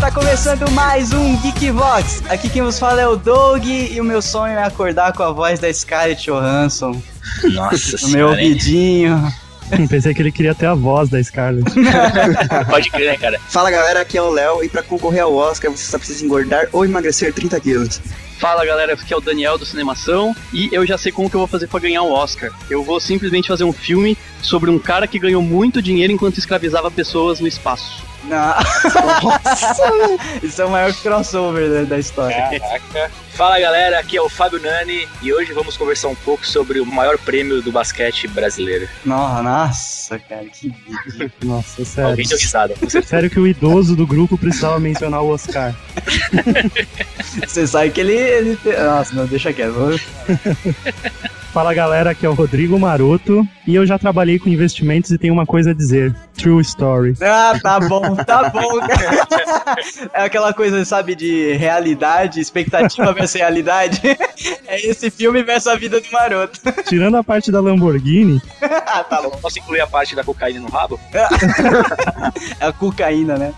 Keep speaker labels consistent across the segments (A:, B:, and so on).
A: Tá começando mais um Geekvox. Aqui quem vos fala é o Doug e o meu sonho é acordar com a voz da Scarlett Johansson
B: Nossa
A: no meu
B: senhora, hein?
A: ouvidinho.
C: Pensei que ele queria ter a voz da Scarlett.
B: Pode crer, né, cara?
D: Fala galera, aqui é o Léo e pra concorrer ao Oscar você só precisa engordar ou emagrecer 30 quilos.
B: Fala, galera. Aqui é o Daniel do Cinemação e eu já sei como que eu vou fazer pra ganhar um Oscar. Eu vou simplesmente fazer um filme sobre um cara que ganhou muito dinheiro enquanto escravizava pessoas no espaço.
A: Na- Isso é o maior crossover da, da história.
E: Caraca. Fala galera, aqui é o Fábio Nani e hoje vamos conversar um pouco sobre o maior prêmio do basquete brasileiro.
A: No- Nossa, cara, que ridículo.
C: Nossa,
B: É
E: Alguém
C: sério.
E: deu risada.
C: Sério que o idoso do grupo precisava mencionar o Oscar.
A: Você sabe que ele, ele te- Nossa, não, deixa quieto. Vou-
C: Fala galera, aqui é o Rodrigo Maroto e eu já trabalhei com investimentos e tenho uma coisa a dizer. True story.
A: Ah, tá bom, tá bom. cara. é aquela coisa, sabe, de realidade, expectativa versus realidade. é esse filme versus a vida do maroto.
C: Tirando a parte da Lamborghini,
A: ah, tá bom.
E: Então posso incluir a parte da cocaína no rabo?
A: É a cocaína, né?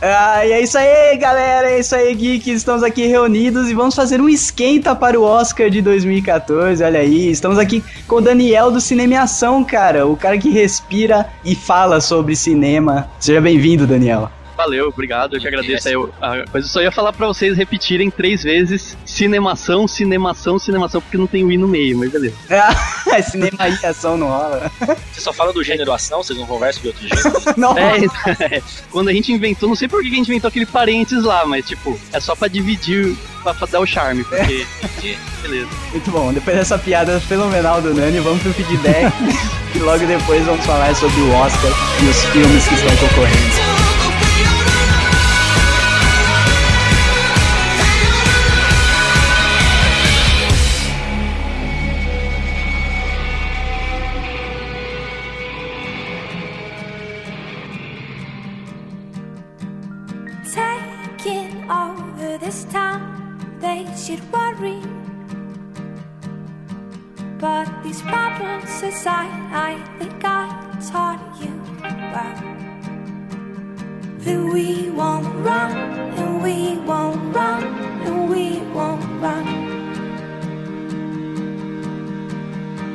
A: Ah, e é isso aí, galera. É isso aí, Geek. Estamos aqui reunidos e vamos fazer um esquenta para o Oscar de 2014. Olha aí, estamos aqui com o Daniel do Cinemeação, cara. O cara que respira e fala sobre cinema. Seja bem-vindo, Daniel.
B: Valeu, obrigado. Eu te agradeço. aí Eu, a coisa eu só ia falar pra vocês repetirem três vezes cinemação, cinemação, cinemação, porque não tem o i no meio, mas beleza.
A: Ah, cinema e ação não rola.
E: Vocês só falam do gênero ação, vocês não conversam de outro gênero.
A: Não.
B: É, quando a gente inventou, não sei por que a gente inventou aquele parênteses lá, mas tipo, é só pra dividir, pra, pra dar o charme, porque. Beleza.
A: Muito bom. Depois dessa piada fenomenal do Nani, vamos pro feedback. e logo depois vamos falar sobre o Oscar e os filmes que estão concorrendo.
F: Taking over this town, they should worry. But these problems aside, I think I taught you well. That we won't run, and we won't run, and we won't run.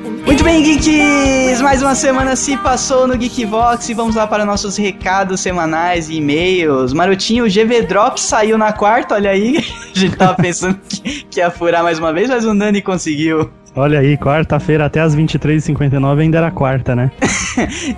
F: And
A: Muito bem, Geeks! Mais uma semana se passou no Geekvox e vamos lá para nossos recados semanais e e-mails. Marotinho, o GV Drop saiu na quarta, olha aí. A gente tava pensando que, que ia furar mais uma vez, mas o Nani conseguiu.
C: olha aí, quarta-feira até as 23h59 ainda era quarta, né?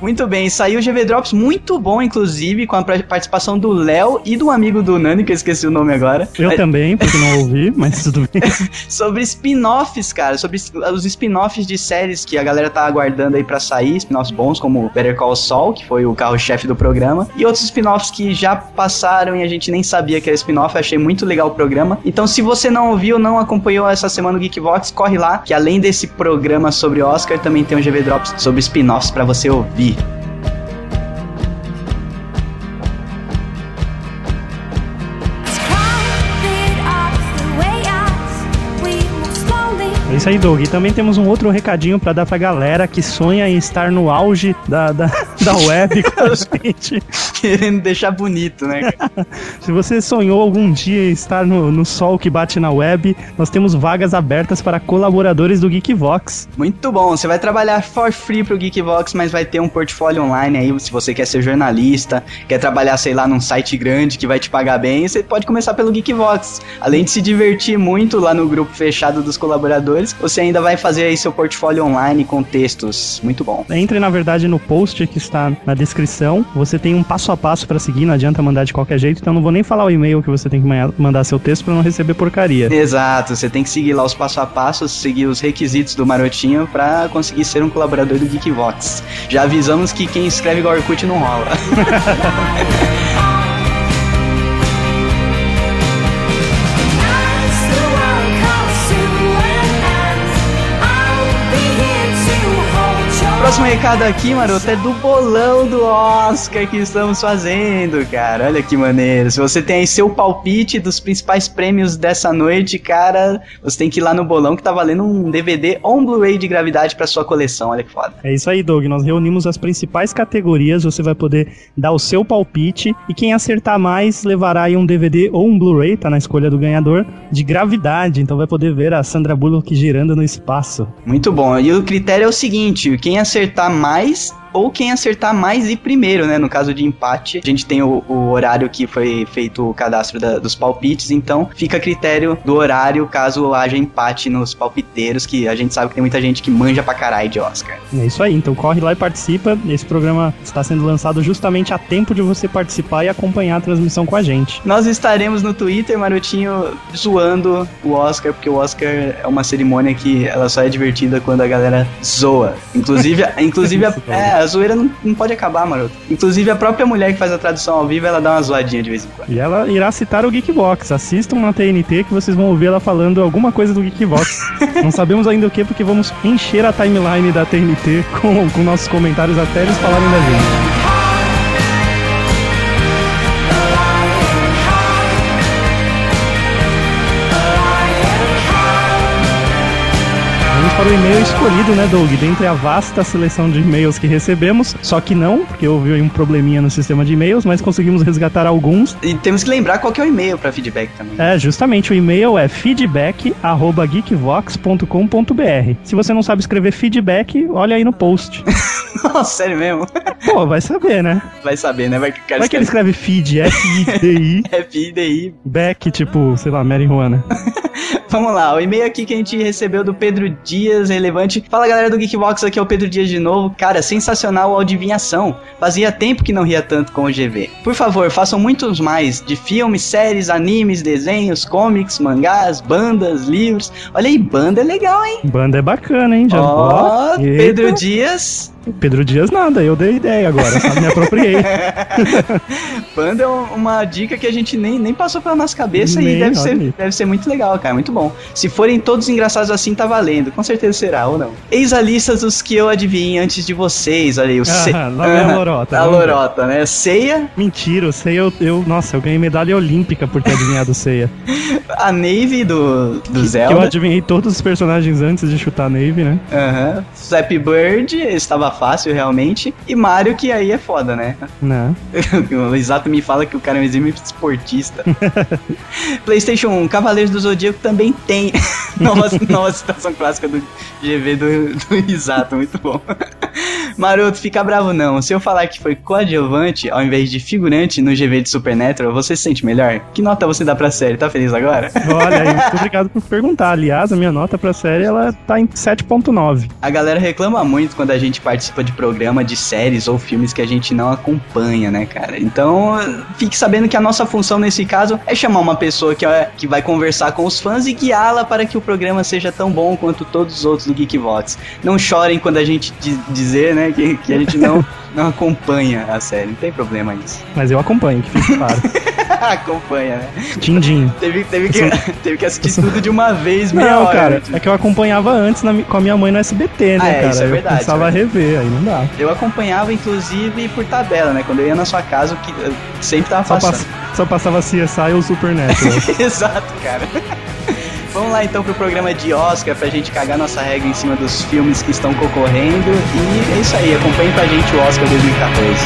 A: Muito bem, saiu o GV Drops, muito bom, inclusive, com a pra- participação do Léo e do amigo do Nani, que eu esqueci o nome agora.
C: Eu também, porque não ouvi, mas tudo bem.
A: sobre spin-offs, cara, sobre es- os spin-offs de séries que a galera tá aguardando aí pra sair, spin-offs bons como Better Call Saul, que foi o carro-chefe do programa, e outros spin-offs que já passaram e a gente nem sabia que era spin-off, eu achei muito legal o programa. Então, se você não ouviu, não acompanhou essa semana o Geekbox, corre lá, que além desse programa sobre Oscar, também tem um GV Drops sobre spin-offs pra você ouvir.
F: it's crowded up the way out. We move slowly.
C: É isso aí, Doug. E também temos um outro recadinho pra dar pra galera que sonha em estar no auge da, da, da web com a gente.
A: Querendo deixar bonito, né? cara?
C: Se você sonhou algum dia em estar no, no sol que bate na web, nós temos vagas abertas para colaboradores do Geekvox.
A: Muito bom. Você vai trabalhar for free pro Geekvox, mas vai ter um portfólio online aí. Se você quer ser jornalista, quer trabalhar, sei lá, num site grande que vai te pagar bem, você pode começar pelo Geekvox. Além de se divertir muito lá no grupo fechado dos colaboradores, você ainda vai fazer aí seu portfólio online com textos. Muito bom.
C: Entre, na verdade, no post que está na descrição. Você tem um passo a passo para seguir, não adianta mandar de qualquer jeito, então não vou nem falar o e-mail que você tem que ma- mandar seu texto para não receber porcaria.
A: Exato, você tem que seguir lá os passo a passo, seguir os requisitos do Marotinho pra conseguir ser um colaborador do Geekvox. Já avisamos que quem escreve igual Orkut não rola.
F: As the world comes to an end, I'll be here to hold your
A: Próximo recado aqui, maroto, é do bolão do Oscar que estamos fazendo, cara. Olha que maneiro. Se você tem aí seu palpite dos principais prêmios dessa noite, cara, você tem que ir lá no bolão que tá valendo um DVD ou um Blu-ray de gravidade pra sua coleção. Olha que foda.
C: É isso aí, Doug. Nós reunimos as principais categorias. Você vai poder dar o seu palpite. E quem acertar mais levará aí um DVD ou um Blu-ray, tá na escolha do ganhador, de gravidade. Então vai poder ver a Sandra Bullock girando no espaço.
A: Muito bom. E o critério é o seguinte: quem acertar mais ou quem acertar mais e primeiro, né? No caso de empate, a gente tem o, o horário que foi feito o cadastro da- dos palpites, então fica a critério do horário caso haja empate nos palpiteiros, que a gente sabe que tem muita gente que manja pra caralho de Oscar.
C: É isso aí, então corre lá e participa. Esse programa está sendo lançado justamente a tempo de você participar e acompanhar a transmissão com a gente.
A: Nós estaremos no Twitter, Marotinho, zoando o Oscar, porque o Oscar é uma cerimônia que ela só é divertida quando a galera zoa. Inclusive, a- inclusive a, é, a zoeira não, não pode acabar, Maroto. Inclusive, a própria mulher que faz a tradução ao vivo, ela dá uma zoadinha de vez em quando.
C: E ela irá citar o Geekbox. Assistam na TNT que vocês vão ouvir ela falando alguma coisa do Geekbox. Não sabemos ainda o que, porque vamos encher a timeline da TNT com, com nossos comentários até eles falarem da gente. Vamos para o e-mail escolhido, né, Doug? Dentre a vasta seleção de e-mails que recebemos, só que não, porque houve aí um probleminha no sistema de e-mails, mas conseguimos resgatar alguns.
A: E temos que lembrar qual que é o e-mail pra feedback também.
C: É, justamente, o e-mail é feedback.geekvox.com.br. Se você não sabe escrever feedback, olha aí no post.
A: Nossa, sério mesmo?
C: Pô, vai saber, né?
A: Vai saber, né? Vai que o cara
C: Vai que ele
A: escreve
C: escreve feed, F-I-D-I,
A: é FIDI.
C: back, tipo, sei lá, Mary Juana.
A: Vamos lá, o e-mail aqui que a gente recebeu do Pedro Dias, relevante. Fala galera do Geekbox, aqui é o Pedro Dias de novo. Cara, sensacional a adivinhação. Fazia tempo que não ria tanto com o GV. Por favor, façam muitos mais de filmes, séries, animes, desenhos, cómics, mangás, bandas, livros. Olha aí, banda é legal, hein?
C: Banda é bacana, hein? Já
A: Ó,
C: Ó, eita.
A: Pedro Dias.
C: Pedro Dias nada, eu dei ideia agora, sabe? me apropriei.
A: Banda é um- uma dica que a gente nem, nem passou pela nossa cabeça
C: Nem,
A: e deve
C: olha
A: ser,
C: aí.
A: deve ser muito legal, cara. Muito bom. Se forem todos engraçados assim, tá valendo. Com certeza será, ou não. Eis a lista dos que eu adivinhei antes de vocês. Olha aí, o Ce-
C: Ah, lá vem a
A: Aham,
C: lorota.
A: a
C: vamos ver.
A: lorota, né? Ceia,
C: Mentira, o Seiya, eu, eu. Nossa, eu ganhei medalha olímpica por ter adivinhado o Seiya.
A: a Navy do, do
C: Que eu
A: Zelda.
C: adivinhei todos os personagens antes de chutar a Navy, né?
A: Aham. Flappy Bird, estava fácil realmente. E Mario, que aí é foda, né?
C: Né?
A: o Exato me fala que o cara é um exímio esportista. PlayStation 1, Cavaleiros do Zodíaco também tem. nova, nova citação clássica do GV do, do Exato, muito bom. Maroto, fica bravo não. Se eu falar que foi coadjuvante ao invés de figurante no GV de Supernatural, você se sente melhor? Que nota você dá pra série? Tá feliz agora?
C: Olha aí, muito obrigado por perguntar. Aliás, a minha nota pra série ela tá em 7.9.
A: A galera reclama muito quando a gente participa de programa de séries ou filmes que a gente não acompanha, né, cara? Então, fique sabendo que a nossa função nesse caso é chamar uma pessoa que, é- que vai conversar com os fãs e guiá-la para que o programa seja tão bom quanto todos os outros do Geekbox. Não chorem quando a gente di- dizer, né, que, que a gente não, não acompanha a série. Não tem problema isso.
C: Mas eu acompanho, que fique claro.
A: acompanha, né?
C: Dindim.
A: Teve, teve, que, teve que assistir tudo de uma vez, meia
C: Não,
A: hora. né?
C: cara, é que eu acompanhava antes na mi- com a minha mãe no SBT, né,
A: Ah, é,
C: cara?
A: isso é verdade,
C: eu precisava
A: é
C: rever, aí não dá.
A: Eu acompanhava, inclusive, por tabela, né? Quando eu ia na sua casa, o que eu sempre tava
C: Só,
A: passando.
C: pass- só passava CSI ou Supernatural.
A: Exato, cara. Vamos lá então pro programa de Oscar pra gente cagar nossa regra em cima dos filmes que estão concorrendo. E é isso aí, acompanhe pra gente o Oscar 2014.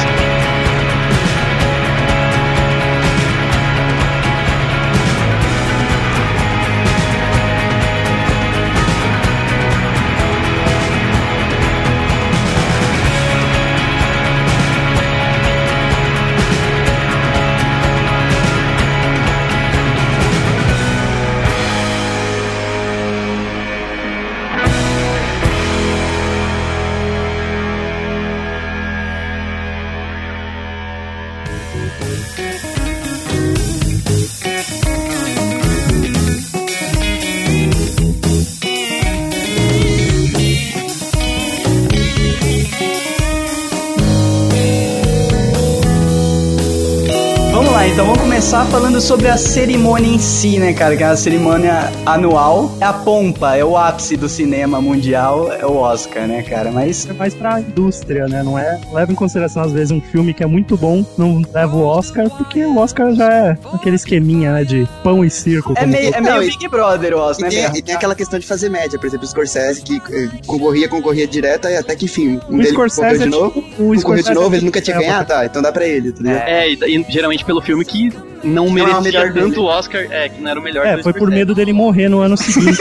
A: então, começar falando sobre a cerimônia em si, né, cara? Que é uma cerimônia anual. É a pompa, é o ápice do cinema mundial, é o Oscar, né, cara? Mas
C: É mais pra indústria, né? Não é. Leva em consideração, às vezes, um filme que é muito bom, não leva o Oscar, porque o Oscar já é aquele esqueminha, né? De pão e circo.
A: é
C: como
A: meio, é meio
D: Não, e-
A: Big Brother o Oscar,
D: Então,
A: né?
D: E tem,
A: cara?
D: e tem aquela questão de fazer média, por exemplo, o Scorsese que eh, concorria, concorria direto e até que enfim, um
C: O
D: dele
C: Scorsese
D: concorreu
C: é
D: de novo,
C: tipo- o
D: concorreu
C: Scorsese
D: de novo,
C: é
D: ele nunca tinha
C: tipo-
D: ganhado, tá, então dá pra ele, tá ligado?
B: É, e, e geralmente pelo filme que não
D: Não é o
B: merecia
D: melhor
B: tanto
D: dele.
B: o Oscar, é, que não era o melhor
C: É,
B: do
C: foi por
B: Scorsese.
C: medo dele morrer no ano seguinte.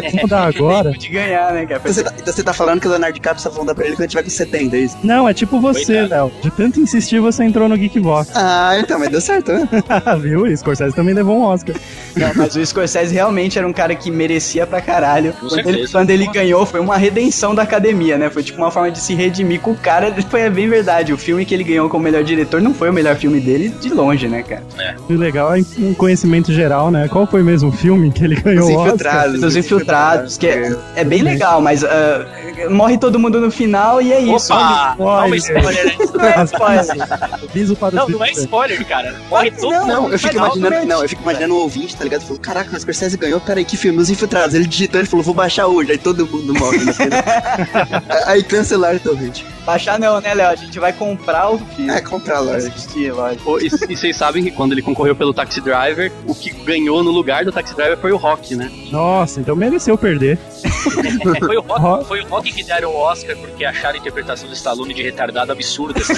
C: Vamos mudar agora.
A: De ganhar, né, cara?
D: Então você, tá, então você tá falando que o Leonardo DiCaprio só vão dar pra ele quando ele tiver com 70, é isso?
C: Não, é tipo você, Léo. De tanto insistir, você entrou no Geekbox.
D: Ah, então, mas deu certo, né?
C: Viu? E Scorsese também levou um Oscar.
A: Não, mas o Scorsese realmente era um cara que merecia pra caralho. Quando ele,
E: certeza.
A: quando ele ganhou, foi uma redenção da academia, né? Foi tipo uma forma de se redimir com o cara. Foi é bem verdade. O filme que ele ganhou como melhor diretor não foi o melhor filme dele de longe, né, cara?
C: E o legal é um conhecimento geral, né? Qual foi mesmo o filme que ele ganhou
D: Os
C: o Oscar?
D: infiltrados.
A: Os infiltrados, que é,
C: né?
A: é bem legal, mas ah, morre todo mundo no final e é isso.
E: Opa! Não é uma
C: Spoiler.
E: spoiler, né?
A: Não é spoiler.
C: Aviso para os
E: Não, não é
C: visitantes.
E: spoiler, cara. Morre todo
A: Não,
D: Não, eu fico
A: Mas não,
D: imaginando,
A: também.
D: não, eu fico imaginando o ouvinte, tá ligado? Falou, caraca, o Scorsese ganhou, peraí, que filme? Os infiltrados. Ele digitou, ele falou, vou baixar hoje. Aí todo mundo morre. né? aí cancelaram o ouvinte.
A: Baixar não, né, Léo? A gente vai comprar o filme.
D: É, comprar lá.
A: pra assistir, lógico.
B: Pô, E e vocês sabem que quando ele concorreu pelo Taxi Driver, o que ganhou no lugar do Taxi Driver foi o Rock, né? É,
C: Nossa, então mereceu perder.
E: Foi o,
C: Ro-
E: rock, foi o Rock que deram o Oscar porque acharam a interpretação do Stallone de retardado absurda, assim.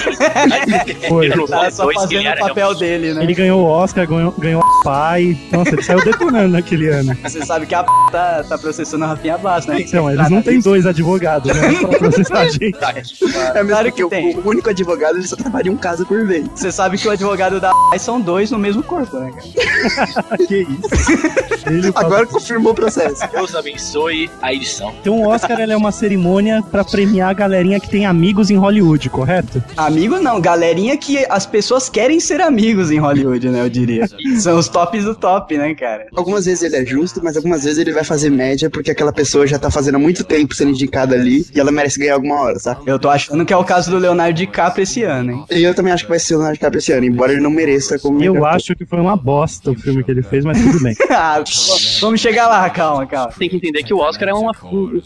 E: Aí,
C: Foi.
E: no
A: Tá
E: Rock
A: só
E: 2 que ele
A: fazendo o
E: era
A: papel dele, né?
C: Ele ganhou o Oscar, ganhou, ganhou o pai. Nossa, ele saiu detonando naquele ano.
A: Você sabe que a p tá, tá processando a Rafinha Basso, né?
C: Então, eles não têm dois advogados, né? Pra processar a gente.
D: É mesmo
A: Claro que
D: porque o-
A: tem.
D: o, único advogado ele só trabalha em um caso por vez.
A: Você sabe que o advogado da p são dois no mesmo corpo, né, cara?
C: Que isso? Ele
D: Agora confirmou o processo.
E: realmente- Deus abençoe a edição.
C: Então o Oscar ela é uma cerimônia pra premiar a galerinha que tem amigos em Hollywood, correto?
A: Amigo não, galerinha que as pessoas querem ser amigos em Hollywood, né, eu diria. são os tops do top, né, cara?
D: Algumas vezes ele é justo, mas algumas vezes ele vai fazer média porque aquela pessoa já tá fazendo há muito tempo sendo indicada ali e ela merece ganhar alguma hora, sabe?
A: Eu tô achando que é o caso do Leonardo DiCaprio esse ano, hein?
D: E eu também acho que vai ser o Leonardo DiCaprio esse ano, embora ele não mereça como
C: Eu
D: melhor
C: acho que foi uma bosta o filme que ele fez, mas tudo bem.
A: Ah, pô, vamos chegar lá, calma, calma.
B: Tem que entender que o Oscar é uma,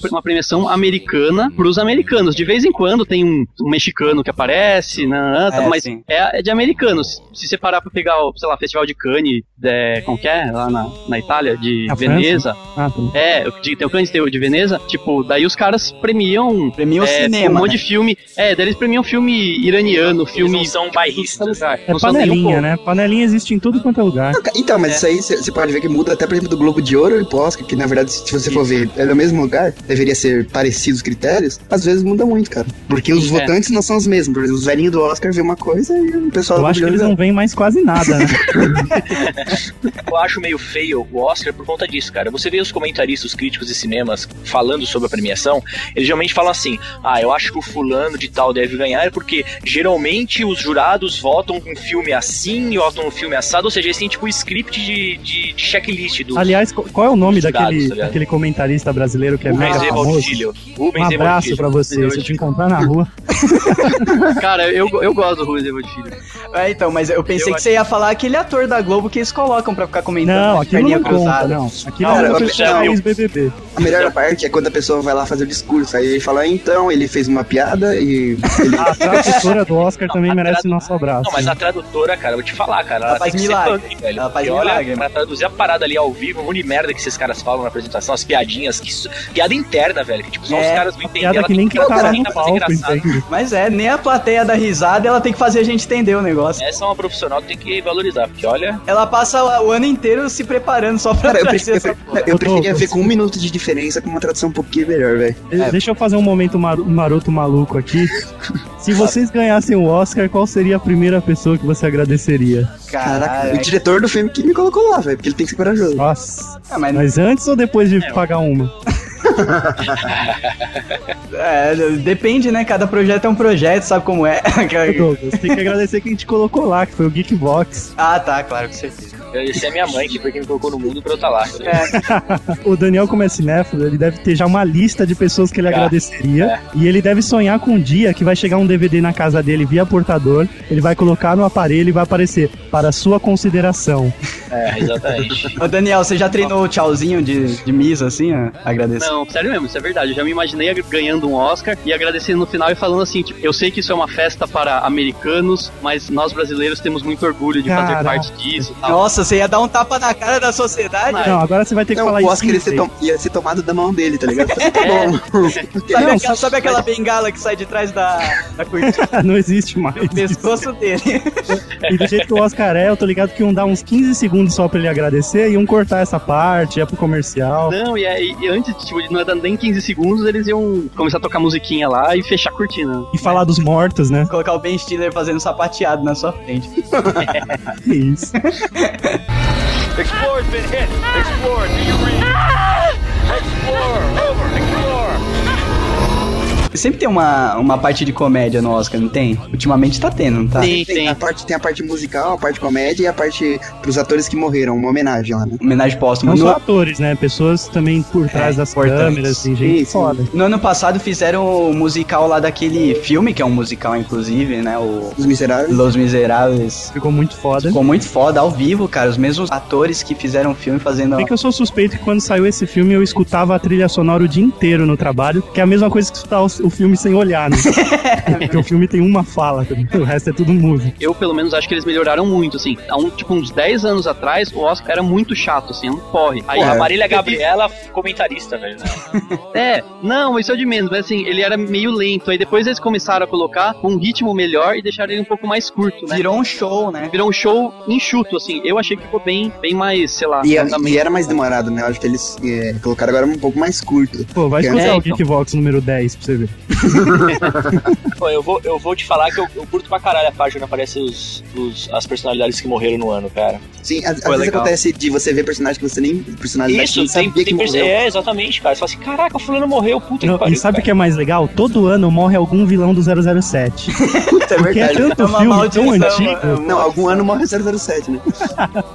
B: uma premiação americana pros americanos. De vez em quando tem um, um mexicano que aparece, né?
A: É,
B: mas
A: sim.
B: é, é de americanos. Se você parar pra pegar o, sei lá, Festival de Cannes, é, como que é? Lá na, na Itália, de
C: Na França?
B: Veneza.
C: Ah, tá bom.
B: É, o de- tem o Cannes, tem o de Veneza. Tipo, daí os caras premiam
A: Premia o
B: É,
A: cinema,
B: Um monte
A: né?
B: de filme. É, daí eles premiam filme iraniano,
E: Filmes
B: filme.
E: não são bairristas.
C: É
B: um
C: panelinha, né? Panelinha existe em tudo quanto é lugar.
D: Não, ca- Então, mas isso aí você pode ver que muda até, por exemplo, do Globo de Ouro e pro Oscar, que na verdade, se você for ver, é do mesmo lugar, deveria ser parecidos os critérios, às vezes muda muito, cara. Porque
B: É.
D: os votantes não são os mesmos. Por exemplo, os velhinhos do Oscar vê uma coisa e o pessoal
C: Eu
D: do
C: acho que
D: Globo
C: eles
D: de Ouro
C: não veem mais quase nada, né?
E: Eu acho meio feio o Oscar por conta disso, cara. Você vê os comentaristas, os críticos de cinemas falando sobre a premiação, eles geralmente falam assim: ah, eu acho que o fulano de tal deve ganhar, porque geralmente os jurados votam com um filme assim, votam um filme assado, ou seja, eles têm tipo um script de, de, de checklist do.
C: Aliás, co- qual é o nome
E: Dados,
C: daquele,
E: tá ligado?
C: daquele comentarista brasileiro que é mega
E: Rubens E.
C: famoso?
E: Valtilho.
C: Um
E: Rubens E.
C: abraço
E: Valtilho.
C: pra você. Se eu te encontrar na rua,
B: Cara, eu, eu gosto do Rubens Evald Filho.
A: É, então, mas eu pensei
E: Eu
A: que você ia falar aquele ator da Globo que eles colocam pra ficar
E: Então,
A: comentando
C: Não,
A: né,
C: aquilo não conta, não. Aquilo
D: Cara,
C: é
D: eu-
C: um
D: não.
C: ex-BBB.
D: A melhor parte é quando a pessoa vai lá fazer o discurso. Aí ele fala, "Ah, então, ele fez uma piada e. Ele...
C: A tradutora do Oscar
E: Não,
C: também
E: a
C: merece
E: tradu-
C: nosso abraço.
E: Não, mas a tradutora, cara, eu vou te falar, cara. Ela,
A: Ela faz
E: tem que
A: milagre.
E: Ser punk, velho.
A: Ela faz
E: Porque olha,
A: milagre, né?
E: Pra traduzir a parada ali ao vivo, um monte de merda que esses caras falam na apresentação, as piadinhas, que isso- piada interna, velho. Que tipo, só
A: É,
E: os caras não entendem.
C: Piada
E: ela
C: que nem quem
E: tem
C: tá lá
E: fazer
C: no palco,
E: engraçado.
C: entende?
A: Mas é, nem a plateia da risada, ela tem que fazer a gente entender o negócio.
E: Essa é uma profissional que tem que valorizar, porque olha,
A: Ela passa o o ano inteiro se preparando só pra
D: Cara, eu,
A: trazer
D: prefiro,
A: essa
D: eu, eu preferia
C: Ô,
D: ver com um minuto de diferença com uma tradução um pouquinho melhor, velho.
C: De- Deixa eu fazer um momento maru- maroto maluco aqui. Se vocês ganhassem o Oscar, qual seria a primeira pessoa que você agradeceria?
D: Caraca,
A: Caraca,
D: o diretor do filme que me colocou lá, velho, porque ele tem que ser corajoso.
C: Nossa.
A: Ah, mas-
C: Mas antes ou depois de pagar uma?
A: é, depende, né? Cada projeto é um projeto, sabe como é?
C: Douglas, tem que agradecer quem te colocou lá, que foi o Geekbox.
A: ah, tá, claro, com certeza.
E: Agradecer a minha mãe, que foi quem me colocou no mundo pra eu estar lá.
C: O Daniel, como é cinéfilo, ele deve ter já uma lista de pessoas que ele
D: Ah,
E: Já.
C: agradeceria.
D: é.
C: E ele deve sonhar com um dia que vai chegar um DVD na casa dele via portador. Ele vai colocar no aparelho e vai aparecer para sua consideração.
E: É, exatamente.
A: Ô Daniel, você já treinou o tchauzinho de, de misa, assim, ó? Agradecer.
B: Não, sério mesmo, isso é verdade. Eu já me imaginei ag- ganhando um Oscar e agradecendo no final e falando assim: tipo, eu sei que isso é uma festa para americanos, mas nós brasileiros temos muito orgulho de
C: Caraca.
B: fazer parte disso. e Tal.
A: Nossa, você ia dar um tapa na cara da sociedade.
B: Não,
A: né?
C: Não, agora você vai ter que
D: Não,
C: falar
D: o
C: isso.
D: Oscar
C: em
D: ia ser,
C: inglês.
D: tom- ia ser tomado da mão dele, tá ligado? Tá
B: É,
D: bom.
A: Sabe,
C: Não,
A: aquela,
C: sabe-
A: sabe aquela bengala que sai de trás da, da cortina
C: Não existe mais.
A: do pescoço dele?
C: E do jeito que o Oscar é, eu tô ligado que iam dar uns 15 segundos só pra ele agradecer, iam cortar essa parte, ia pro comercial.
B: Não, e, aí- e antes, tipo, não era nem 15 segundos, eles iam começar a tocar musiquinha lá e fechar a cortina.
C: E falar dos mortos, né?
A: Colocar o Ben Stiller fazendo sapateado na sua frente.
C: Que isso.
G: Explore's been hit. Explore, do you read? Explore, over, explore.
A: Sempre tem uma, uma parte de comédia no Oscar, não tem? Ultimamente tá tendo, não tá?
B: Tem,
D: Tem a,
B: tem.
D: parte, tem a parte musical, a parte comédia e a parte pros atores que morreram, uma homenagem lá, né?
A: Homenagem póstuma.
C: Não só
A: No,
C: atores, né? Pessoas também por trás das
A: importantes.
C: câmeras, assim, gente
D: Sim, sim.
C: foda.
A: no ano passado fizeram o musical lá daquele filme, que é um musical, inclusive, né? O
D: Os Miseráveis.
A: Los Miseráveis.
C: Ficou muito foda.
A: Ficou muito foda, ao vivo, cara. Os mesmos atores que fizeram o filme fazendo.
C: Bem que eu sou suspeito que quando saiu esse filme eu escutava a trilha sonora o dia inteiro no trabalho, que é a mesma coisa que escutar o, o filme sem olhar, né? Porque o filme tem uma fala, tá ligado? o resto é tudo música.
B: Eu, pelo menos, acho que eles melhoraram muito, assim. Há um, tipo, uns 10 anos atrás, o Oscar era muito chato, assim, um porre. Aí,
E: Pô, a
B: a
E: Marília Gabriela, comentarista, velho. né?
B: É, não, isso é o de menos, mas assim, ele era meio lento. Aí depois eles começaram a colocar com um ritmo melhor e deixaram ele um pouco mais curto, né?
A: Virou um show, né?
B: Virou um show enxuto, assim. Eu achei que ficou bem, bem mais, sei lá,
D: E,
B: também.
D: e era mais demorado, né? Eu acho que eles é, colocaram agora um pouco mais curto.
C: Pô, vai escutar
B: É,
C: o
B: então.
C: Geekbox número 10 pra você ver.
E: Pô, eu vou, eu vou te falar que eu, eu curto pra caralho a página, aparece os, os- as personalidades que morreram no ano, cara.
D: Sim, às, às
A: Foi
D: vezes
A: legal.
D: acontece de você ver personagem que você nem. Personalidade é que
E: Isso,
D: nem
E: tem,
D: sabia
E: tem
D: que
E: perce-
D: morreu.
E: É, exatamente, cara. Você fala assim, caraca, o fulano morreu, puta
C: Não,
E: que pariu.
C: e sabe o
E: cara.
C: que é mais legal? Todo ano morre algum vilão do 007.
D: Puta, é
C: Porque é
D: verdade. É,
C: tanto
A: É uma
C: filme tão
A: maldição,
C: antigo.
D: Não, algum ano morre o 007, né?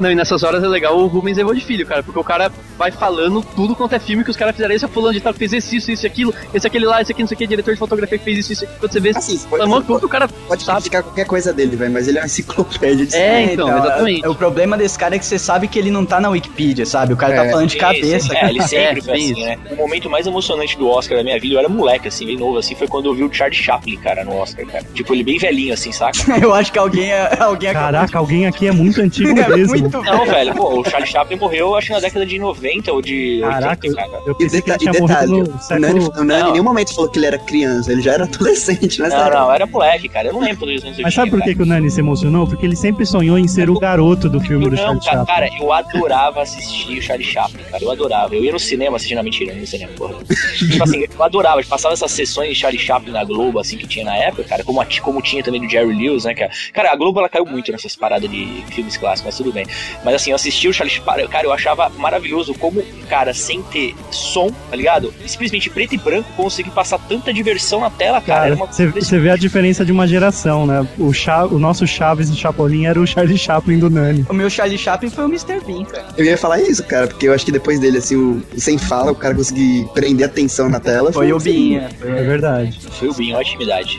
B: Não, e nessas horas é legal o Rubens Evô de Filho, cara, porque o cara vai falando tudo quanto é filme que os caras fizeram. Esse é fulano de tal que fez esse, isso, isso, e aquilo, esse aquele lá, esse aqui, não sei o que, diretor de fotografia que fez isso, isso, e aquilo. quando você vê,
D: Assim, você
B: tá
D: pode,
B: mão
D: você
B: tudo, o cara... né?
D: pode criticar qualquer coisa dele, velho, mas ele é uma enciclopédia de
B: É, então, exatamente.
A: é- O problema desse cara é que você sabe que ele não tá na Wikipedia, sabe? O cara
D: É.
A: tá falando de cabeça.
E: É, ele sempre
B: É,
E: foi assim,
B: isso.
E: né? O momento mais emocionante do Oscar da minha vida, eu era moleque, assim, bem novo, assim, foi quando eu vi o Charlie Chaplin, cara, no Oscar, cara. Tipo, ele bem velhinho, assim, saca?
A: Eu acho que alguém, é, alguém acabou
C: Caraca, alguém aqui é muito antigo
A: de- É
C: mesmo.
A: muito
E: Não, velho, pô, o Charlie Chaplin morreu, acho que na década de 90 ou de
C: Caraca,
E: 80, cara.
C: Eu
D: E,
C: pensei que
D: deta-
C: ele
D: e
C: tinha
D: detalhe,
C: morrido
D: o
C: no século...
D: Nani, o Nani
E: Não.
D: em nenhum momento falou que ele era criança, ele já era adolescente, né?
E: Não, não, eu era moleque, cara. Eu não lembro dos anos
C: Mas sabe por que, que o Nani se emocionou? Porque ele sempre sonhou em ser o garoto do filme do
E: Não,
C: Charlie
E: cara,
C: Chaplin.
E: cara, eu adorava assistir o Charlie Chaplin, cara. Eu adorava. Eu ia no cinema assistindo, não, mentira, eu ia no cinema, porra. tipo assim, eu adorava. Eu passava essas sessões de Charlie Chaplin na Globo, assim, que tinha na época, cara. Como, a- como tinha também do Jerry Lewis, né, cara. Cara, a Globo, ela caiu muito nessas paradas de filmes clássicos, mas tudo bem. Mas assim, eu assisti o Charlie Chaplin, cara, eu achava maravilhoso como um cara sem ter som, tá ligado? Simplesmente preto e branco conseguir passar tanta diversão na tela, cara.
C: Cara,
E: Era uma
C: você você vê a diferença de uma geração, né? O, Cha- o nosso Chaves do Chapolin era o Charlie Chaplin do Nani.
A: O meu Charlie Chaplin foi o Mr. Bean, cara.
D: Eu ia falar isso, cara, porque eu acho que depois dele, assim, o, sem fala, o cara conseguir prender atenção na tela.
A: Foi o
D: Binho.
A: Binha.
C: É verdade.
E: Foi o bem, uma intimidade.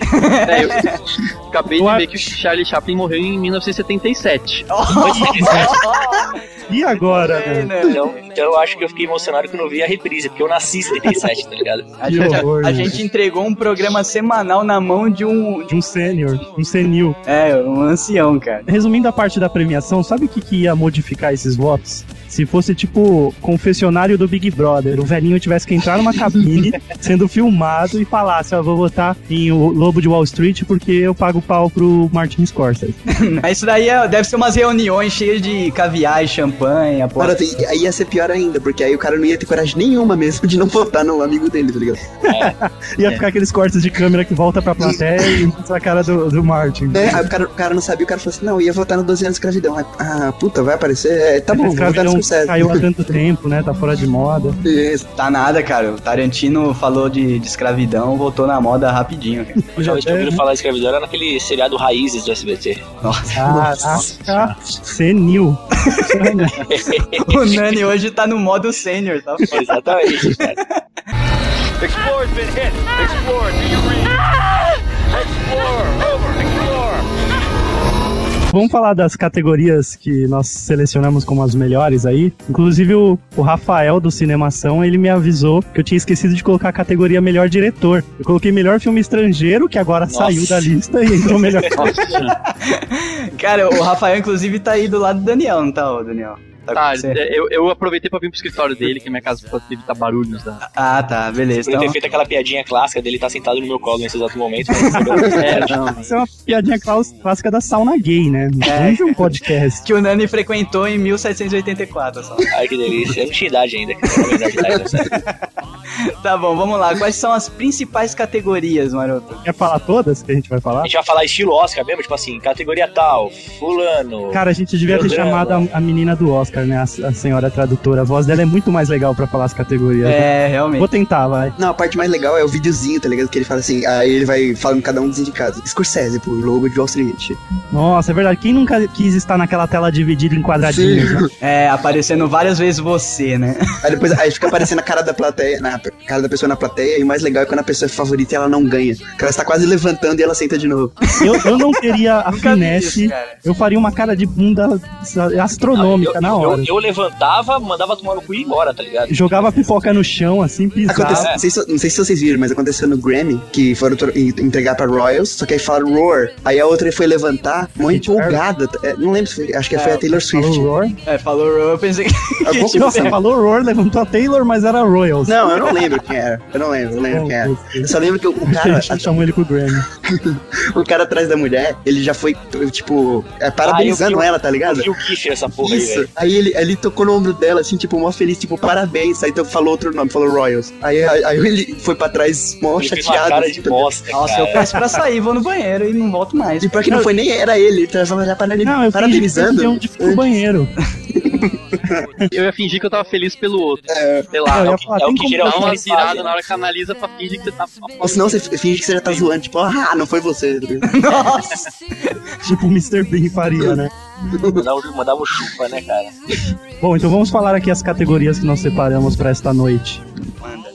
B: É, eu acabei
C: Eu
B: de
C: acho-
B: ver que o Charlie Chaplin morreu em
D: É
B: 1977.
C: E agora,
A: É,
C: né?
A: né?
E: Então, então eu acho que eu fiquei emocionado quando eu vi a reprise, porque eu nasci em 77, tá ligado?
A: A
C: Que
A: gente,
C: horror,
A: a
C: né?
A: gente entregou um programa semanal na mão de um.
C: De um sênior, um senil.
A: É, um ancião, cara.
C: Resumindo a parte da premiação, sabe o que, que ia modificar esses votos? Se fosse tipo confessionário do Big Brother, o velhinho tivesse que entrar numa cabine sendo filmado e falasse: Ó, vou votar em o Lobo de Wall Street porque eu pago pau pro Martin Scorsese.
A: Mas Isso daí é- deve ser umas reuniões cheias de caviar e champanhe, a porra.
D: Mano, tem- assim, aí ia ser pior ainda, porque aí o cara não ia ter coragem nenhuma mesmo de não votar no amigo dele, tá ligado? É.
C: Ia ficar aqueles cortes de câmera que volta pra plateia e mostra a cara do, do Martin.
D: Né? Aí o cara, o cara não sabia, o cara falou assim, não, eu ia votar no 12 anos de escravidão. Aí, Ah, puta, vai aparecer? É, tá
C: Essa
D: bom, vou votar no
C: escravidão
D: sucesso.
C: caiu há tanto tempo, né? Tá fora de moda.
D: Isso.
A: Tá nada, cara. O Tarantino falou de, de escravidão, voltou na moda rapidinho, cara.
E: Eu já
C: Ah,
E: tinha ouvido falar de escravidão, era naquele seriado Raízes do SBT.
A: Nossa.
C: Caraca, ah, senil.
A: O Nani hoje tá no modo sênior, tá?
E: Exatamente, cara.
G: Explorer's been hit. Explorer, do you read? Explorer, over. Explorer.
C: Vamos falar das categorias que nós selecionamos como as melhores aí. Inclusive o, o Rafael do Cinemação, ele me avisou que eu tinha esquecido de colocar a categoria melhor diretor. Eu coloquei melhor filme estrangeiro, que agora
E: Nossa.
C: saiu da lista e entrou melhor.
E: Nossa.
A: Cara, o Rafael, inclusive, tá aí do lado do Daniel, não tá, ô, Daniel? Tá, com
B: Tá,
A: você?
B: eu, eu aproveitei pra vir pro escritório dele, que é minha casa pra evitar barulhos. Da...
A: Ah, tá, beleza.
E: Podia
A: Então,
E: ter feito aquela piadinha clássica dele estar sentado no meu colo nesse exato momento. mas- um
B: É, não.
C: Isso é uma piadinha claus- clássica da sauna gay, né? Não de um podcast.
A: que o Nani frequentou em 1784, só.
E: Ai, que delícia. Eu não tinha idade ainda. cara. Eu era menor de idade nessa época.
A: Tá bom, vamos lá. Quais são as principais categorias, maroto?
C: Quer falar todas que a gente vai
E: A
C: falar?
E: gente vai falar estilo Oscar mesmo, tipo assim, categoria tal, fulano.
C: Cara, a gente devia ter
E: Meu Deus.
C: chamado a, a menina do Oscar, né? A, a senhora tradutora. A voz dela é muito mais legal pra falar as categorias.
A: É,
C: Vou
A: realmente.
C: tentar, vai.
D: Não, a parte mais legal é o videozinho, tá ligado? Que ele fala assim, aí ele vai falando cada um dos indicados. Scorsese, pro logo de Wall Street.
C: Nossa, é verdade. Quem nunca quis estar naquela tela dividida em quadradinhos? né?
A: É, aparecendo várias vezes você, né?
D: Aí depois aí fica aparecendo a cara da plateia, na cara da pessoa na plateia, e o mais legal é quando a pessoa é favorita e ela não ganha. Que ela está quase levantando e ela senta de novo.
C: Eu, eu não teria a
A: Nunca vi isso,
C: finesse.
A: cara.
C: Eu faria uma cara de bunda astronômica
E: Ah, eu,
C: é tá na hora.
E: Eu, eu levantava, mandava tomar no cu e ir embora, tá ligado?
C: Jogava pipoca no chão, assim,
D: Aconteceu,
C: pisava.
D: não, sei se, não sei se vocês viram, mas aconteceu no Grammy, que foram tro- en- entregar pra Royals, só que aí falaram Roar. Aí a outra foi levantar, mó
C: Katy Perry?
D: empolgada. É, não lembro se foi, acho que foi a Taylor
C: Falou
D: Swift.
C: Roar.
A: É, falou, eu pensei que.
D: Alguma coisa
C: Nossa,
D: assim.
C: falou Roar, levantou a Taylor, mas era Royals.
D: Não, eu não lembro quem era. Eu não lembro, eu não lembro quem era. Eu só lembro que o cara,
C: a gente chamou ele pro Grammy.
D: o cara atrás da mulher, ele já foi, tipo, é, parabenizando
E: Ah, eu vi-
D: ela, tá ligado?
E: E o Kiffer, essa porra aí,
D: Isso.
E: velho.
D: Aí ele, ele tocou no ombro dela, assim, tipo, mó feliz, tipo, parabéns. Aí então falou outro nome, falou Royals. Aí, aí, aí ele foi pra trás, mó
E: Ele fez uma
D: chateado.
E: cara
D: assim,
E: de
D: tá
E: bosta,
A: Nossa,
E: cara.
A: eu peço pra sair, vou no banheiro e não volto mais.
D: E pior que não foi nem era ele, ele tava já parabeni-
C: Não, eu fingi que
D: parabenizando.
C: eu onde foi o um banheiro.
B: Eu ia fingir que eu tava feliz pelo outro. Sei
C: Eu
B: lá,
C: ia falar,
E: é o
C: tem
E: que
C: como-
E: geral-
B: dá uma
E: faz,
B: virada
E: né?
B: na hora que analisa pra fingir que você tá.
D: Ou senão você finge que você já tá zoando, tipo, ah, não foi você.
A: Nossa!
C: Tipo o Mr. Bean faria, né?
E: Mandava, mandava um chupa, né, cara?
C: Bom, então vamos falar aqui as categorias que nós separamos pra esta noite.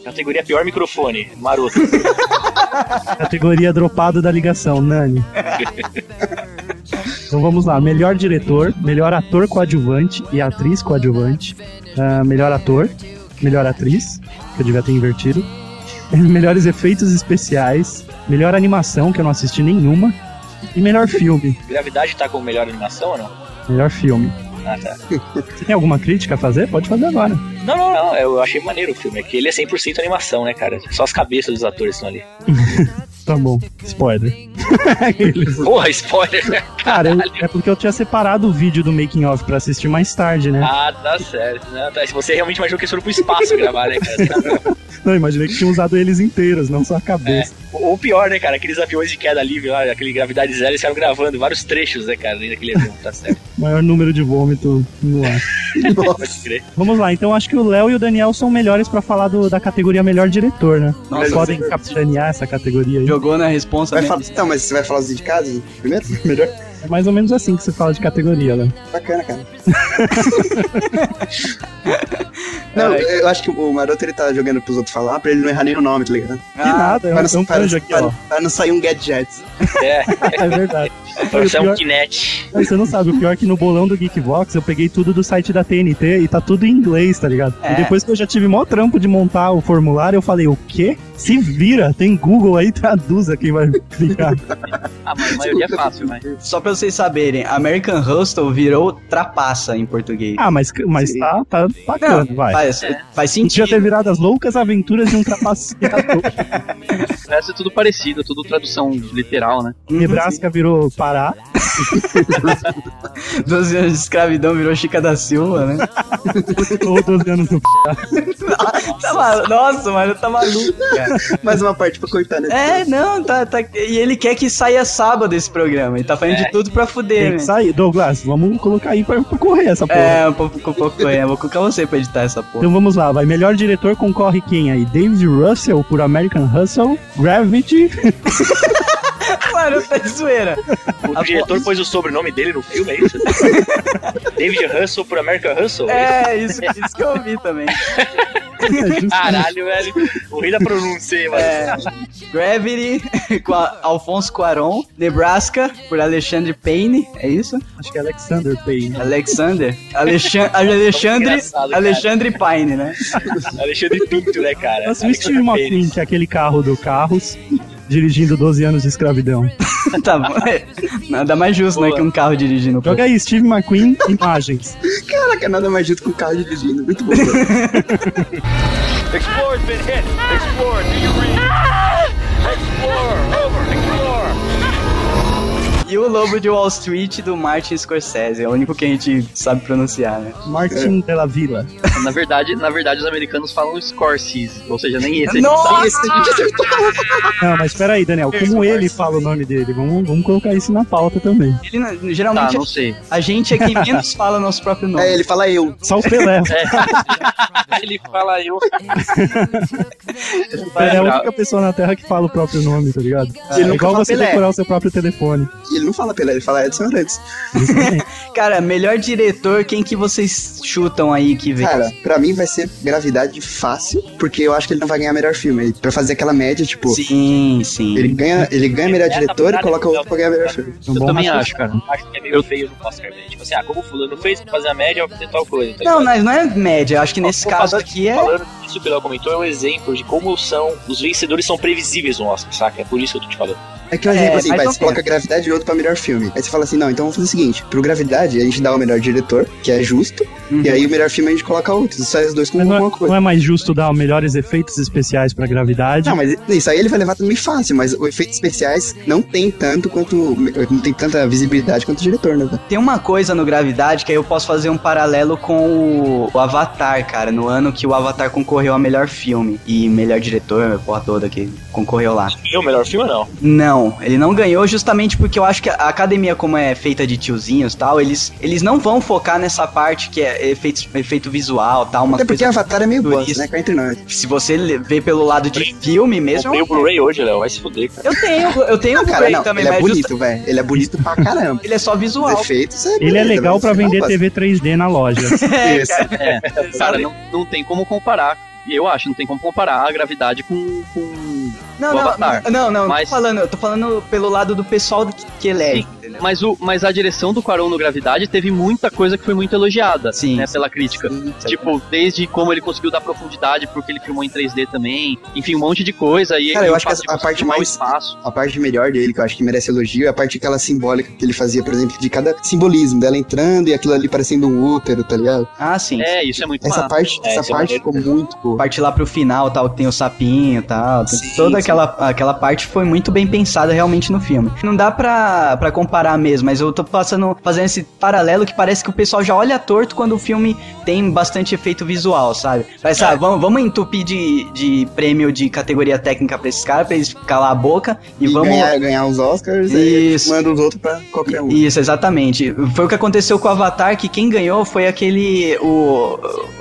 E: Categoria pior microfone, maroto.
C: Categoria dropado da ligação, Nani. Então vamos lá, melhor diretor, melhor ator coadjuvante e atriz coadjuvante, ah, melhor ator, melhor atriz, que eu devia ter invertido, melhores efeitos especiais, melhor animação, que eu não assisti nenhuma, e melhor filme.
E: Gravidade tá com melhor animação ou não?
C: Melhor filme.
E: Ah, tá.
C: Você tem alguma crítica a fazer? Pode fazer agora.
E: Não, não, não. Eu achei maneiro o filme. É que ele é 100% animação, né, cara? Só as cabeças dos atores estão ali.
C: Tá bom, spoiler.
E: Porra, spoiler.
C: Cara, eu- é porque eu tinha separado o vídeo do making of pra assistir mais tarde, né?
E: Ah, tá certo. Não, tá. Se Você realmente imaginou que eles foram pro espaço gravar, né, cara?
C: Não, imaginei que tinha usado eles inteiros, não só a cabeça.
E: Ou pior, né, cara? Aqueles aviões de queda livre lá, aquele gravidade zero, eles ficaram gravando vários trechos, né, cara? Daquele avião, tá certo.
A: É.
C: Maior número de vômito no ar.
E: Pode
D: Nossa.
E: crer.
C: Vamos lá, então acho que o Léo e o Daniel são melhores pra falar do- da categoria melhor diretor, né?
A: Nossa,
C: Eles podem capitanear essa categoria aí.
A: Jogou na responsa
D: Vai
A: mesmo.
D: falar, não, mas você vai falar os indicados primeiro? Melhor?
C: É mais ou menos assim que se fala de categoria, né?
D: Bacana, cara. Não, eu acho que o Maroto ele tá jogando pros outros falar pra ele não errar nenhum nome, tá ligado?
A: Ah,
C: Que nada, é um,
D: Pra
C: é um
D: não, para,
C: anjo aqui, ó.
D: para- para não sair um Gadgets.
E: É,
C: É verdade. Foi o
E: você é um
C: pior-
E: Kinect.
C: Não, Você não sabe, o pior é que no bolão do Geekbox eu peguei tudo do site da TNT e tá tudo em inglês, tá ligado?
A: É.
C: E depois que eu já tive mó trampo de montar o formulário, eu falei, o quê? Se vira, tem Google aí, traduza quem vai clicar.
B: Ah, mas a maioria é fácil, né?
A: Ah, Só pra vocês saberem, American Hustle virou trapaça em português.
C: Ah, mas, mas
D: Sim.
C: tá, tá bacana, vai.
A: Faz, faz
C: Podia ter
A: sentido.
C: virado as loucas aventuras de um trapaceador.
B: Parece é tudo parecido, tudo tradução literal, né?
A: Uhum.
C: Nebraska virou Pará.
A: 12 anos de escravidão virou Chica da Silva, né?
C: Ou 12 anos no p.
A: Tá ma- Nossa, mano, tá maluco, cara.
D: Mais uma parte pra cortar, né?
A: É, não, tá, tá. E ele quer que saia sábado esse programa. Ele tá fazendo de tudo pra
C: Tem
A: fuder,
C: que
A: né?
C: sair. Douglas, vamos colocar aí pra, pra correr essa porra.
A: É, um pouco, um pouco, é, vou colocar você pra editar essa porra.
C: Então vamos lá, vai. Melhor diretor concorre quem aí? David Russell por American Hustle, Gravity,
A: Mano, tá de zoeira.
E: O
A: A
E: diretor
A: voz-
E: pôs o sobrenome dele no filme, é isso? David Russell por America Russell? isso?
A: É, isso, isso que eu vi também.
E: Caralho, velho. O rei da pronúncia, hein, mano.
A: É, Gravity, com a- Alfonso Cuaron. Nebraska, por Alexandre Payne. É isso?
C: Acho que é Alexander Payne.
A: Alexander. Alexan- Alexandre,
E: Engraçado, cara.
A: Alexandre Payne, né?
E: Alexandre Pinto, né, cara?
C: Nós vimos Steve
E: Alexandre Payne.
C: McQueen, que é aquele carro do Carros, dirigindo 12 anos de escravidão.
A: tá bom. é. Nada mais justo, né?
E: Boa.
A: Que um carro dirigindo. pô.
C: Joga aí, Steve McQueen, imagens.
D: Caraca, nada mais justo que o carro dirigindo. Muito bom. mano.
G: Explore's been hit. Explore. Do you read? Explore. Over. Explore.
A: E o Lobo de Wall Street do Martin Scorsese. É o único que a gente sabe pronunciar, né?
C: Martin Della Villa.
B: Na verdade, na verdade, os americanos falam Scorsese, ou seja, nem esse.
A: Nossa!
D: Esse tipo a gente acertou.
C: Não, mas espera aí, Daniel, como ele fala o nome dele? Vamos, vamos colocar isso na pauta também.
A: Ele, não-
B: Tá,
A: geralmente
B: não sei.
A: a gente é quem menos fala nosso próprio nome.
D: É, ele fala eu.
C: Só o Pelé.
E: Ele fala um- eu.
C: O Pelé é a única pessoa na Terra que fala o próprio nome, tá ligado?
D: E ele
C: é
D: nunca
C: igual
D: fala
C: você
D: Pelé.
C: decorar o seu próprio telefone.
D: E ele não fala Pelé, ele fala Edson Arantes.
A: Cara, melhor diretor, quem que vocês chutam aí que vem?
D: Cara, pra mim vai ser Gravidade fácil, porque eu acho que ele não vai ganhar melhor filme. Ele- Pra fazer aquela média, tipo,
A: sim, sim.
D: ele ganha, ele ganha melhor
E: Essa
D: diretor e
E: parada
D: coloca
E: é
D: outro pra ganhar melhor filme.
C: Um
B: Eu
C: bom
B: também
C: raciocínio.
B: acho, cara.
E: Acho que é meio feio no Oscar, velho. Tipo assim, ah, como o fulano fez, fazer a média, eu vou tentar o fulano. tá
A: Não, mas
E: ligado?
A: não é média. Acho que nesse
E: Vou
A: caso
E: falar
A: aqui é.
E: Falando que isso que o Léo comentou é um exemplo de como são. Os vencedores são previsíveis no Oscar, saca? É por isso que eu tô te falando.
D: É que um
A: É,
D: exemplo assim,
A: mais
D: vai,
A: ou
D: você coloca Gravidade e outro pra melhor filme. Aí você fala assim, não, então vamos fazer o seguinte, pro Gravidade a gente dá o melhor diretor, que é justo, e aí o melhor filme a gente coloca outro, e sai os dois com
C: Uhum. Mas não,
D: alguma
C: é,
D: coisa.
C: não é mais justo dar melhores efeitos especiais pra gravidade?
D: Não, mas isso aí ele vai levar também fácil, mas os efeitos especiais não tem tanto quanto. Não tem tanta visibilidade quanto o diretor, né? velho?
A: Tem uma coisa no Gravidade que aí eu posso fazer um paralelo com o, o Avatar, cara. No ano que o Avatar concorreu a melhor filme e melhor diretor, porra toda que concorreu lá.
E: E o melhor filme ou não?
A: Não, ele não ganhou justamente porque eu acho que a academia, como é feita de tiozinhos e tal, eles, eles não vão focar nessa parte que é efeito, efeito visual tal, uma
D: Até porque
A: coisa.
D: Avatar é meio
A: Por
D: bosta,
A: isso.
D: né? Cá entre nós.
A: Se você lê- vê pelo lado de filme mesmo.
E: Comprei o Blu-ray hoje, Léo. Vai se fuder, cara.
A: Eu tenho, eu tenho
D: Não,
A: o
D: cara,
A: Blu-ray
D: não,
A: também,
D: ele
A: mas
D: é
A: justa-
D: bonito, velho. Ele é bonito pra caramba.
A: ele é só
D: Os
A: visual.
D: efeitos é
C: Ele é
D: bonito,
C: legal
D: mas
C: pra
D: não
C: vender
D: passa.
C: TV 3D na loja.
A: É,
D: Isso.
B: Cara, não, não tem como comparar. Eu acho, não tem como comparar a gravidade com. com...
A: Não,
B: O
A: não,
B: Avatar.
A: não, não,
B: Mas-
A: tô falando, eu tô falando pelo lado do pessoal que, que é. elege,
B: Sim.
A: entendeu?
B: Mas, o, mas a direção do Quaron no Gravidade teve muita coisa que foi muito elogiada
A: Sim.
B: né, pela crítica. Tipo, desde como ele conseguiu dar profundidade, porque ele filmou em 3D também. Enfim, um monte de coisa. E,
D: Cara, eu
B: e o
D: acho que
B: fato de
D: a
B: você
D: parte
B: filmar o
D: mais-
B: Espaço.
D: A parte melhor dele, que eu acho que merece elogio, é a parte aquela simbólica que ele fazia, por exemplo, de cada simbolismo dela entrando e aquilo ali parecendo um útero, tá ligado?
A: Ah, sim.
B: É, isso é muito
D: Essa
B: massa.
D: parte,
E: É,
D: essa
E: isso é
D: parte
E: maneiro.
D: ficou muito boa.
A: Parte lá pro final, tal, que tem o sapinho e tal. tem
D: Sim,
A: toda
D: sim.
A: Aquela, aquela parte foi muito bem pensada realmente no filme. Não dá pra, pra comparar mesmo, mas eu tô passando, fazendo esse paralelo que parece que o pessoal já olha torto quando o filme tem bastante efeito visual, sabe? Parece,
B: É.
A: ah, vamos, vamos entupir de, de prêmio de categoria técnica pra esses caras, pra eles calar a boca e,
D: E
A: vamos.
D: ganhar, ganhar os Oscars e
A: Isso.
D: manda os outros pra qualquer um.
A: Isso, exatamente. Foi o que aconteceu com o Avatar, que quem ganhou foi aquele. o.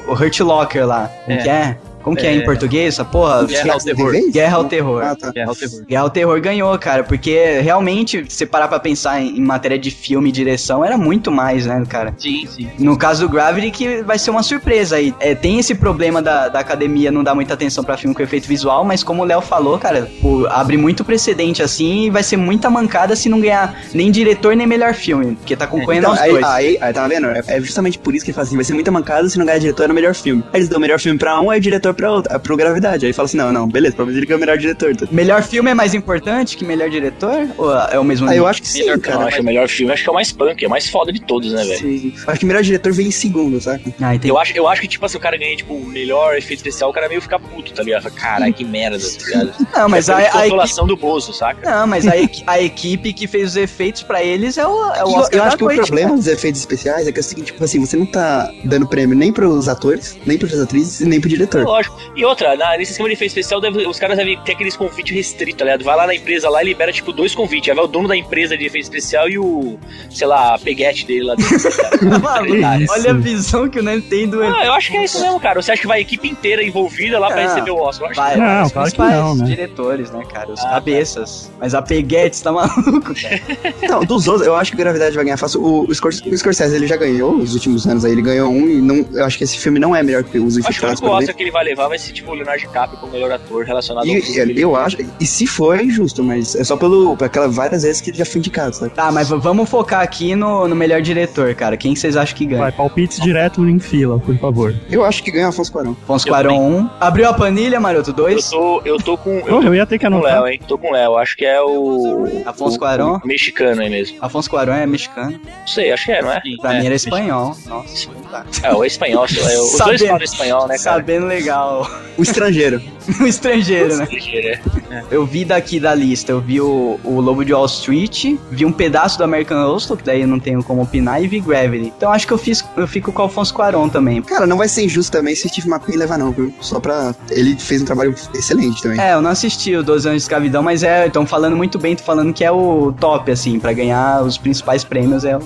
A: o Hurt Locker lá. Como
B: É.
A: que é? Como que é, em
B: É.
A: português essa porra?
B: Guerra ao
D: Você
B: terror.
D: vê?
A: Guerra ao Terror.
D: Ah, tá.
B: Guerra ao terror.
A: Guerra ao Terror ganhou, cara, porque realmente, se parar pra pensar em, em matéria de filme e direção, era muito mais, né, cara?
B: Sim, sim.
A: No caso do Gravity, que vai ser uma surpresa aí. É, tem esse problema da, da academia não dar muita atenção pra filme com efeito visual, mas como o Léo falou, cara, pô, abre muito precedente assim e vai ser muita mancada se não ganhar nem diretor nem melhor filme, porque tá concorrendo
D: Então,
A: aos
D: aí,
A: dois.
D: aí, aí, tá vendo? É, é justamente por isso que ele fala assim: vai ser muita mancada se não ganhar diretor no melhor filme. Aí eles dão o melhor filme pra um, aí diretor pra outro, ah, pro Gravidade. Aí fala assim: não, não, beleza, pelo menos ele ganha o melhor diretor. tá?
A: Melhor filme é mais importante que melhor diretor? Ou é o mesmo
D: Aí Ah, eu
A: nível?
D: acho que sim,
E: Melhor
D: cara.
E: não, acho que o melhor filme, acho que é o mais punk, é o mais foda de todos, né, velho?
D: Sim. Acho que o melhor diretor veio em segundo, saca?
A: Ah, entendi.
E: Eu acho, eu acho que, tipo, se o cara ganha, tipo, o melhor efeito especial, o cara meio fica puto, tá ligado? Fala, Caralho, que merda, tá ligado?
A: Não, mas
E: é
A: a,
E: a
A: a equipe
E: consolação do Bozo, saca?
A: Não, mas a, equi- a equipe que fez os efeitos pra eles é o, é o
D: Eu,
A: Oscar
D: eu
A: da
D: acho que o
A: noite,
D: problema
A: né?
D: dos efeitos especiais é que é o seguinte: tipo assim, você não tá dando prêmio nem pros atores, nem pras atrizes e nem pro diretor.
E: lógico. E outra, na- nesse esquema de efeito especial, deve- os caras devem ter aqueles convites restritos, tá ligado? Vai lá na empresa lá e libera, tipo, dois convites. Aí vai o dono da empresa de efeito especial e o, sei lá, peguete dele lá dentro.
D: é
A: Tá Maluco,
C: isso.
A: olha a visão que o Nintendo
E: Ah, eu acho que é isso mesmo, cara. Você acha que vai a equipe inteira envolvida lá pra
A: Ah,
E: receber o Oscar? Eu acho
A: Vai,
C: Não,
A: vai, os
C: claro que
A: principais
C: não, né?
A: diretores, né, cara? Os
E: Ah, tá.
A: cabeças. Mas a Peguetes tá maluco, cara.
D: Então, dos outros, eu acho que Gravidade vai ganhar fácil. O, o, Scor- o Scorsese, ele já ganhou nos últimos anos aí, ele ganhou um e não, eu acho que esse filme não é melhor que Os
E: Eu Acho que o
D: Infiltrados,
E: único
D: pelo menos.
E: Oscar que ele vai levar vai ser tipo o Leonardo DiCaprio como melhor ator relacionado ao
D: E,
E: filme.
D: eu, eu acho, e se for, é injusto, mas é só pelo, por aquela várias vezes que ele já foi indicado, sabe?
A: Tá, mas v- vamos focar aqui no, no melhor diretor, cara. Quem vocês acham que ganha?
C: Vai, palpites direto em fila, por favor.
D: Eu acho que ganha Afonso Cuarón.
A: Afonso
E: Eu
A: Cuarón 1. Abriu a panilha, Maroto
E: Eu
A: 2.
E: tô, eu tô com.
C: Oh,
E: Eu
C: eu ia ter que
E: tô com o
C: anotar.
E: Léo, hein? Tô com o Léo. Acho que é o.
A: Afonso
E: o-
A: Cuarón?
E: o Mexicano aí mesmo.
A: Afonso Cuarón é mexicano.
E: Não sei, acho que é, não é?
A: Pra
B: É,
A: mim era
B: mexicano.
A: espanhol. Nossa, foi tá.
E: É, o espanhol. sei lá, é, os dois
A: Sabendo.
E: falam espanhol, né, cara?
A: Sabendo legal.
D: O Estrangeiro.
A: O estrangeiro, né?
E: Estrangeiro, é.
A: Eu vi daqui da lista, eu vi o, o Lobo de Wall Street, vi um pedaço do American Hustle, que daí eu não tenho como opinar, e vi Gravity. Então acho que eu, fiz, eu fico com o Afonso Cuarón também.
D: Cara, não vai ser injusto também se Steve McQueen levar não, viu? Só pra... Ele fez um trabalho excelente também.
A: É, eu não assisti o 12 anos de escravidão, mas é, estão falando muito bem, tô falando que é o top, assim, pra ganhar os principais prêmios é o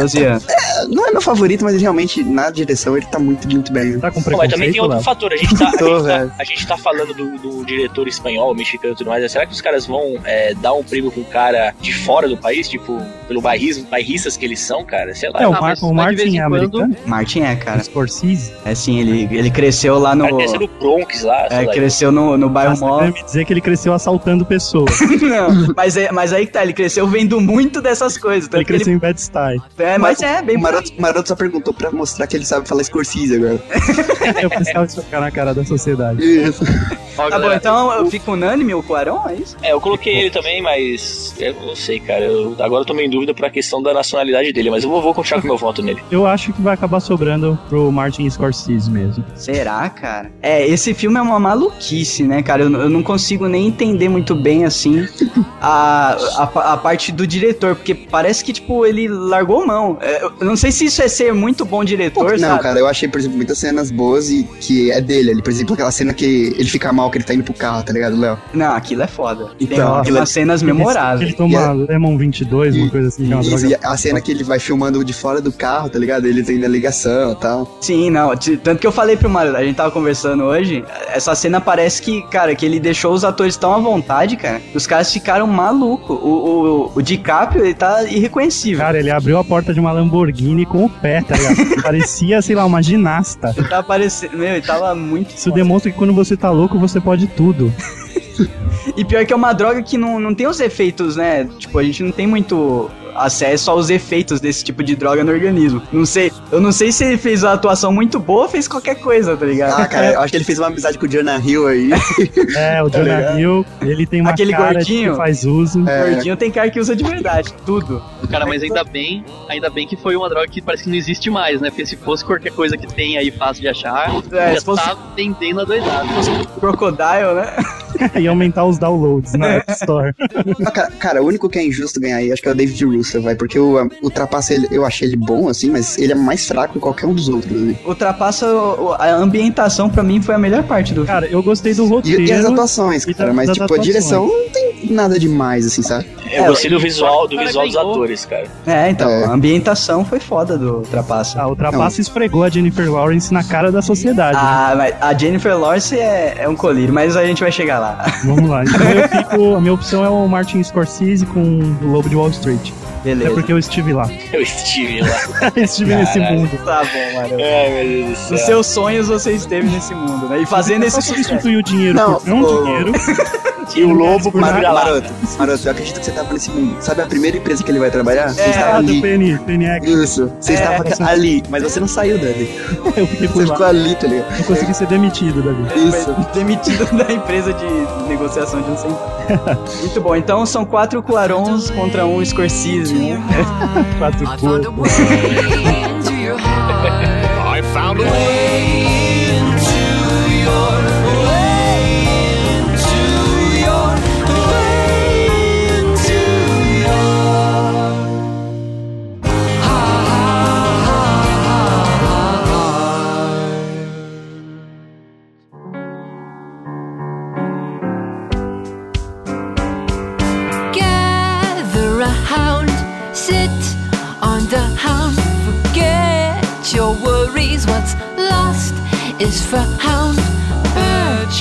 A: 12 anos.
D: Não é meu favorito, mas realmente, na direção, ele tá muito, muito bem.
C: Tá com
E: Pô, mas
C: preconceito,
E: também tem outro
C: Léo?
E: fator. A gente tá, a
D: Tô,
E: gente tá-
D: velho.
E: a gente tá falando do, do diretor espanhol, mexicano e tudo mais. né? Será que os caras vão é, dar um prêmio com um cara de fora do país? Tipo, pelo bairrismo, bairristas que eles são, cara? Sei lá.
C: É, o,
B: Ah,
C: Mar
B: mas
C: o
B: vai de vez
C: Martin
B: em
C: é
B: quando.
C: americano?
A: Martin é, cara.
C: Scorsese?
A: É assim, ele, ele cresceu lá
E: O
A: no.
E: cara deve ser do Bronx lá, sei
A: É,
E: lá.
A: cresceu no, no bairro
C: Nossa, né? vai
A: Mó.
C: me dizer que ele cresceu assaltando pessoas.
A: Não, mas, é, mas aí que tá, ele cresceu vendo muito dessas coisas. Tanto
C: ele
A: que ele-
C: cresceu em Bad Style.
A: é, mas é, bem
D: O Maroto, o Maroto só perguntou pra mostrar que ele sabe falar Scorsese agora.
C: Eu pensava isso ficar na cara da sociedade.
D: Isso.
E: Ó,
A: Tá bom,
E: galera,
A: então eu fico unânime o Cuarão, é isso?
E: É, eu coloquei ele também, mas eu não sei, cara. Eu- agora eu tô meio em dúvida pra questão da nacionalidade dele, mas eu vou, vou continuar com meu voto nele.
C: Eu acho que vai acabar sobrando pro Martin Scorsese mesmo.
A: Será, cara? É, esse filme é uma maluquice, né, cara? Eu, eu não consigo nem entender muito bem, assim, a, a, a parte do diretor, porque parece que, tipo, ele largou mão. É, Eu não sei se isso é ser muito bom diretor,
D: Não,
A: sabe?
D: cara, eu achei, por exemplo, muitas cenas boas e que é dele ali. Por exemplo, aquela cena que ele fica mal, que ele tá indo pro carro, tá ligado, Léo?
A: Não, aquilo é foda. Tem,
D: Então,
A: tem
D: aquilo é-
A: umas cenas
C: Ele
A: memoráveis.
C: toma Lemon 22, uma
D: E-
C: coisa assim, que é uma droga.
D: é- E a cena que ele vai filmando de fora do carro, tá ligado? Ele tem a ligação e tal.
A: Sim, não. t- Tanto que eu falei pro Mario, a gente tava conversando hoje, essa cena parece que, cara, que ele deixou os atores tão à vontade, cara, que os caras ficaram malucos. O, o, o DiCaprio, ele tá irreconhecível.
C: Cara, ele abriu a porta de uma Lamborghini com o pé, tá ligado? Parecia, sei lá, uma ginasta.
A: Ele tá parecendo. Meu, ele tava muito.
C: Isso demonstra que quando você tá louco, você pode tudo.
A: E pior que é uma droga que não, não tem os efeitos, né? Tipo, a gente não tem muito acesso aos efeitos desse tipo de droga no organismo. Não sei. Eu não sei se ele fez uma atuação muito boa ou fez qualquer coisa, tá ligado?
D: Ah, cara, eu acho que ele fez uma amizade com o Jonah Hill aí.
C: É, o Jonah
D: Tá ligado?
C: Hill, ele tem uma
A: Aquele
C: cara de
A: gordinho?
C: que faz uso.
A: O
D: É,
A: Gordinho tem cara que usa de verdade, tudo.
B: Cara, mas ainda bem, ainda bem que foi uma droga que parece que não existe mais, né? Porque se fosse qualquer coisa que tem aí fácil de achar,
A: É,
B: já
A: se fosse-
B: tá vendendo a doidada.
A: Crocodile, né?
D: É.
C: e aumentar os downloads na App Store.
D: Ah, cara, cara, o único que é injusto ganhar aí, acho que é o David Russo, vai. Porque o, o Trapaça, ele- eu achei ele bom, assim, mas ele é mais fraco que qualquer um dos outros. né?
A: Ultrapassa o- o- a ambientação pra mim foi a melhor parte do filme.
C: Cara, eu gostei do
D: E,
C: roteiro. Ah,
D: e as atuações,
C: e
D: cara,
C: da-
D: mas,
C: das
D: tipo, a
C: atuações.
D: direção não tem nada demais, assim, sabe?
E: Eu
A: É,
E: gostei do visual, do
B: cara
E: visual dos
B: ganhou.
E: atores, cara.
A: É, então,
D: É.
A: a ambientação foi foda do Ultrapassa.
D: tá
C: Ah, o Trapaça esfregou a Jennifer Lawrence na cara da sociedade. né?
A: Ah, mas a Jennifer Lawrence é, é um colírio, mas a gente vai chegar lá.
C: Vamos lá. Então eu fico. A minha opção é o Martin Scorsese com o Lobo de Wall Street. É
A: Beleza.
C: porque eu estive lá.
E: Eu estive lá.
C: estive nesse
E: Caralho.
C: mundo.
A: Tá bom, mano.
C: É.
E: Ai, É, meu Deus do céu.
A: Nos seus sonhos você esteve nesse mundo, né? E fazendo
C: Só
A: esse sucesso.
C: substituir o dinheiro
D: Não,
C: por não
D: o-
C: dinheiro.
E: E o lobo
C: por
E: pra
D: Maroto,
E: virar lá.
D: Maroto, Maroto, eu acredito que você tava nesse mundo. Sabe a primeira empresa que ele vai trabalhar? Você estava
C: Ah, do
D: ali.
C: PN, PNX.
D: Isso, você estava ali, mas você não saiu dali.
C: Eu fiquei por
D: Você
C: lá.
D: ficou ali, tá ligado?
C: Não consegui ser demitido, Davi.
D: Isso.
A: Foi Demitido da empresa de negociação de um centavo. Muito bom, então são quatro Cuarons contra um Scorsese, né?
C: Quatro
H: found a
C: por.
H: way into your heart. I found a way into your way into your way into your heart. worries. What's lost is found. Urge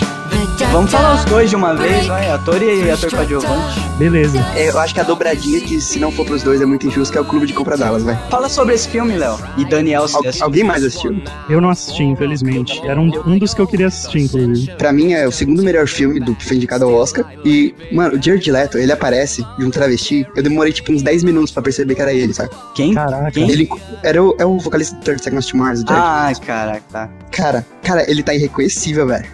H: the
A: Vamos falar os dois de uma vez, vai. Ator e ator coadjuvante.
C: Beleza.
D: É, eu acho que a dobradinha que, se não for pros dois, é muito injusta, que é o Clube de Compra Dallas, velho.
A: Fala sobre esse filme, Léo. E Daniel se
D: Al- alguém mais assistiu?
C: Eu não assisti, infelizmente. Era um, um dos que eu queria assistir, inclusive.
D: Pra mim é o segundo melhor filme do que foi indicado ao Oscar. E, mano, o Jared Leto, ele aparece de um travesti. Eu demorei, tipo, uns 10 minutos pra perceber que era ele, sabe?
A: Quem?
C: Caraca.
A: Quem?
D: Ele era o, é o vocalista do 30 Seconds to Mars, o Jared.
A: Ah, caraca, tá.
D: Cara, cara, ele tá irreconhecível, velho.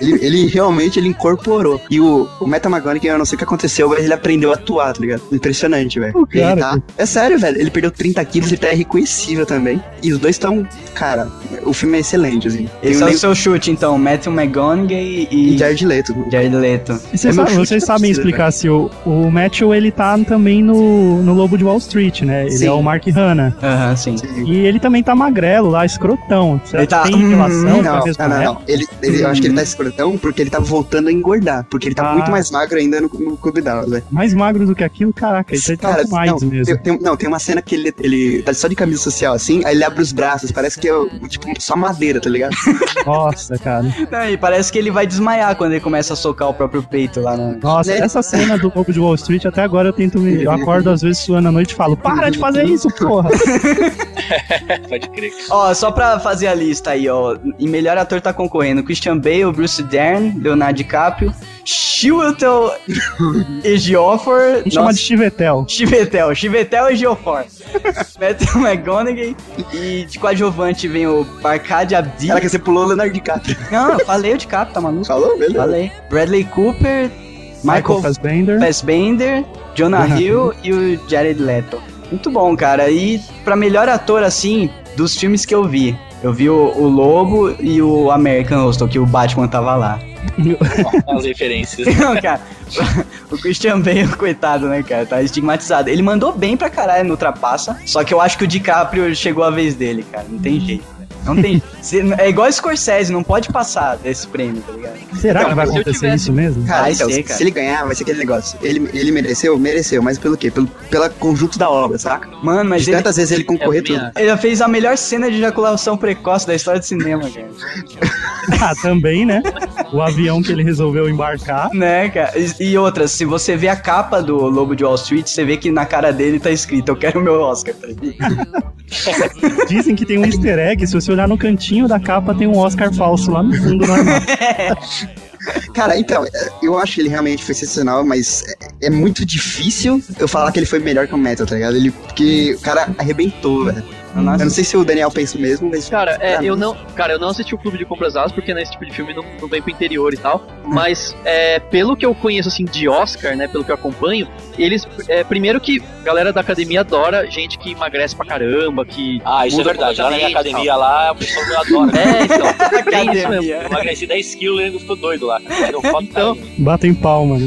D: Ele, ele realmente ele incorporou. E o, o Meta McGonagall, eu não sei o que aconteceu, mas ele aprendeu a atuar, tá ligado? Impressionante, velho.
C: O cara,
D: Ele tá- É sério, velho. Ele perdeu 30 quilos, ele tá irreconhecível também. E os dois estão. Cara, o filme é excelente, assim. Tem
A: Esse é
D: o
A: o
D: Leo-
A: seu chute, então. Matthew McGonaghy
D: e
A: e
D: Jared Leto.
A: Jared Leto.
C: E cês
D: É meu
C: sabem-
D: chute
C: vocês
D: que
C: sabem
D: precisa,
C: explicar se o, o Matthew ele tá também no, no Lobo de Wall Street, né? Ele
D: Sim.
C: é o Mark Hanna.
A: Aham, sim.
C: E ele também tá magrelo lá, escrotão. Será
A: Ele
C: que
A: tá-
C: tem
A: Hum,
C: relação
D: Não,
C: com a
D: não,
C: mesma
D: não, não,
C: época?
D: Ele, ele- eu acho que ele tá escrotão porque ele tá voltando a engordar. Porque ele tá
C: Ah.
D: muito mais magro ainda no, no Clube Dallas, velho.
C: Mais magro do que aquilo, caraca, isso aí tá
D: Cara,
C: demais
D: não,
C: mesmo.
D: tem, tem- não, tem uma cena que ele, ele tá só de camisa social, assim, aí ele abre os braços, parece que é tipo só madeira, tá ligado?
C: Nossa, cara.
A: Não, e parece que ele vai desmaiar quando ele começa a socar o próprio peito lá no.
C: Nossa,
D: Né?
C: essa cena do Lobo de Wall Street, até agora eu tento me. Eu acordo às vezes suando à noite e falo, para de fazer isso, porra!
E: Pode crer.
A: Ó, só pra fazer a lista aí, ó. E melhor ator tá concorrendo: Christian Bale, Bruce Dern, Leonardo DiCaprio, Shilton e Geoffrey.
C: Me chama de Chivetel.
A: Chivetel, Chivetel e Geoffrey. Matthew McGonaghy. E de coadjuvante vem o Barcade Abdi.
D: Caraca, você pulou o Leonardo DiCaprio.
A: Não, eu falei o DiCaprio, tá maluco?
D: Falou? Beleza.
A: Falei. Bradley Cooper, Michael,
C: Fassbender.
A: Fassbender, Jonah
C: Jonah
A: Hill e o Jared Leto. Muito bom, cara. E pra melhor ator, assim, dos filmes que eu vi. Eu vi o, o Lobo e o American Hostel, que o Batman tava lá.
E: As referências.
A: Não, cara. O Christian Bale, coitado, né, cara? Tá estigmatizado. Ele mandou bem pra caralho no Trapaça, só que eu acho que o DiCaprio chegou a vez dele, cara. Não tem jeito. né? Não tem. Cê- É igual Scorsese, não pode passar desse prêmio, tá ligado?
C: Será que
E: Não,
C: vai
E: se eu
C: acontecer
E: tivesse-
C: isso mesmo?
D: Cara,
A: Vai
D: então,
A: ser,
D: se-
A: cara.
D: se ele ganhar, vai ser aquele negócio. Ele, ele mereceu? Mereceu, mas pelo quê? Pelo pela conjunto da obra, saca?
A: Mano, mas
D: De
A: ele,
D: tantas vezes ele concorrer
E: Eu também
D: tudo.
A: ele fez a melhor cena de ejaculação precoce da história do cinema, cara.
C: Ah, também, né? O avião que ele resolveu embarcar.
A: Né, cara? E, e outra, se você vê a capa do Lobo de Wall Street, você vê que na cara dele tá escrito: Eu quero o meu Oscar. tá ligado?
C: Dizem que tem um easter egg, se você olhar no cantinho da capa, tem um Oscar falso lá no fundo do armário.
D: Cara, então, é, eu acho que ele realmente foi sensacional, mas é, é muito difícil eu falar que ele foi melhor que o Metal, tá ligado? Ele, porque o cara arrebentou, velho. Eu não sei se o Daniel pensa o mesmo, mas.
B: Cara,
D: pra
B: é, eu
D: mim-
B: não, cara, eu não assisti o Clube de Compras Alas porque nesse tipo de filme não, não vem pro interior e tal. Mas é, pelo que eu conheço assim de Oscar, né, pelo que eu acompanho, eles é, primeiro que a galera da academia adora gente que emagrece pra caramba, que
E: Ah, isso
B: muda
E: é verdade. Lá na minha
B: completamente e
E: academia, lá, o pessoal me adora.
B: tal. É, então, tem isso mesmo.
E: Eu emagreci 10 quilos e ainda ficou doido lá. Não falta
B: Então,
C: Batem palma, né?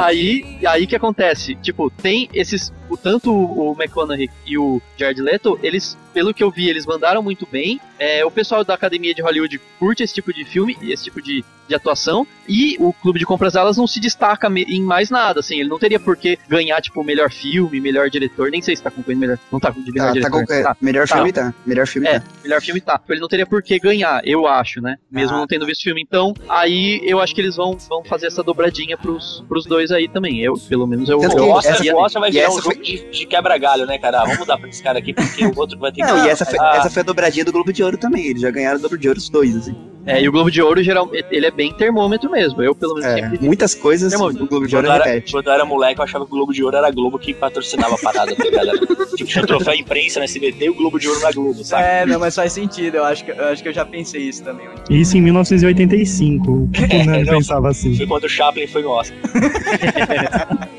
B: aí, aí que acontece? Tipo, tem esses. O, tanto o McConaughey e o Jared Leto, eles, pelo que eu vi, eles mandaram muito bem. É, o pessoal da academia de Hollywood curte esse tipo de filme e esse tipo de, de atuação. E o Clube de Compras Alas não se destaca me- em mais nada, assim. Ele não teria por que ganhar, tipo, o melhor filme, melhor diretor. Nem sei se tá concorrendo melhor. Não tá de melhor
D: Tá, tá
B: diretor.
D: concorrendo.
B: Tá.
D: Melhor
B: Tá.
D: filme tá. Melhor filme
B: É,
D: tá.
B: melhor filme tá. Ele não teria por que ganhar, eu acho, né? Mesmo
D: Ah.
B: não tendo visto o filme. Então, aí eu acho que eles vão, vão fazer essa dobradinha pros, pros dois aí também. Eu, pelo menos, eu.
D: Tanto
B: eu
D: que-
E: O Oscar,
D: essa é
E: o Oscar vai
D: e
E: virar um
D: essa foi-
E: jogo de, de quebra-galho, né, cara? Ah, vamos dar pra esse cara aqui, porque o outro vai ter que.
D: Não, e essa foi,
E: Ah,
D: essa foi a dobradinha do Globo de Ouro também. Eles já ganharam o Globo de Ouro os dois, assim.
B: É, e o Globo de Ouro, geral, ele é bem termômetro mesmo. Eu, pelo menos,
D: É,
B: sempre.
D: muitas coisas
B: Irmão,
D: o Globo de
E: Quando
D: Ouro
E: eu, era,
D: repete.
E: quando eu era moleque, eu achava que o Globo de Ouro era a Globo que patrocinava a parada, tá ligado? Tipo, tinha o troféu imprensa na SBT e o Globo de Ouro na Globo, saca?
A: É, não, mas faz sentido. Eu acho que eu, acho que eu já pensei isso também. Um
C: Isso em 1985. O que que o Nando
E: não.
C: pensava
D: É.
C: assim?
E: Foi quando o Chaplin foi no Oscar.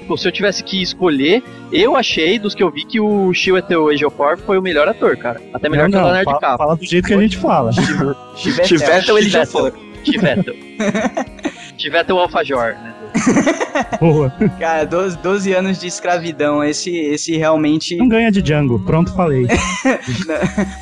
B: Pô, se eu tivesse que escolher, eu achei, dos que eu vi, que o Shio é Eteo Ejiofor foi o melhor ator, cara.
E: É
B: Até melhor que o
C: não,
B: Leonardo
C: fala-
B: DiCaprio.
C: fala do jeito que a gente fala.
A: Chivetel.
D: Tivetel ele já foi.
B: Tivetel. Tivetel Alfajor, né?
C: Boa.
A: Cara, 12, 12 anos de escravidão. Esse, esse realmente.
C: Não ganha de Django. Pronto, falei.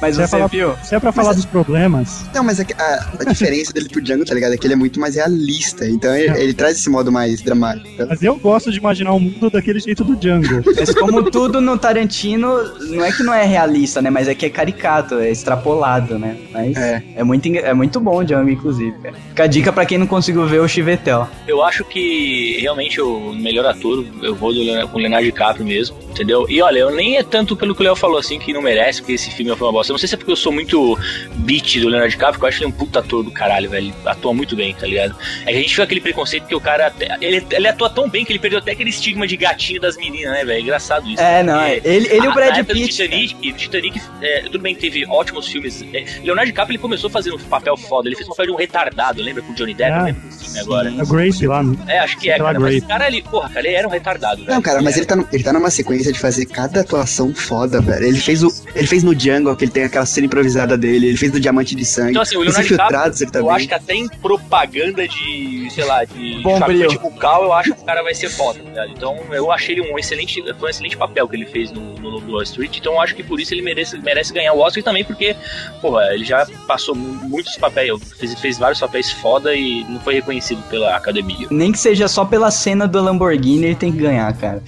A: Mas você,
C: Hum. Você ia falar-
A: viu?
C: Se é pra falar dos problemas,
D: Não, mas é que a, a diferença dele pro Django, tá ligado? É que ele é muito mais realista. Então ele, ele traz esse modo mais dramático.
C: mas eu gosto de imaginar o mundo daquele jeito do Django.
A: Mas como tudo no Tarantino, não é que não é realista, né? Mas é que é caricato, é extrapolado, né? Mas
D: É.
A: é, muito, enga- é muito bom o Django, inclusive. Cara. Fica a dica pra quem não conseguiu ver o Chivetel.
E: Eu acho que realmente o melhor ator, eu vou do Leonardo, com o Leonardo DiCaprio mesmo, entendeu? E olha, eu nem é tanto pelo que o Léo falou assim que não merece, porque esse filme foi uma bosta. Eu não sei se é porque eu sou muito beat do Leonardo DiCaprio, que eu acho ele um puta ator do caralho, velho. Ele atua muito bem, tá ligado? É que a gente viu aquele preconceito que o cara. até- Ele, ele atua tão bem que ele perdeu até aquele estigma de gatinho das meninas, né, velho? É engraçado isso.
A: É, não, é.
E: Porque-
A: Ele, ele e o
E: Ah, na
A: Brad
E: época do
A: Pitt.
E: Titanic, e Titanic é, tudo bem, que teve ótimos filmes. É, Leonardo DiCaprio ele começou fazendo um papel foda, ele fez um papel de um retardado, lembra com o Johnny Depp,
C: Ah,
E: lembra com o filme agora.
C: A Grace lá. né? no-
E: É, acho que é,
C: Aquela
E: cara. Mas
C: Grape.
E: esse cara ali, porra, cara, ele era um retardado, velho. É.
D: Não, cara, mas ele tá, no- ele tá numa sequência de fazer cada atuação foda, velho. Ele fez, o, ele fez no Django, que ele tem aquela cena improvisada dele. Ele fez do Diamante de Sangue.
E: Então, assim, o
D: Os
E: Leonardo
D: Infiltrados
E: DiCaprio,
D: ele tá
E: eu
D: também.
E: acho que até em propaganda de, sei lá, de
A: Bombril.
E: de bucal, eu acho que o cara vai ser foda, tá ligado? Então, eu achei ele um excelente, foi um excelente papel que ele fez no, no Lobo do Wall Street, então eu acho que por isso ele merece, merece ganhar o Oscar e também porque, porra, ele já passou mu- muitos papéis, fez, fez vários papéis foda e não foi reconhecido pela academia.
A: Nem que seja só pela cena do Lamborghini, ele tem que ganhar, cara.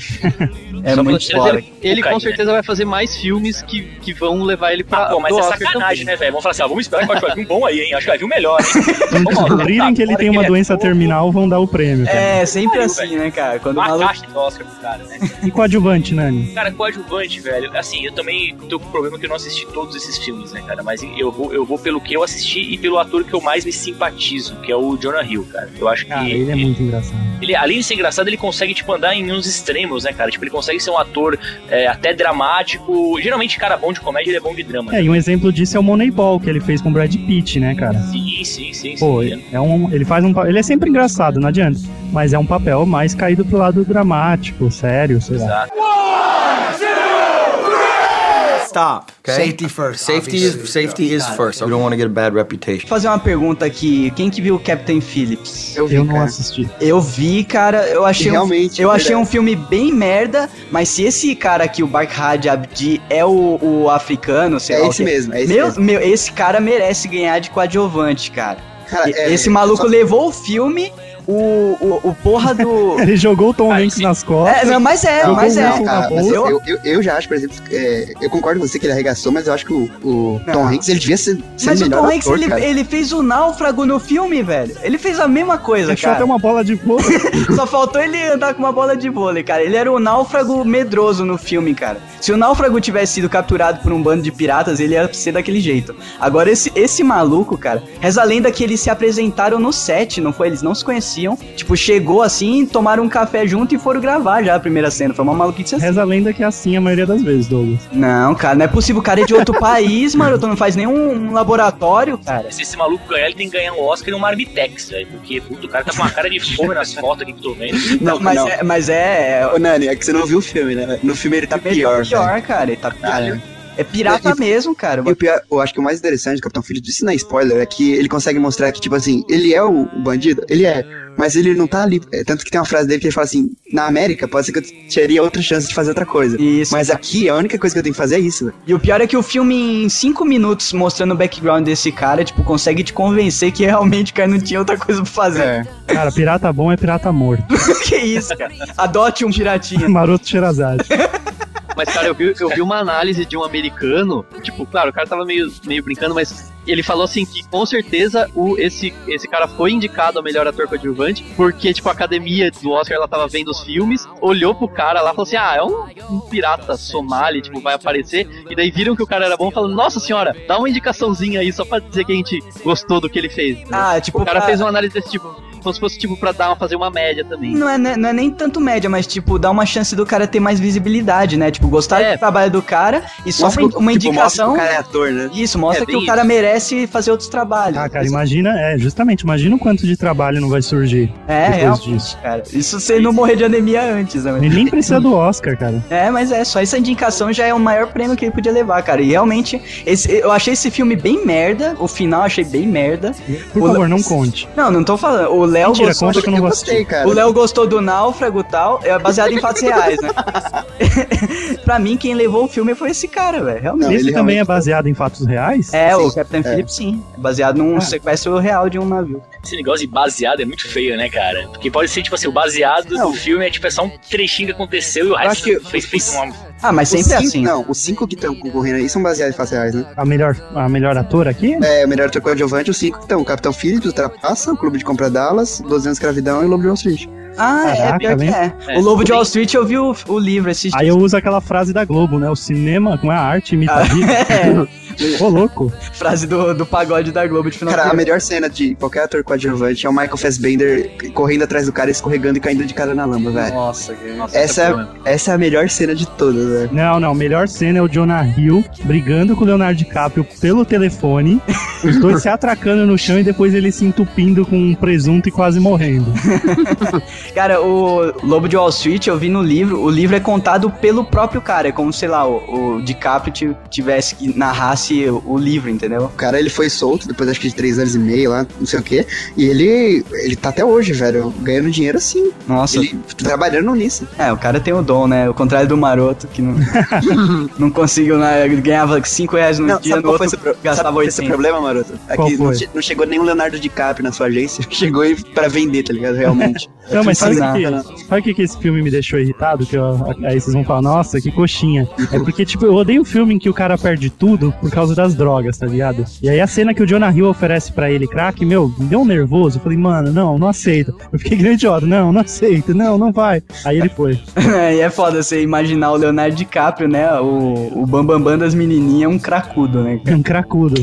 A: É
B: Só pra
A: muito
B: dizer,
A: foda.
B: Ele, ele com
E: Cocaína.
B: certeza vai fazer mais filmes que, que vão levar ele pra.
E: Ah, pô, mas
B: do
E: é
B: Oscar
E: sacanagem,
B: também.
E: né, velho? Vamos falar assim, ó, vamos esperar que eu acho que vai vir um bom aí, hein? Acho que vai vir um melhor, hein?
C: Quando
E: Vamos lá,
C: descobrirem
E: tá,
C: que ele
E: agora
C: tem uma
E: ele é
C: doença
E: novo,
C: terminal, vão dar o prêmio. cara.
A: É, sempre
E: Pariu,
A: assim, né, cara? Quando o
E: Uma
A: maluco.
E: caixa do Oscar pro cara, né?
C: E coadjuvante, Nani?
E: Cara, coadjuvante, velho. Assim, eu também tô com o problema que eu não assisti todos esses filmes, né, cara? Mas eu vou, eu vou pelo que eu assisti e pelo ator que eu mais me simpatizo, que é o Jonah Hill, cara. Eu acho que.
C: Cara, ele é muito engraçado.
E: ele, além de ser engraçado, ele consegue, tipo, andar em uns extremos, né, cara? Tipo, ele consegue ser um ator é, até dramático. Geralmente, cara bom de comédia, ele é bom de drama.
C: É, e um exemplo disso é o Moneyball, que ele fez com o Brad Pitt, né, cara?
E: Sim, sim, sim,
C: Pô,
E: sim.
C: é um, ele faz um, pa- ele é sempre engraçado, não adianta, mas é um papel mais caído pro lado dramático, sério, sei lá.
E: Exato.
A: Stop.
I: Safety first. Safety is safety is first. We don't want to get a bad reputation.
A: Vou fazer uma pergunta aqui. Quem que viu o Captain Phillips?
D: Eu vi,
C: Eu não
D: cara.
C: assisti.
A: Eu vi, cara, eu achei um
D: Realmente.
A: Eu
D: é
A: achei um filme bem merda, mas se esse cara aqui, o Barkhad Abdi, é o, o africano, sei lá.
D: É
A: o
D: esse
A: quê.
D: mesmo, é esse
A: meu,
D: mesmo.
A: meu, esse cara merece ganhar de coadjuvante, cara.
D: Cara,
A: E-
D: é-
A: esse maluco
D: só-
A: levou o filme, o, o, o porra do.
C: Ele jogou o Tom
E: Ah,
C: Hanks
E: sim.
C: nas
A: é,
C: costas.
A: não, mas é,
D: Não,
A: mas
D: não,
A: é.
D: cara, mas
A: eu-
D: eu, eu, eu, eu já acho, por exemplo, é, eu concordo com você que ele arregaçou, mas eu acho que o, o Tom Hanks ele devia ser, ser
A: Mas o
D: melhor
A: Tom Hanks,
D: ator,
A: ele,
D: cara.
A: ele fez o náufrago no filme, velho. Ele fez a mesma coisa,
C: Achou até
A: cara.
C: uma bola de fogo.
A: Só faltou ele andar com uma bola de vôlei, cara. Ele era o náufrago medroso no filme, cara. Se o náufrago tivesse sido capturado por um bando de piratas, ele ia ser daquele jeito. Agora, esse, esse maluco, cara, reza a lenda que eles se apresentaram no set, não foi? Eles não se conheciam. Tipo, chegou assim, tomaram um café junto e foram gravar já a primeira cena. Foi uma maluquice assim.
C: Reza a lenda que é assim a maioria das vezes, Douglas.
A: Não, cara, não é possível. O cara é de outro país, maroto. Não faz nenhum um laboratório, cara.
E: Se esse maluco ganhar, ele tem que ganhar um Oscar e um Marmitex, velho. Porque, puto, o cara tá com uma cara de fome nas fotos aqui que eu tô vendo.
A: Não, mas,
D: não.
A: É, mas é. é-
D: Ô, Nani, é que você não viu o filme, né? No filme ele tá pior, Ah, velho.
A: pior, cara. Ele tá pior. É pirata
D: E-
A: mesmo, cara.
D: E o pior, eu acho que o mais interessante do Capitão Phillips, isso não é spoiler, é que ele consegue mostrar que, tipo assim, ele é o bandido, ele é, mas ele não tá ali. É, Tanto que tem uma frase dele que ele fala assim: na América, pode ser que eu teria outra chance de fazer outra coisa.
A: Isso.
D: Mas aqui, a única coisa que eu tenho que fazer é isso, velho.
A: E o pior é que o filme, em 5 minutos, mostrando o background desse cara, tipo, consegue te convencer que realmente o cara não tinha outra coisa pra fazer.
C: Cara, pirata bom é pirata morto.
A: que isso, cara? Adote um piratinha.
C: Maroto Xerazade.
B: Mas, cara, eu vi, eu vi uma análise de um americano. Tipo, claro, o cara tava meio, meio brincando, mas ele falou assim que com certeza o, esse, esse cara foi indicado ao melhor ator coadjuvante, porque, tipo, a academia do Oscar ela tava vendo os filmes, olhou pro cara lá e falou assim: ah, é um, um pirata somali, tipo, vai aparecer. E daí viram que o cara era bom falando: nossa senhora, dá uma indicaçãozinha aí só pra dizer que a gente gostou do que ele fez.
A: Ah, tipo,
B: o cara
A: pra-
B: fez uma análise desse tipo, como se fosse, tipo, pra dar, uma- fazer uma média também.
A: Não é, né- não é nem tanto média, mas, tipo, dá uma chance do cara ter mais visibilidade, né? Tipo, gostar
B: É.
A: do trabalho do cara e só
D: Mostra
A: uma,
D: que-
A: uma
D: tipo, mostra que
A: indicação.
D: o cara é ator, né?
A: Isso, mostra
B: É,
A: que
B: bem
A: o cara merece fazer outros trabalhos.
C: Ah, cara, imagina, é, justamente, imagina o quanto de trabalho não vai surgir
A: é,
C: depois
A: real,
C: disso.
A: cara. Isso você não morrer de anemia antes, né?
C: Ele nem precisa do Oscar, cara.
A: É, mas é, só essa indicação já é o maior prêmio que ele podia levar, cara. E realmente, esse- eu achei esse filme bem merda, o final eu achei bem merda.
C: Por
A: O-
C: favor, não conte.
A: Não, não tô falando. O Léo
C: Mentira,
A: gostou.
C: conta que eu não vou
D: gostei,
C: assistir.
D: cara.
A: O Léo gostou do Náufrago e tal, é baseado em fatos reais, né? pra mim, quem levou o filme foi esse cara, velho, realmente.
D: Não, ele
C: Esse também
D: realmente-
C: é baseado em fatos reais?
A: É,
D: Sim,
A: o Capitão Phillips, sim. É baseado num sequestro real de um navio.
E: Esse negócio de baseado é muito feio, né, cara? Porque pode ser, tipo assim, o baseado
A: Não.
E: do filme é, tipo, é só um trechinho que aconteceu e o
A: acho
E: resto
A: que-
E: fez, fez uma...
A: Ah, mas
D: Os
A: sempre é
D: cinco-
A: assim.
D: Não, os cinco que estão concorrendo aí são baseados em fatos reais, né?
C: A melhor, a melhor ator aqui?
D: É, o melhor ator coadjuvante, os cinco que estão. O Capitão Phillips, Ultrapassa, o Clube de Compra Dallas, 12 anos de escravidão e o Lobo de Wall Street.
A: Ah, é,
C: Caraca,
A: pior que
C: hein?
A: é.
E: É,
A: O Lobo de
E: tem-
A: Wall Street, eu vi o, o livro esses
C: Aí eu uso aquela frase da Globo, né? O cinema com a arte imita
D: Ah.
C: a vida. Ô, louco.
A: Frase do, do pagode da Globo de final
D: Cara, a
A: de ano.
D: melhor cena de qualquer ator coadjuvante é o Michael Fassbender correndo atrás do cara, escorregando e caindo de cara na lama, velho.
A: Nossa, que... Nossa,
D: Essa, é- essa é a melhor cena de todas, velho.
C: Não, não. Melhor cena é o Jonah Hill brigando com o Leonardo DiCaprio pelo telefone, os dois se atracando no chão e depois ele se entupindo com um presunto e quase morrendo.
A: Cara, o Lobo de Wall Street, eu vi no livro, o livro é contado pelo próprio cara, é como, sei lá, o, o DiCaprio ti- tivesse que narrasse o, o livro, entendeu?
D: O cara, ele foi solto depois acho que de três anos e meio lá, não sei o quê. E ele, ele tá até hoje, velho, ganhando dinheiro assim.
A: Nossa,
D: Ele trabalhando nisso.
A: é, o cara tem o dom, né? O contrário do maroto, que não, não conseguiu, né? Ele ganhava 5 reais no dia, no outro gastava
D: sabe esse
A: 800.
D: problema, maroto?
C: Qual
D: Aqui não,
C: foi?
D: che- não chegou nenhum Leonardo DiCaprio na sua agência, chegou aí pra vender, tá ligado? Realmente.
C: Não, mas sabe
A: Ensinar.
C: o que, sabe o que, que esse filme me deixou irritado? Que eu- aí vocês vão falar, nossa, que coxinha. É porque, tipo, eu odeio o filme em que o cara perde tudo por causa das drogas, tá ligado? E aí a cena que o Jonah Hill oferece pra ele crack, meu, me deu um nervoso. Eu falei, mano, não, não aceito. Eu fiquei grande idiota, não, não aceito, não, não vai. Aí ele foi.
A: É, e é foda você imaginar o Leonardo DiCaprio, né? O, o Bambambam das menininhas, um cracudo, né?
C: Um cracudo.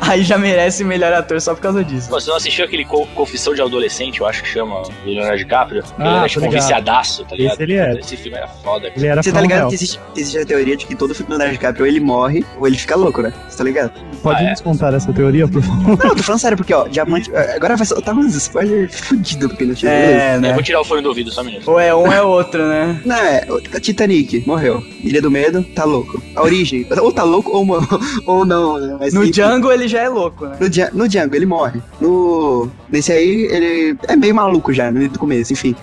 A: Aí já merece melhor ator só por causa disso.
E: Pô, Você não assistiu aquele co- Confissão de Adolescente, eu acho que chama, do Leonardo DiCaprio? ele
C: Ah,
E: era,
C: tô
E: tipo, um
C: ligado.
E: viciadaço, tá ligado?
C: Esse ele é.
E: Esse filme era foda, cara.
C: Ele era
D: Você tá ligado
C: frontal.
D: que existe, existe a teoria de que todo filme do Leonardo DiCaprio ou ele morre ou ele fica louco, né? Você tá ligado?
C: Pode
E: Ah, é.
C: descontar essa teoria, por favor?
D: Não, eu tô falando sério, porque, ó, Diamante... é, Agora vai tá soltar uns spoiler fudido, porque não tinha...
A: É,
E: Eu
A: né?
E: vou tirar o fone do ouvido, só um minuto.
A: Ou é um é outro, né?
D: Não, é, o Titanic, morreu. Ilha do Medo, tá louco. A origem, ou tá louco ou, mo- ou não, né? Mas,
A: No
D: enfim,
A: Django ele já é louco, né?
D: No, Dia- no Django, ele morre. No. Nesse aí, ele é meio maluco já, no começo, enfim.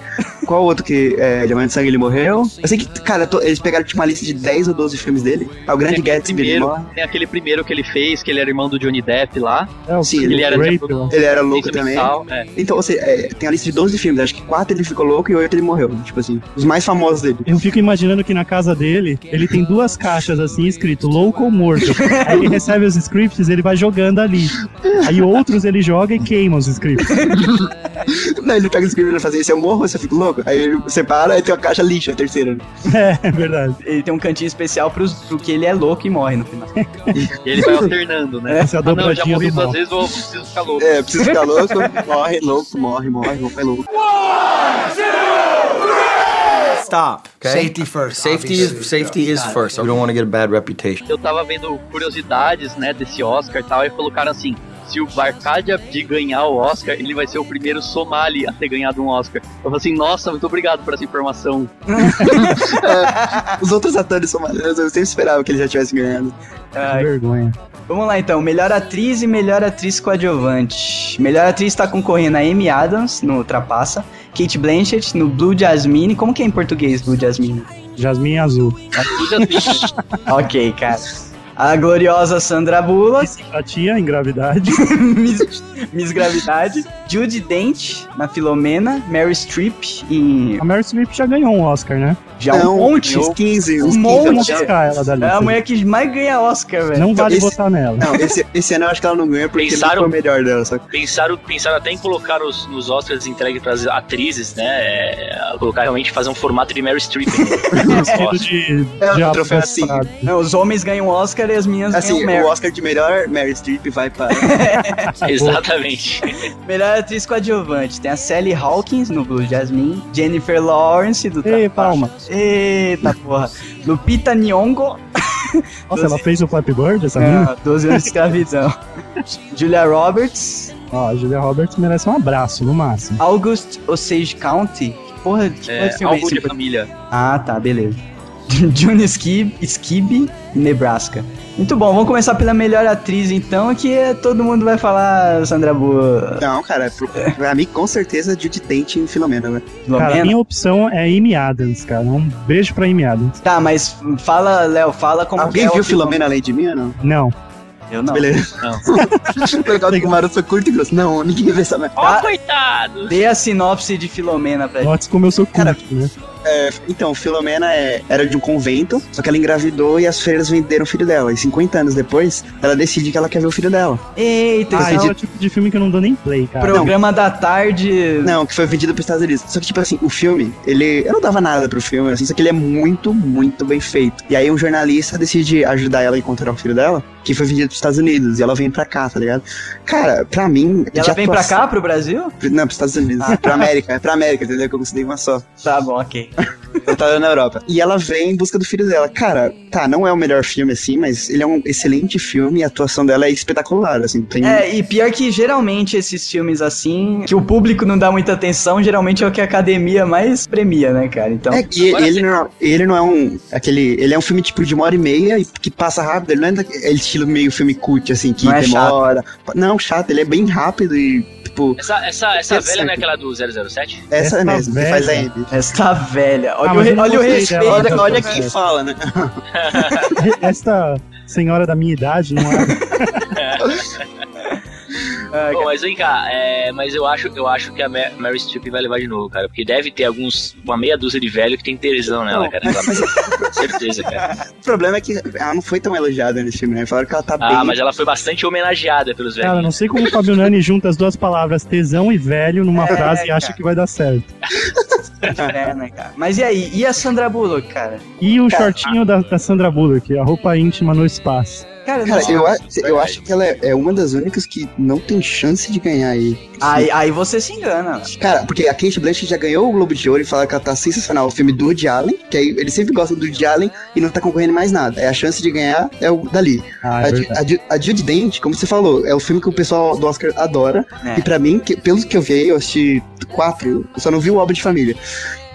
D: Qual outro que é Diamante de Sangue ele morreu? Eu sei que, cara, tô- eles pegaram tipo, uma lista de 10 ou 12 filmes dele. Ah, o Grande
B: Tem aquele
D: Gatsby, ele
B: primeiro.
D: morre.
B: Tem né? aquele primeiro que ele fez, que ele era irmão do Johnny Depp lá.
C: É, o
D: Sim,
C: Chris
B: ele era
C: Rape,
B: tipo-
C: ó.
D: Ele era louco
B: Esse
D: também.
B: mensal, é.
D: Então, ou seja, é, tem a lista de 12 filmes, acho que 4 ele ficou louco e 8 ele morreu. Tipo assim, os mais famosos dele.
C: Eu fico imaginando que na casa dele, ele tem duas caixas assim, escrito louco ou morto. Aí ele recebe os scripts, ele vai jogando ali. Aí outros ele joga e queima os scripts.
D: Não, ele pega os filmes e fala assim: esse eu morro ou esse eu fico louco? Aí ele separa, aí tem uma caixa lixo, a terceira. né?
C: É, é verdade.
A: Ele tem um cantinho especial pros, pro que ele é louco e morre no final.
B: E ele vai alternando, né?
C: Essa é a
B: ah, não, já
C: dobradinha
B: morri
C: do
B: duas
C: mal.
B: vezes, vou preciso ficar louco.
D: É, precisa ficar louco, morre, louco, morre, morre, louco, é louco.
I: Stop. Okay? Safety first. Safety is safety is first. We don't want to get a bad reputation.
B: Eu tava vendo curiosidades, né, desse Oscar e tal, e colocaram assim, se o Barcadia de ganhar o Oscar, ele vai ser o primeiro somali a ter ganhado um Oscar. Eu falei assim, nossa, muito obrigado por essa informação.
D: Os outros atores são maravilhosos, eu sempre esperava que ele já tivesse ganhado.
C: Que
A: Ai,
C: vergonha.
A: vamos lá então, melhor atriz e melhor atriz coadjuvante. Melhor atriz tá concorrendo a Amy Adams no Trapaça, Kate Blanchett no Blue Jasmine. Como que é em português Blue Jasmine?
C: Jasmine Azul.
B: Eu já vi.
A: ok, cara. A gloriosa Sandra Bullock,
C: Simpatia em gravidade.
A: Miss, Miss Gravidade, Judy Dent na Filomena, Mary Streep em
C: A Mary Streep já ganhou um Oscar, né?
A: já um monte.
D: Uns 15,
A: Um
D: uns 15.
A: monte.
D: eu
C: Vamos
D: acho.
C: buscar ela da
A: É a
C: lista.
A: mulher que mais ganha Oscar, velho.
C: Não vale
D: esse-
C: votar nela.
D: Não, esse, esse ano eu acho que ela não ganha porque
E: Pensaram-
D: não foi o melhor dela, só que
E: Pensaram, pensaram até em colocar os, nos Oscars entregue pras atrizes, né? é, colocar realmente fazer um formato de Mary Streep. né?
C: No sentido de,
D: É,
C: de
D: o troféu assim.
C: apostar.
A: Não, os homens ganham Oscar e as minhas
D: Assim,
A: ganham É um Mary.
D: o Oscar de melhor Mary Streep vai para.
C: Tá
E: Exatamente.
A: Melhor atriz coadjuvante. Tem a Sally Hawkins no Blue Jasmine, Jennifer Lawrence do Trapalhões.
C: Ei, palma.
A: Eita porra. Lupita Nyong'o,
C: Nossa, ela fez o Flappy Bird, essa menina?
A: ah, 12 anos de escravidão. Julia Roberts,
C: Ó, a Julia Roberts merece um abraço, no máximo.
A: August Osage County. Que porra, que porra
B: É,
A: de filme é
B: algo
A: esse?
B: de família.
A: Ah, tá, beleza. June Skib, Skib, Nebraska. Muito bom, vamos começar pela melhor atriz então, que é- todo mundo vai falar Sandra Bullock.
D: Não, cara, é pro- pra mim com certeza Judy Dent e Filomena, né?
C: Cara, a
A: Filomena?
C: minha opção é Amy Adams, cara. Um beijo pra Amy Adams.
A: Tá, mas fala, Léo, fala como que
D: Alguém
A: é
D: viu
A: o filme.
D: Filomena além de mim ou não?
C: Não.
A: Eu não.
D: Beleza. Legal que o Maroto foi curto e grosso. Não, ninguém vê essa merda.
A: Tá?
E: Ó, coitado!
A: Dê a sinopse de Filomena pra gente.
C: Notes como eu sou
D: Cara,
C: crítico, né?
D: É, então, Filomena é- era de um convento, só que ela engravidou e as freiras venderam o filho dela. E 50 anos depois, ela decide que ela quer ver o filho dela.
A: Eita,
C: Ah,
A: esse
C: esse é o tipo de filme que eu não dou nem play, cara.
A: programa da tarde.
D: Não, que foi vendido pros Estados Unidos. Só que, tipo assim, o filme, ele. Eu não dava nada pro filme, assim, só que ele é muito, muito bem feito. E aí um jornalista decide ajudar ela a encontrar o filho dela, que foi vendido pros Estados Unidos. E ela vem pra cá, tá ligado? Cara, pra mim.
A: E ela
D: de
A: vem pra
D: atuação-
A: cá, Ah. pro Brasil?
D: Não, pros Estados Unidos. Pra América, é pra América, entendeu? Que eu consegui uma só.
A: Tá bom, ok.
D: Ela tá na Europa. E ela vem em busca do filho dela. Cara, tá, não é o melhor filme, assim, mas ele é um excelente filme e a atuação dela é espetacular, assim. Tem...
A: É, e pior que geralmente esses filmes assim, que o público não dá muita atenção, geralmente é o que a academia mais premia, né, cara? Então.
D: É, e
E: Agora
D: ele, não, ele não é um. Aquele, ele é um filme tipo de uma hora e meia e que passa rápido. Ele não é daquele estilo meio filme cult, assim, que
A: Não é
D: demora. Não, chato, ele é bem rápido e, tipo,
E: Essa, essa, essa
D: Interessante.
E: velha não é aquela do 007?
D: essa,
C: Essa
D: é mesmo, que
C: velha.
D: faz a M.
A: Esta velha. Olha,
C: Ah,
A: o,
C: mas
A: re-
C: eu não
A: olha o
C: gostei
A: respeito.
C: dela,
D: Olha,
C: não.
D: olha quem fala, né?
C: Esta senhora da minha idade não é.
A: Ah,
E: Bom, mas vem cá, é, mas eu acho, eu acho que a Ma- Mary Streep vai levar de novo, cara. Porque deve ter alguns. Uma meia dúzia de velho que tem tesão nela, cara. Com certeza, cara.
D: O problema é que ela não foi tão elogiada nesse filme, né? Falaram que ela tá bem.
E: Ah, mas ela foi bastante homenageada pelos
C: Cara,
E: velhos.
C: não sei como o Fabio Nani junta as duas palavras tesão e velho numa
A: É,
C: frase e acha
A: cara.
C: que vai dar certo.
A: é, né, cara? Mas e aí? E a Sandra Bullock, cara?
C: E o shortinho da, da Sandra Bullock, a roupa íntima no espaço.
A: Cara,
D: Cara,
A: nossa.
D: eu, a- eu acho que ela é, é uma das únicas que não tem chance de ganhar aí.
A: aí, aí você se engana.
D: Cara, porque a Kate Blanchett já ganhou o Globo de Ouro e falaram que ela tá sensacional. O filme do Woody Allen, que aí ele sempre gosta do Woody Allen e não tá concorrendo mais nada. É a chance de ganhar é o dali.
C: Ah,
D: A,
C: é
D: Ju-
C: verdade.
D: a, Ju- a Judy Dent, como você falou, é o filme que o pessoal do Oscar adora.
A: É.
D: E pra mim, que- pelo que eu vi, eu assisti quatro, eu só não vi o Obra de Família.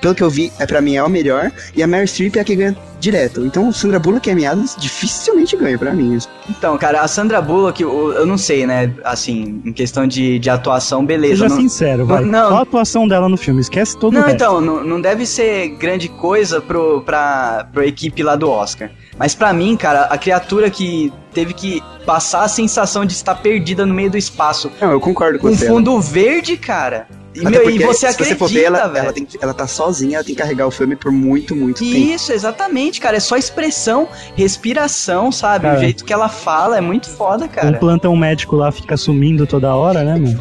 D: Pelo que eu vi, é pra mim é o melhor. E a Mary Streep é a que ganha direto. Então, Sandra Bullock e Amy Adams dificilmente ganha pra mim.
A: Então, cara, a Sandra Bullock, eu, eu não sei, né? Assim, em questão de, de atuação, beleza.
C: Seja
A: não-
C: sincero, vai.
A: Não.
C: Só a atuação dela no filme, esquece todo o
A: Não,
C: resto.
A: então, não, não deve ser grande coisa pro, pra, pra equipe lá do Oscar. Mas pra mim, cara, a criatura que teve que passar a sensação de estar perdida no meio do espaço.
D: Não, eu concordo com
A: Com um
D: você.
A: fundo verde, cara. E,
D: né? Até
A: meu, e
D: porque
A: você
D: se
A: acredita,
D: você for ver, ela,
A: velho.
D: ela, tem um que- ela tá sozinha, ela tem que carregar o filme por muito, muito tempo.
A: Isso, exatamente, cara. É só expressão, respiração, sabe?
C: Cara.
A: O jeito que ela fala é muito foda,
C: Um
A: cara.
C: plantão médico lá fica sumindo toda hora, né, mano?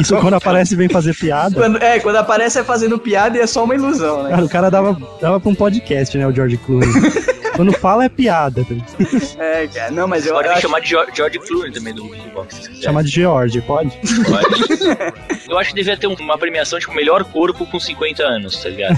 C: Isso quando aparece vem fazer piada.
A: Quando, é, quando aparece é fazendo piada e é só uma ilusão, né?
C: Cara, o cara dava, dava pra um podcast, né, o George Clooney. Quando fala é piada, tá? ligado?
A: É, cara. Não, mas eu,
E: Pode
A: eu
E: me
A: acho
E: chamar de Geor- George Clooney também do Box, se quiser.
C: Chamar de George, pode?
E: Pode. Eu acho que devia ter um- uma premiação, tipo, melhor corpo com 50 anos, tá ligado?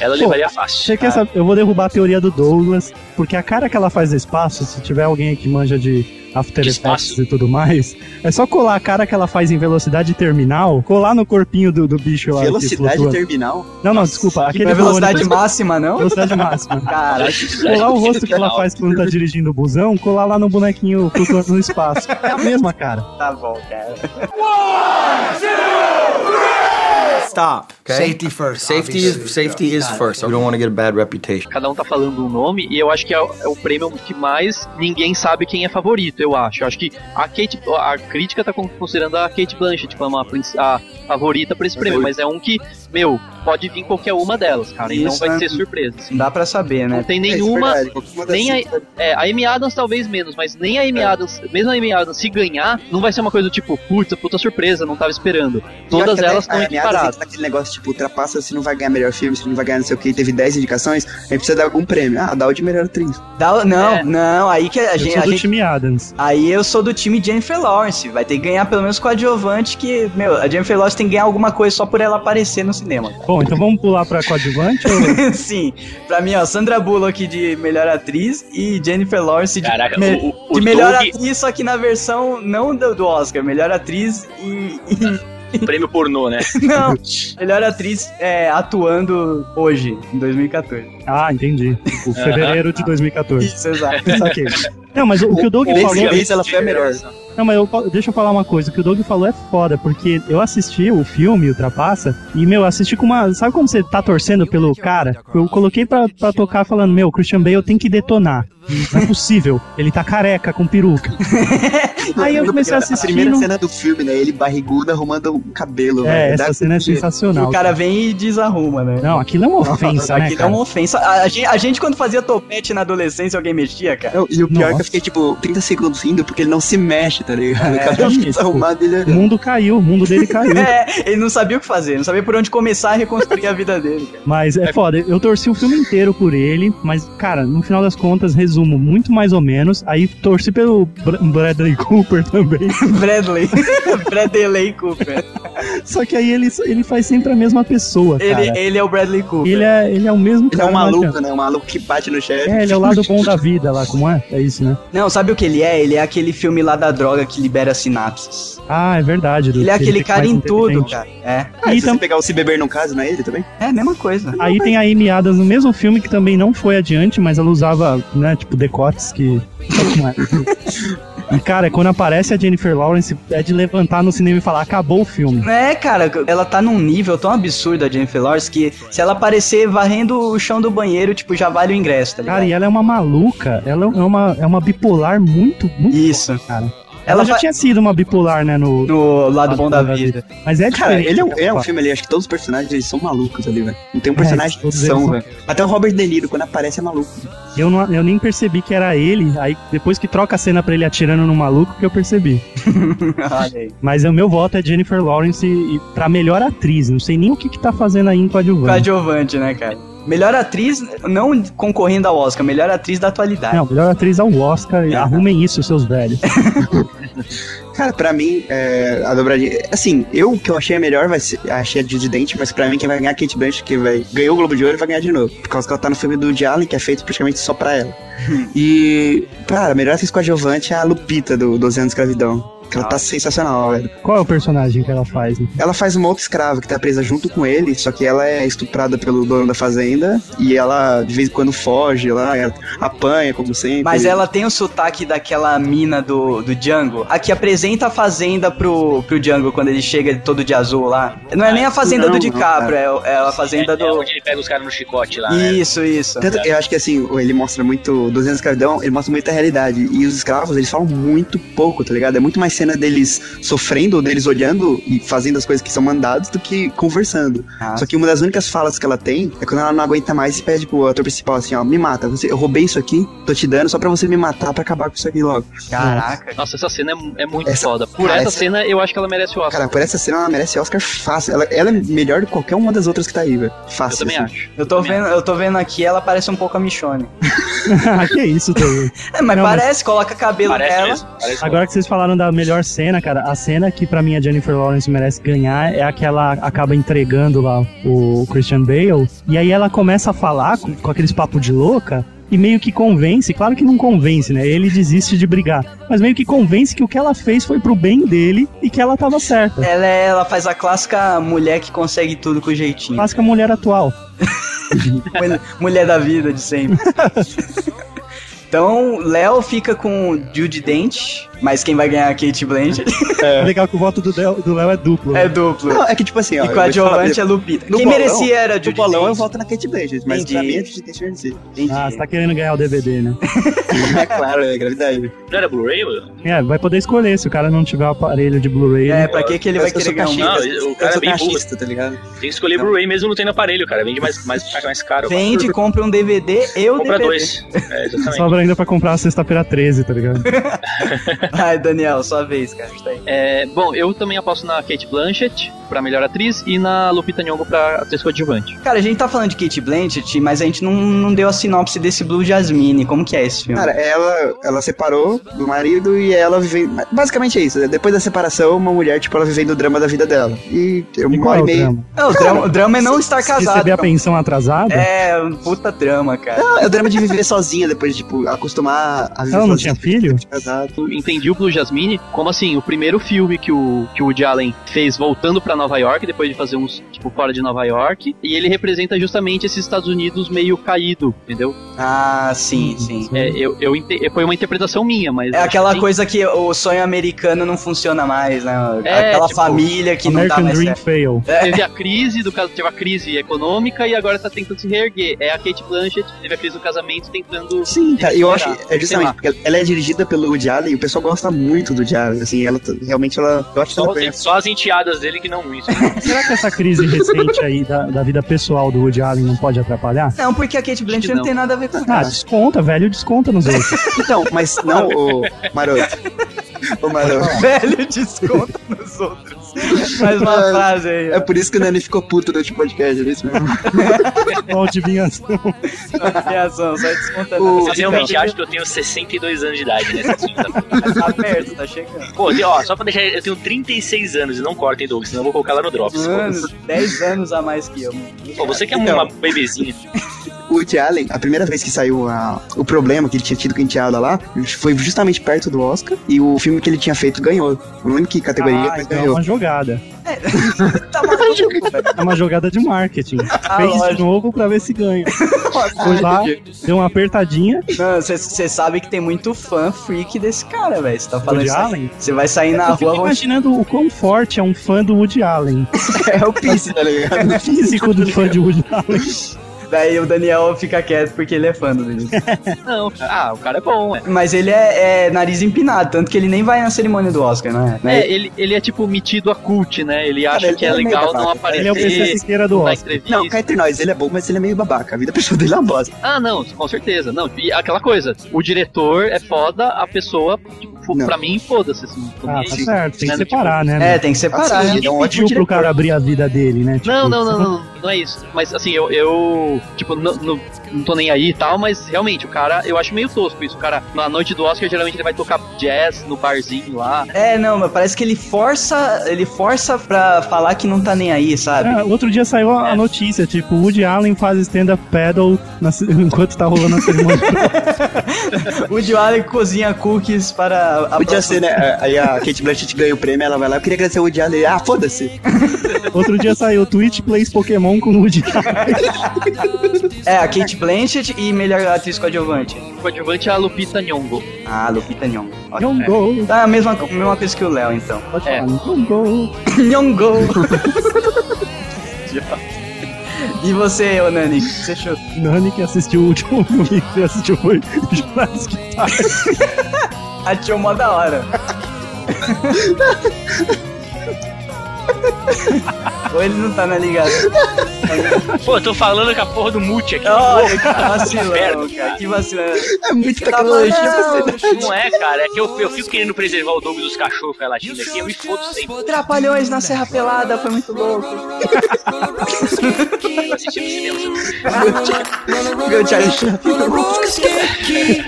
E: Ela levaria fácil. tá?
C: Você quer saber? Eu vou derrubar a teoria do Douglas, porque a cara que ela faz no espaço, se tiver alguém aí que manja de After
E: De
C: Effects
E: espaço.
C: e tudo mais, é só colar a cara que ela faz em velocidade terminal, colar no corpinho do, do bicho lá. que
D: Velocidade
C: flutua.
D: terminal?
C: Não, não, desculpa. Aquele
A: não é velocidade
C: máxima.
A: máxima, não?
C: Velocidade máxima.
A: Cara,
C: Colar o rosto que ela faz quando tá dirigindo o busão, colar lá no bonequinho flutuando no espaço. É a mesma cara.
A: tá bom, cara.
I: Stop. Safety first. Safety is safety is first. We don't want to get a bad reputation.
B: Cada um tá falando um nome e eu acho que é, o- é o prêmio que mais ninguém sabe quem é favorito, eu acho. Eu acho que a Kate, a crítica tá con- considerando a Kate Blanchett tipo, uma princ- a favorita pra esse prêmio, mas é um que, meu, pode vir qualquer uma delas, cara. Então
A: Isso,
B: vai
A: né?
B: ser surpresa. assim.
A: Não dá pra saber,
B: Não
A: né?
D: é
B: tem nenhuma, nem a, é, a Amy Adams talvez menos, mas nem a Amy Adams, mesmo a Amy Adams se ganhar, não vai ser uma coisa do tipo, puta, puta surpresa, não tava esperando. Todas
D: é
B: elas estão equiparadas.
D: né, assim, Aquele negócio tipo, ultrapassa se não vai ganhar melhor filme, se não vai ganhar não sei o que, teve 10 indicações, aí precisa dar algum prêmio. Ah, dá o de melhor atriz.
A: Dá- não,
B: É.
A: não, aí que a
C: Eu
A: gente.
C: sou
A: a
C: do
A: gente-
C: time Adams.
A: Aí eu sou do time Jennifer Lawrence. Vai ter que ganhar pelo menos com a Adjuvante, que, meu, a Jennifer Lawrence tem que ganhar alguma coisa só por ela aparecer no cinema.
C: Bom, então vamos pular pra coadjuvante? ou-
A: Sim, pra mim, ó, Sandra Bullock de melhor atriz e Jennifer Lawrence de,
E: Caraca,
A: me-
E: o, o, o
A: de melhor
E: Doug,
A: atriz, só que na versão não do, do Oscar, melhor atriz em, em
E: Prêmio pornô, né?
A: Não, melhor atriz é, atuando hoje, em 2014.
C: Ah, entendi. Tipo, fevereiro de 2014.
A: Isso, exato.
C: Saquei. Não, mas o, o que o Doug
D: Nesse
C: falou.
A: é-
D: mês ela foi a melhor.
C: Não, mas eu, fa- deixa eu falar uma coisa. O que o Doug falou é foda, porque eu assisti o filme Ultrapassa e, meu, assisti com uma. Sabe como você tá torcendo pelo cara? Eu coloquei pra, pra tocar falando, meu, Christian Bale tem que detonar. Não é possível. Ele tá careca, com peruca. Aí eu comecei a
D: A
C: assistir.
D: primeira
C: não-
D: cena do filme, né? Ele barrigudo arrumando o cabelo,
C: É,
D: velho.
C: essa
D: Dá-
C: cena é sensacional.
A: o cara vem e desarruma, né?
C: Não, aquilo é uma ofensa, né?
A: Aquilo é
C: Cara?
A: uma ofensa. A, a gente, a gente, quando fazia topete na adolescência, alguém mexia, cara.
D: Não, e o pior é que
C: Nossa.
D: eu fiquei, tipo, 30 segundos rindo porque ele não se mexe, tá ligado? O
C: eu
D: cabelo
C: acho que,
D: desarrumado, ele... é-
C: O mundo caiu, o mundo dele caiu.
A: É, ele não sabia o que fazer, não sabia por onde começar a reconstruir a vida dele, cara.
C: Mas é foda, eu torci o filme inteiro por ele, mas, cara, no final das contas, resumo, muito mais ou menos. Aí torci pelo Br- Bradley Cooper também.
A: Bradley. Bradley Cooper.
C: Só que aí ele, ele faz sempre a mesma pessoa, cara.
A: Ele,
C: Ele,
A: ele é o Bradley Cooper.
C: é, ele é o mesmo
D: Ele é
C: cara,
D: um
C: não
D: maluco,
C: adianta.
D: né? Um maluco que bate no chefe.
C: É, ele é o lado bom da vida lá, como é? É isso, né?
A: Não, sabe o que ele é? Ele é aquele filme lá da droga que libera sinapses.
C: Ah, é verdade. Dudu,
A: Ele é
C: que
A: aquele
C: fica mais
A: cara em tudo,
C: inteligente.
A: cara. É,
D: Ah,
C: E
D: se você
C: tam-
D: pegar o Se Beber Não Caso, não é ele também?
A: é a mesma coisa.
C: Aí tem a Amy Adams no mesmo filme que também não foi adiante, mas ela usava, né, tipo, decotes que. sabe como é? E, cara, quando aparece a Jennifer Lawrence, é de levantar no cinema e falar: acabou o filme.
A: É, cara, ela tá num nível tão absurdo, a Jennifer Lawrence, que se ela aparecer varrendo o chão do banheiro, tipo, já vale o ingresso, tá ligado?
C: Cara, e ela é uma maluca, ela é uma, é uma bipolar muito, muito.
A: Isso.
C: forte, Cara. Ela,
A: Ela
C: já
A: fa-
C: tinha sido uma bipolar, né? No,
A: No lado bom da vida.
C: Mas é
D: Cara,
C: diferente,
D: ele é um,
C: né,
D: é um
C: cara?
D: filme ali, acho que todos os personagens eles são malucos ali, velho. Não tem um personagem que
C: É, todos
D: são,
C: eles
D: velho. Até o Robert De Niro, quando aparece, é maluco.
C: Eu, não, eu nem percebi que era ele, aí depois que troca a cena pra ele atirando no maluco, que eu percebi.
A: Olha aí.
C: Mas o meu voto é Jennifer Lawrence e, e pra melhor atriz. Não sei nem o que, que tá fazendo aí em coadjuvante.
A: Coadjuvante, né, cara? Melhor atriz, não concorrendo ao Oscar, melhor atriz da atualidade.
C: Não, melhor atriz ao Oscar. e Arrumem isso, seus velhos.
D: Cara, pra mim, é, a dobradinha. Assim, eu o que eu achei a melhor, vai ser, achei a de de dente, mas pra mim quem vai ganhar é a Kate Blanchett, que vai, ganhou o Globo de Ouro, vai ganhar de novo. Por causa que ela tá no filme do Woody Allen, que é feito praticamente só pra ela.
C: Hum.
D: e, cara, a melhor atriz coadjuvante é a Lupita do 12 anos de escravidão. Que
C: Ah.
D: ela tá sensacional, velho.
C: Qual é o personagem que ela faz? né?
D: Ela faz uma outra escrava que tá presa junto com ele, só que ela é estuprada pelo dono da fazenda e ela de vez em quando foge lá, ela apanha, como sempre.
A: Mas ela tem o sotaque daquela mina do, do Django, a que apresenta a fazenda pro, pro Django quando ele chega todo de azul lá. Não é nem a fazenda
D: Não,
A: do
D: não,
A: DiCaprio, é, o- é a fazenda
E: É
A: do.
E: onde ele pega os caras no chicote lá, né?
A: Isso, isso.
D: Tanto- eu acho que assim, ele mostra muito. 200 escravidão, ele mostra muita realidade. E os escravos, eles falam muito pouco, tá ligado? É muito mais cena deles sofrendo, deles olhando e fazendo as coisas que são mandados do que conversando.
A: Ah.
D: Só que uma das únicas falas que ela tem é quando ela não aguenta mais e pede pro ator principal assim: ó, me mata, você, eu roubei isso aqui, tô te dando só pra você me matar pra acabar com isso aqui logo.
A: Caraca.
B: Nossa, essa cena é, mu- é muito
D: Essa-
B: foda. Por
D: cara,
B: essa,
D: essa-
B: cena, eu acho que ela merece o Oscar.
D: Cara, por essa cena ela merece Oscar fácil. Ela, ela é melhor do que qualquer uma das outras que tá aí, velho. Fácil.
B: eu também
D: assim.
B: acho.
A: Eu tô, vendo, eu tô vendo aqui, ela parece um pouco a Michonne.
C: Ah, que isso, Doug.
A: É, mas
C: Não, mas-
A: parece, coloca cabelo
E: Parece
A: dela.
E: mesmo. Parece mesmo.
C: Agora que vocês falaram da melhor cena, cara, a cena que pra mim a Jennifer Lawrence merece ganhar é a que ela acaba entregando lá o Christian Bale. E aí ela começa a falar com, com aqueles papos de louca. E meio que convence, claro que não convence, né? Ele desiste de brigar. Mas meio que convence que o que ela fez foi pro bem dele e que ela tava certa.
A: Ela, é- ela faz a clássica mulher que consegue tudo com jeitinho.
C: Clássica mulher atual.
A: Mulher- mulher da vida de sempre. Então, Léo fica com Judy Dent, mas quem vai ganhar é a Kate Blanchett
C: Legal que o voto do Del- do Léo é duplo.
A: é duplo.
D: Não, é que tipo assim, ó.
A: E
D: eu
A: com a
D: vou te falar,
A: Giovante é Lupita.
D: no
A: Quem
D: bolão-
A: merecia era a Judy
D: No bolão eu
A: Dent.
D: voto na Kate Blanchett, mas pra
A: Entendi.
D: mim é de Kate Blanchett.
C: Ah, você tá querendo ganhar o DVD, né?
D: É claro, é gravidade.
E: Não era Blu-ray? mano?
C: É, vai poder escolher se o cara não tiver o aparelho de Blu-ray.
A: É, pra que, que ele vai
D: Mas eu
A: querer
D: sou
A: ganhar um?
D: cachista,
E: Não,
D: eu
E: o cara
D: sou
E: é bem burro.
D: cachista, tá ligado?
E: Tem que escolher Blu-ray mesmo não tendo aparelho, cara. Vende mais, mais, mais caro.
A: Vende, compra um DVD e o
E: Compra
A: DVD.
E: dois. É, exatamente.
C: Sobra ainda pra comprar a sexta-feira 13, tá ligado?
A: Ai, Daniel, sua vez, cara. Tá aí.
B: É, bom, eu também aposto na Kate Blanchett pra melhor atriz e na Lupita Nyong'o pra atriz coadjuvante.
A: Cara, a gente tá falando de Kate Blanchett, mas a gente não, não deu a sinopse desse Blue Jasmine. Como que é esse filme?
D: Cara, ela, ela separou do marido e ela vive. Basicamente é isso. né? Depois da separação, uma mulher, tipo, ela vivendo o drama da vida dela. E eu
C: E qual é o
D: moro e meio.
C: drama?
A: É, o, drama, o drama é não É. estar casado.
C: Receber a
A: cara.
C: pensão atrasada?
A: É, um puta drama, cara.
D: Ah, Não, é o drama de viver sozinha depois, tipo, tipo, acostumar a
C: Ela não tinha filho?
B: Eu entendi o Blue Jasmine como assim, o primeiro filme que o, que o Woody Allen fez voltando pra Nova York, depois de fazer uns, tipo, fora de Nova York, e ele representa justamente esses Estados Unidos meio caído, entendeu?
A: Ah, sim, sim.
B: É, eu, eu ente- foi uma interpretação minha, mas.
A: É
B: acho
A: aquela
B: que-
A: coisa que o sonho americano não funciona mais, né?
B: É,
A: aquela
B: tipo,
A: família que não tá
C: American
A: mais
C: Dream
A: certo.
C: Fail.
A: é.
B: Teve a crise do caso, teve a crise econômica e agora tá tentando se reerguer. É a Kate Blanchett, teve a crise do casamento tentando.
D: Sim, cara, eu acho
B: Sei
D: é justamente porque ela é dirigida pelo Woody Allen e o pessoal gosta muito do Woody Allen, assim, ela t- realmente ela, eu acho que
E: Só,
D: ela
E: tem-
D: conhece.
E: só as enteadas dele que não muito.
A: É.
C: Será que essa crise recente aí da, da vida pessoal do Woody Allen não pode atrapalhar?
A: Não, porque a Kate Blanchett não.
B: não.
A: tem nada a ver com
C: Ah, desconta, velho, desconta nos outros.
D: Então, mas não, ô Maroto. Ô Maroto.
A: Velho, desconta nos outros. Mais uma
D: Mano,
A: frase aí.
D: É por isso que o Nani ficou puto durante o podcast, é isso mesmo?
C: Qual adivinhação?
A: Ação, só desconta.
D: O-
A: Você
E: Vocês realmente
A: realmente acha
E: acham que eu tenho 62 anos de idade, né? Vocês não sabem.
A: que tá perto, tá chegando.
E: Pô, tem- ó, só pra deixar, eu tenho 36 anos e não cortem, Doug, senão eu vou colocar lá no Drops.
A: Anos, 10 anos a mais que eu.
E: Pô, você que
C: Então,
E: é uma bebezinha.
D: O Woody Allen, a primeira vez que saiu a- o problema que ele tinha tido com a enteada lá, foi justamente perto do Oscar e o filme que ele tinha feito ganhou. Não lembro que categoria,
C: Ah,
D: mas
C: então é
D: ganhou.
C: uma jogada.
A: Tá maluco, velho.
C: É uma jogada de marketing.
A: Ah,
C: Fez de
A: lógico.
C: novo pra ver se ganha.
B: é um
C: Foi lá, deu uma apertadinha.
A: Mano, você sabe que tem muito fã freak desse cara, velho. Você tá falando
C: Woody
A: isso aí.
C: Allen?
A: Você vai sair na
C: Eu fico
A: rua, vão te...
C: imaginando o quão forte é um fã do Woody Allen.
A: É o piso.
D: tá ligado?
C: O É físico do fã de Woody Allen.
A: Daí o Daniel fica quieto porque ele é fã do Denise.
B: Não, cara. ah, o cara é bom, é.
A: Mas ele é, é nariz empinado, tanto que ele nem vai na cerimônia do Oscar, né? Né?
B: É, ele, ele é tipo metido a cult, né? Ele acha
D: ele
B: que é
D: é meio
B: legal não
D: babaca.
B: aparecer
C: Ele é o PC Siqueira do
B: na
C: Oscar.
B: entrevista.
D: Não, cá entre nós, ele é bom, mas ele é meio babaca. A vida pessoal dele é uma bosta.
B: Ah, não, com certeza. Não, e aquela coisa, o diretor é foda, a pessoa, tipo, fo-
D: Não.
B: pra mim, foda-se. Assim,
C: Ah, tá
E: é,
B: Sim.
C: certo, tem que
B: Né,
C: separar, né?
A: É, tem que separar.
D: Assim,
A: né?
D: ele é um
C: Ninguém
D: ótimo
C: pediu pro
D: diretor.
C: cara abrir a vida dele, né? Tipo,
B: Não, não, não, não, não é isso. Mas assim, eu, eu tipo, não, não, não tô nem aí e tal, mas realmente, o cara, eu acho meio tosco isso. O cara, na noite do Oscar, geralmente ele vai tocar jazz no barzinho lá.
A: É, não, mas parece que ele força, ele força pra falar que não tá nem aí, sabe?
C: É, outro dia saiu a a notícia, tipo, Woody Allen faz stand-up paddle na ce- enquanto tá rolando a cerimônia.
A: O Woody Allen cozinha cookies para a
D: Podia
A: próxima-
D: ser, né? É, Aí a Kate Blanchett ganha o prêmio, ela vai lá. Eu queria agradecer o Woody Allen. Ah, foda-se.
C: outro dia saiu Twitch Plays Pokémon com Woody Allen.
A: É, a Kate Blanchett e melhor atriz coadjuvante.
B: O coadjuvante é a Lupita Nyong'o.
A: Ah, Lupita Nyong'o. Ok.
C: Não go,
A: Tá a mesma, a mesma coisa que o Léo, então.
C: pode falar, não go.
A: Nyong'o. e você, Onani? Você chuta?
C: Nani que assistiu o último filme que assistiu foi Jurassic Park.
A: Achou mó da hora. Ou ele não tá na ligação.
E: Pô, eu tô falando com a porra do mute aqui.
A: Olha, que vacilão,
E: merda,
A: cara. Que vacilão.
D: É muito
A: Tá
D: tecnologia.
A: falando.
D: você-
E: Não é, cara. É que eu, eu fico querendo preservar o Doug dos cachorros relatindo aqui. Eu me fodo sempre.
A: Trapalhões na Serra Pelada, foi muito louco.
E: Eu assisti no cinema. sabe?
D: Meu Charlie Chaplin.
H: Roller skate.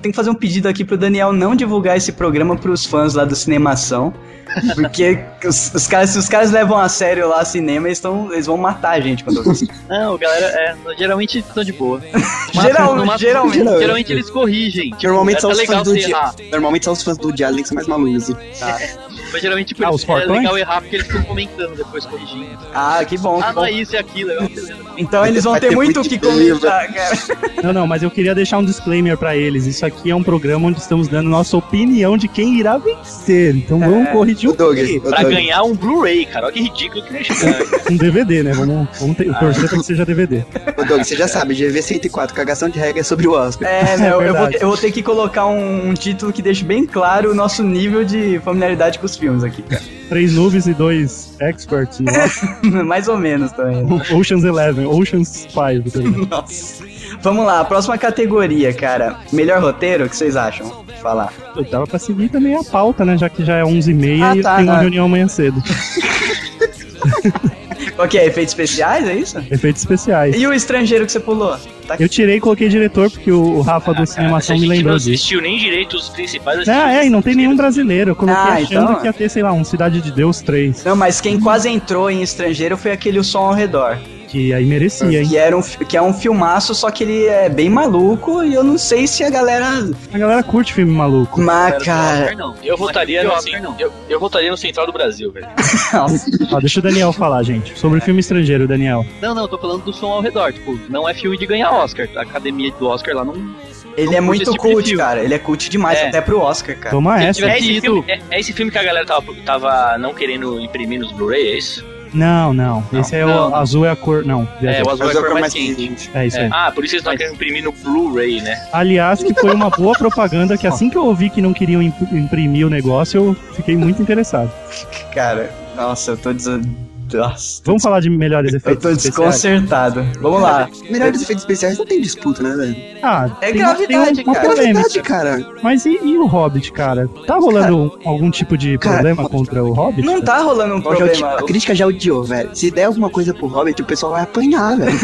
A: Tem que fazer um pedido aqui pro Daniel não divulgar esse programa pros fãs lá do Cinemação. Porque os, os caras, se os caras levam a sério lá cinema, eles, tão, eles vão matar a gente quando eu
B: Não, galera, é, geralmente estão de boa.
A: Geral-
B: no máximo-
A: geralmente.
B: geralmente eles corrigem.
D: Normalmente são
E: Tá
B: é
D: os
B: legal
D: fãs do
B: você
D: Woody
B: errar,
D: Normalmente são os fãs do Woody Allen que são mais malucos. assim.
B: mas geralmente tipo,
C: Ah,
B: eles-
C: os
B: é
C: portões?
B: legal errar porque eles ficam comentando depois corrigindo.
A: Ah, que bom,
B: Ah,
A: que
B: não
A: bom.
B: é isso, é aquilo. É, beleza.
A: Então eles vão
D: Vai
A: ter,
D: ter
A: muito o
D: muito
A: que
D: livro.
A: comentar, cara.
C: Não, não, mas eu queria deixar um disclaimer pra eles. Isso aqui é um programa onde estamos dando nossa opinião de quem irá vencer. Então vamos
A: É.
C: corrigir
D: O
C: o
D: Doug.
C: quê?
D: o
E: Pra
D: Doug.
E: ganhar um Blu-ray, cara. Olha que ridículo que é isso, cara.
C: um DVD, né? Vamos, vamos ter, torcer pra que seja DVD.
D: Ô, Doug, você já sabe, GV104, cagação de regra é sobre o Oscar.
A: É, meu, eu, vou,
C: verdade.
A: eu vou ter que colocar um, um título que deixe bem claro o nosso nível de familiaridade com os filmes aqui. cara.
C: três noobs e dois experts no
A: Mais ou menos também.
C: Ocean's Eleven, Ocean's Five. sei lá.
A: Nossa. Vamos lá, a próxima categoria, cara. Melhor roteiro, o que vocês acham? de Falar.
C: Eu dava pra seguir também a pauta, né? Já que já é 11h30
A: Ah,
C: e eu
A: tá,
C: tenho uma
A: tá.
C: reunião amanhã cedo.
A: Qual que é? Efeitos especiais, é isso?
C: Efeitos especiais.
A: E o estrangeiro que você pulou? Tá
C: Eu tirei e coloquei diretor, porque o, o Rafa do Cinemação
E: a
C: me
E: gente não
C: lembrou disso.
E: assistiu nem direito os principais. assistiu
C: Ah, é, e não tem nenhum brasileiro. Eu coloquei
A: Ah,
C: achando
A: então-
C: que ia ter, sei lá, um Cidade de Deus 3.
A: Não, mas quem quase entrou em estrangeiro foi aquele O Som ao Redor.
C: Que aí merecia, hein?
A: Que, era um, fi- que é um filmaço, só que ele é bem maluco e eu não sei se a galera.
C: A galera curte filme maluco.
A: Mas, cara.
C: então.
B: Não,
E: Eu votaria,
B: Mas
E: no,
B: pior,
E: assim,
B: não.
E: eu, eu votaria no Central do Brasil, velho.
C: Ó, deixa o Daniel falar, gente. Sobre o filme estrangeiro, Daniel.
B: não, não, eu tô falando do som ao redor. Tipo, não é filme de ganhar Oscar. A academia do Oscar lá não.
A: Ele
B: Não
A: é
B: curte esse
A: muito
B: tipo de
A: cult,
B: filme.
A: cara. Ele é cult demais,
E: É.
A: até pro Oscar, cara.
C: Toma
B: Se
C: essa.
E: É
B: tivesse
E: esse,
B: ido.
E: filme, é, é esse filme que a galera tava, tava não querendo imprimir nos Blu-ray, é isso?
C: Não, não. Esse é o
B: Não.
C: azul é a cor. Não,
E: É,
C: é,
E: o azul é a cor mais quente.
C: é isso aí.
E: Ah, por isso eles estão querendo imprimir no Blu-ray, né?
C: Aliás, que foi uma boa propaganda que assim que eu ouvi que não queriam imp- imprimir o negócio, eu fiquei muito interessado.
A: Cara, nossa, eu tô des... Nossa.
C: Vamos falar de melhores
A: Eu
C: efeitos
A: tô
C: especiais?
A: desconcertado. Vamos lá.
D: Melhores efeitos especiais não tem disputa, né, velho? É
C: Ah,
A: É
C: tem uma- tem uma-
A: gravidade,
C: uma
A: cara.
C: polêmica.
D: Verdade, cara.
C: Mas e, e o Hobbit, cara? Tá rolando um- algum tipo de
D: cara,
C: problema contra o Hobbit?
A: Não tá rolando um
D: Já odi-
A: problema.
D: a crítica já odiou, velho. Se der alguma coisa pro Hobbit, o pessoal vai apanhar, velho.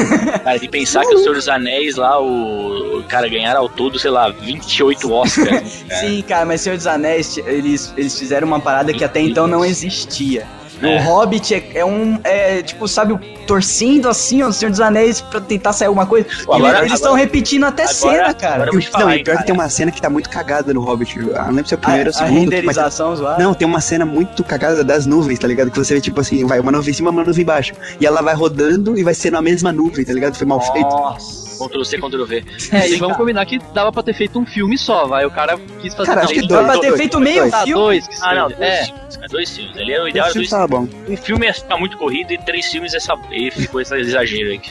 E: Cara, de pensar que o Senhor dos Anéis lá, o, o cara ganharam ao todo, sei lá, 28 Oscars. né,
A: Sim, cara, mas Senhor dos Anéis, eles, eles fizeram uma parada que até então não existia.
E: É.
A: O Hobbit é, é um. É, tipo, sabe, o- torcendo assim, ó, o Senhor dos Anéis pra tentar sair alguma coisa.
E: Pô, agora-
A: E eles estão
E: agora-
A: repetindo até
E: agora- é
A: cena, cara. Ah,
E: agora eu vou te
D: não,
E: falar,
D: e
E: hein,
D: pior
E: cara.
D: que tem uma cena que tá muito cagada no Hobbit. Eu não lembro se é o primeiro ou o
A: a, a
D: segundo. mas-
A: renderização zoada.
D: Não, tem uma cena muito cagada das nuvens, tá ligado? Que você vê, tipo assim, vai uma nuvem em cima, uma nuvem embaixo. E ela vai rodando e vai ser na mesma nuvem, tá ligado? Foi mal feito.
A: Nossa. É,
E: Ctrl C, Ctrl V.
B: É, e vamos combinar que dava pra ter feito um filme só, vai. O cara quis fazer
D: Cara,
B: não,
D: acho que
B: ele
A: Dá
D: dois,
A: pra ter
D: dois,
A: feito
D: dois,
A: meio
B: tá
A: filme.
B: dois. Que
E: Ah, não,
B: seja.
E: dois
B: é.
E: filmes, cara, dois filmes. Ali é o ideal,
D: Esse
E: era
D: filme
E: dois
D: tava bom.
E: Um filme ia ficar muito corrido e três filmes essa... e ficou esse exagero aqui.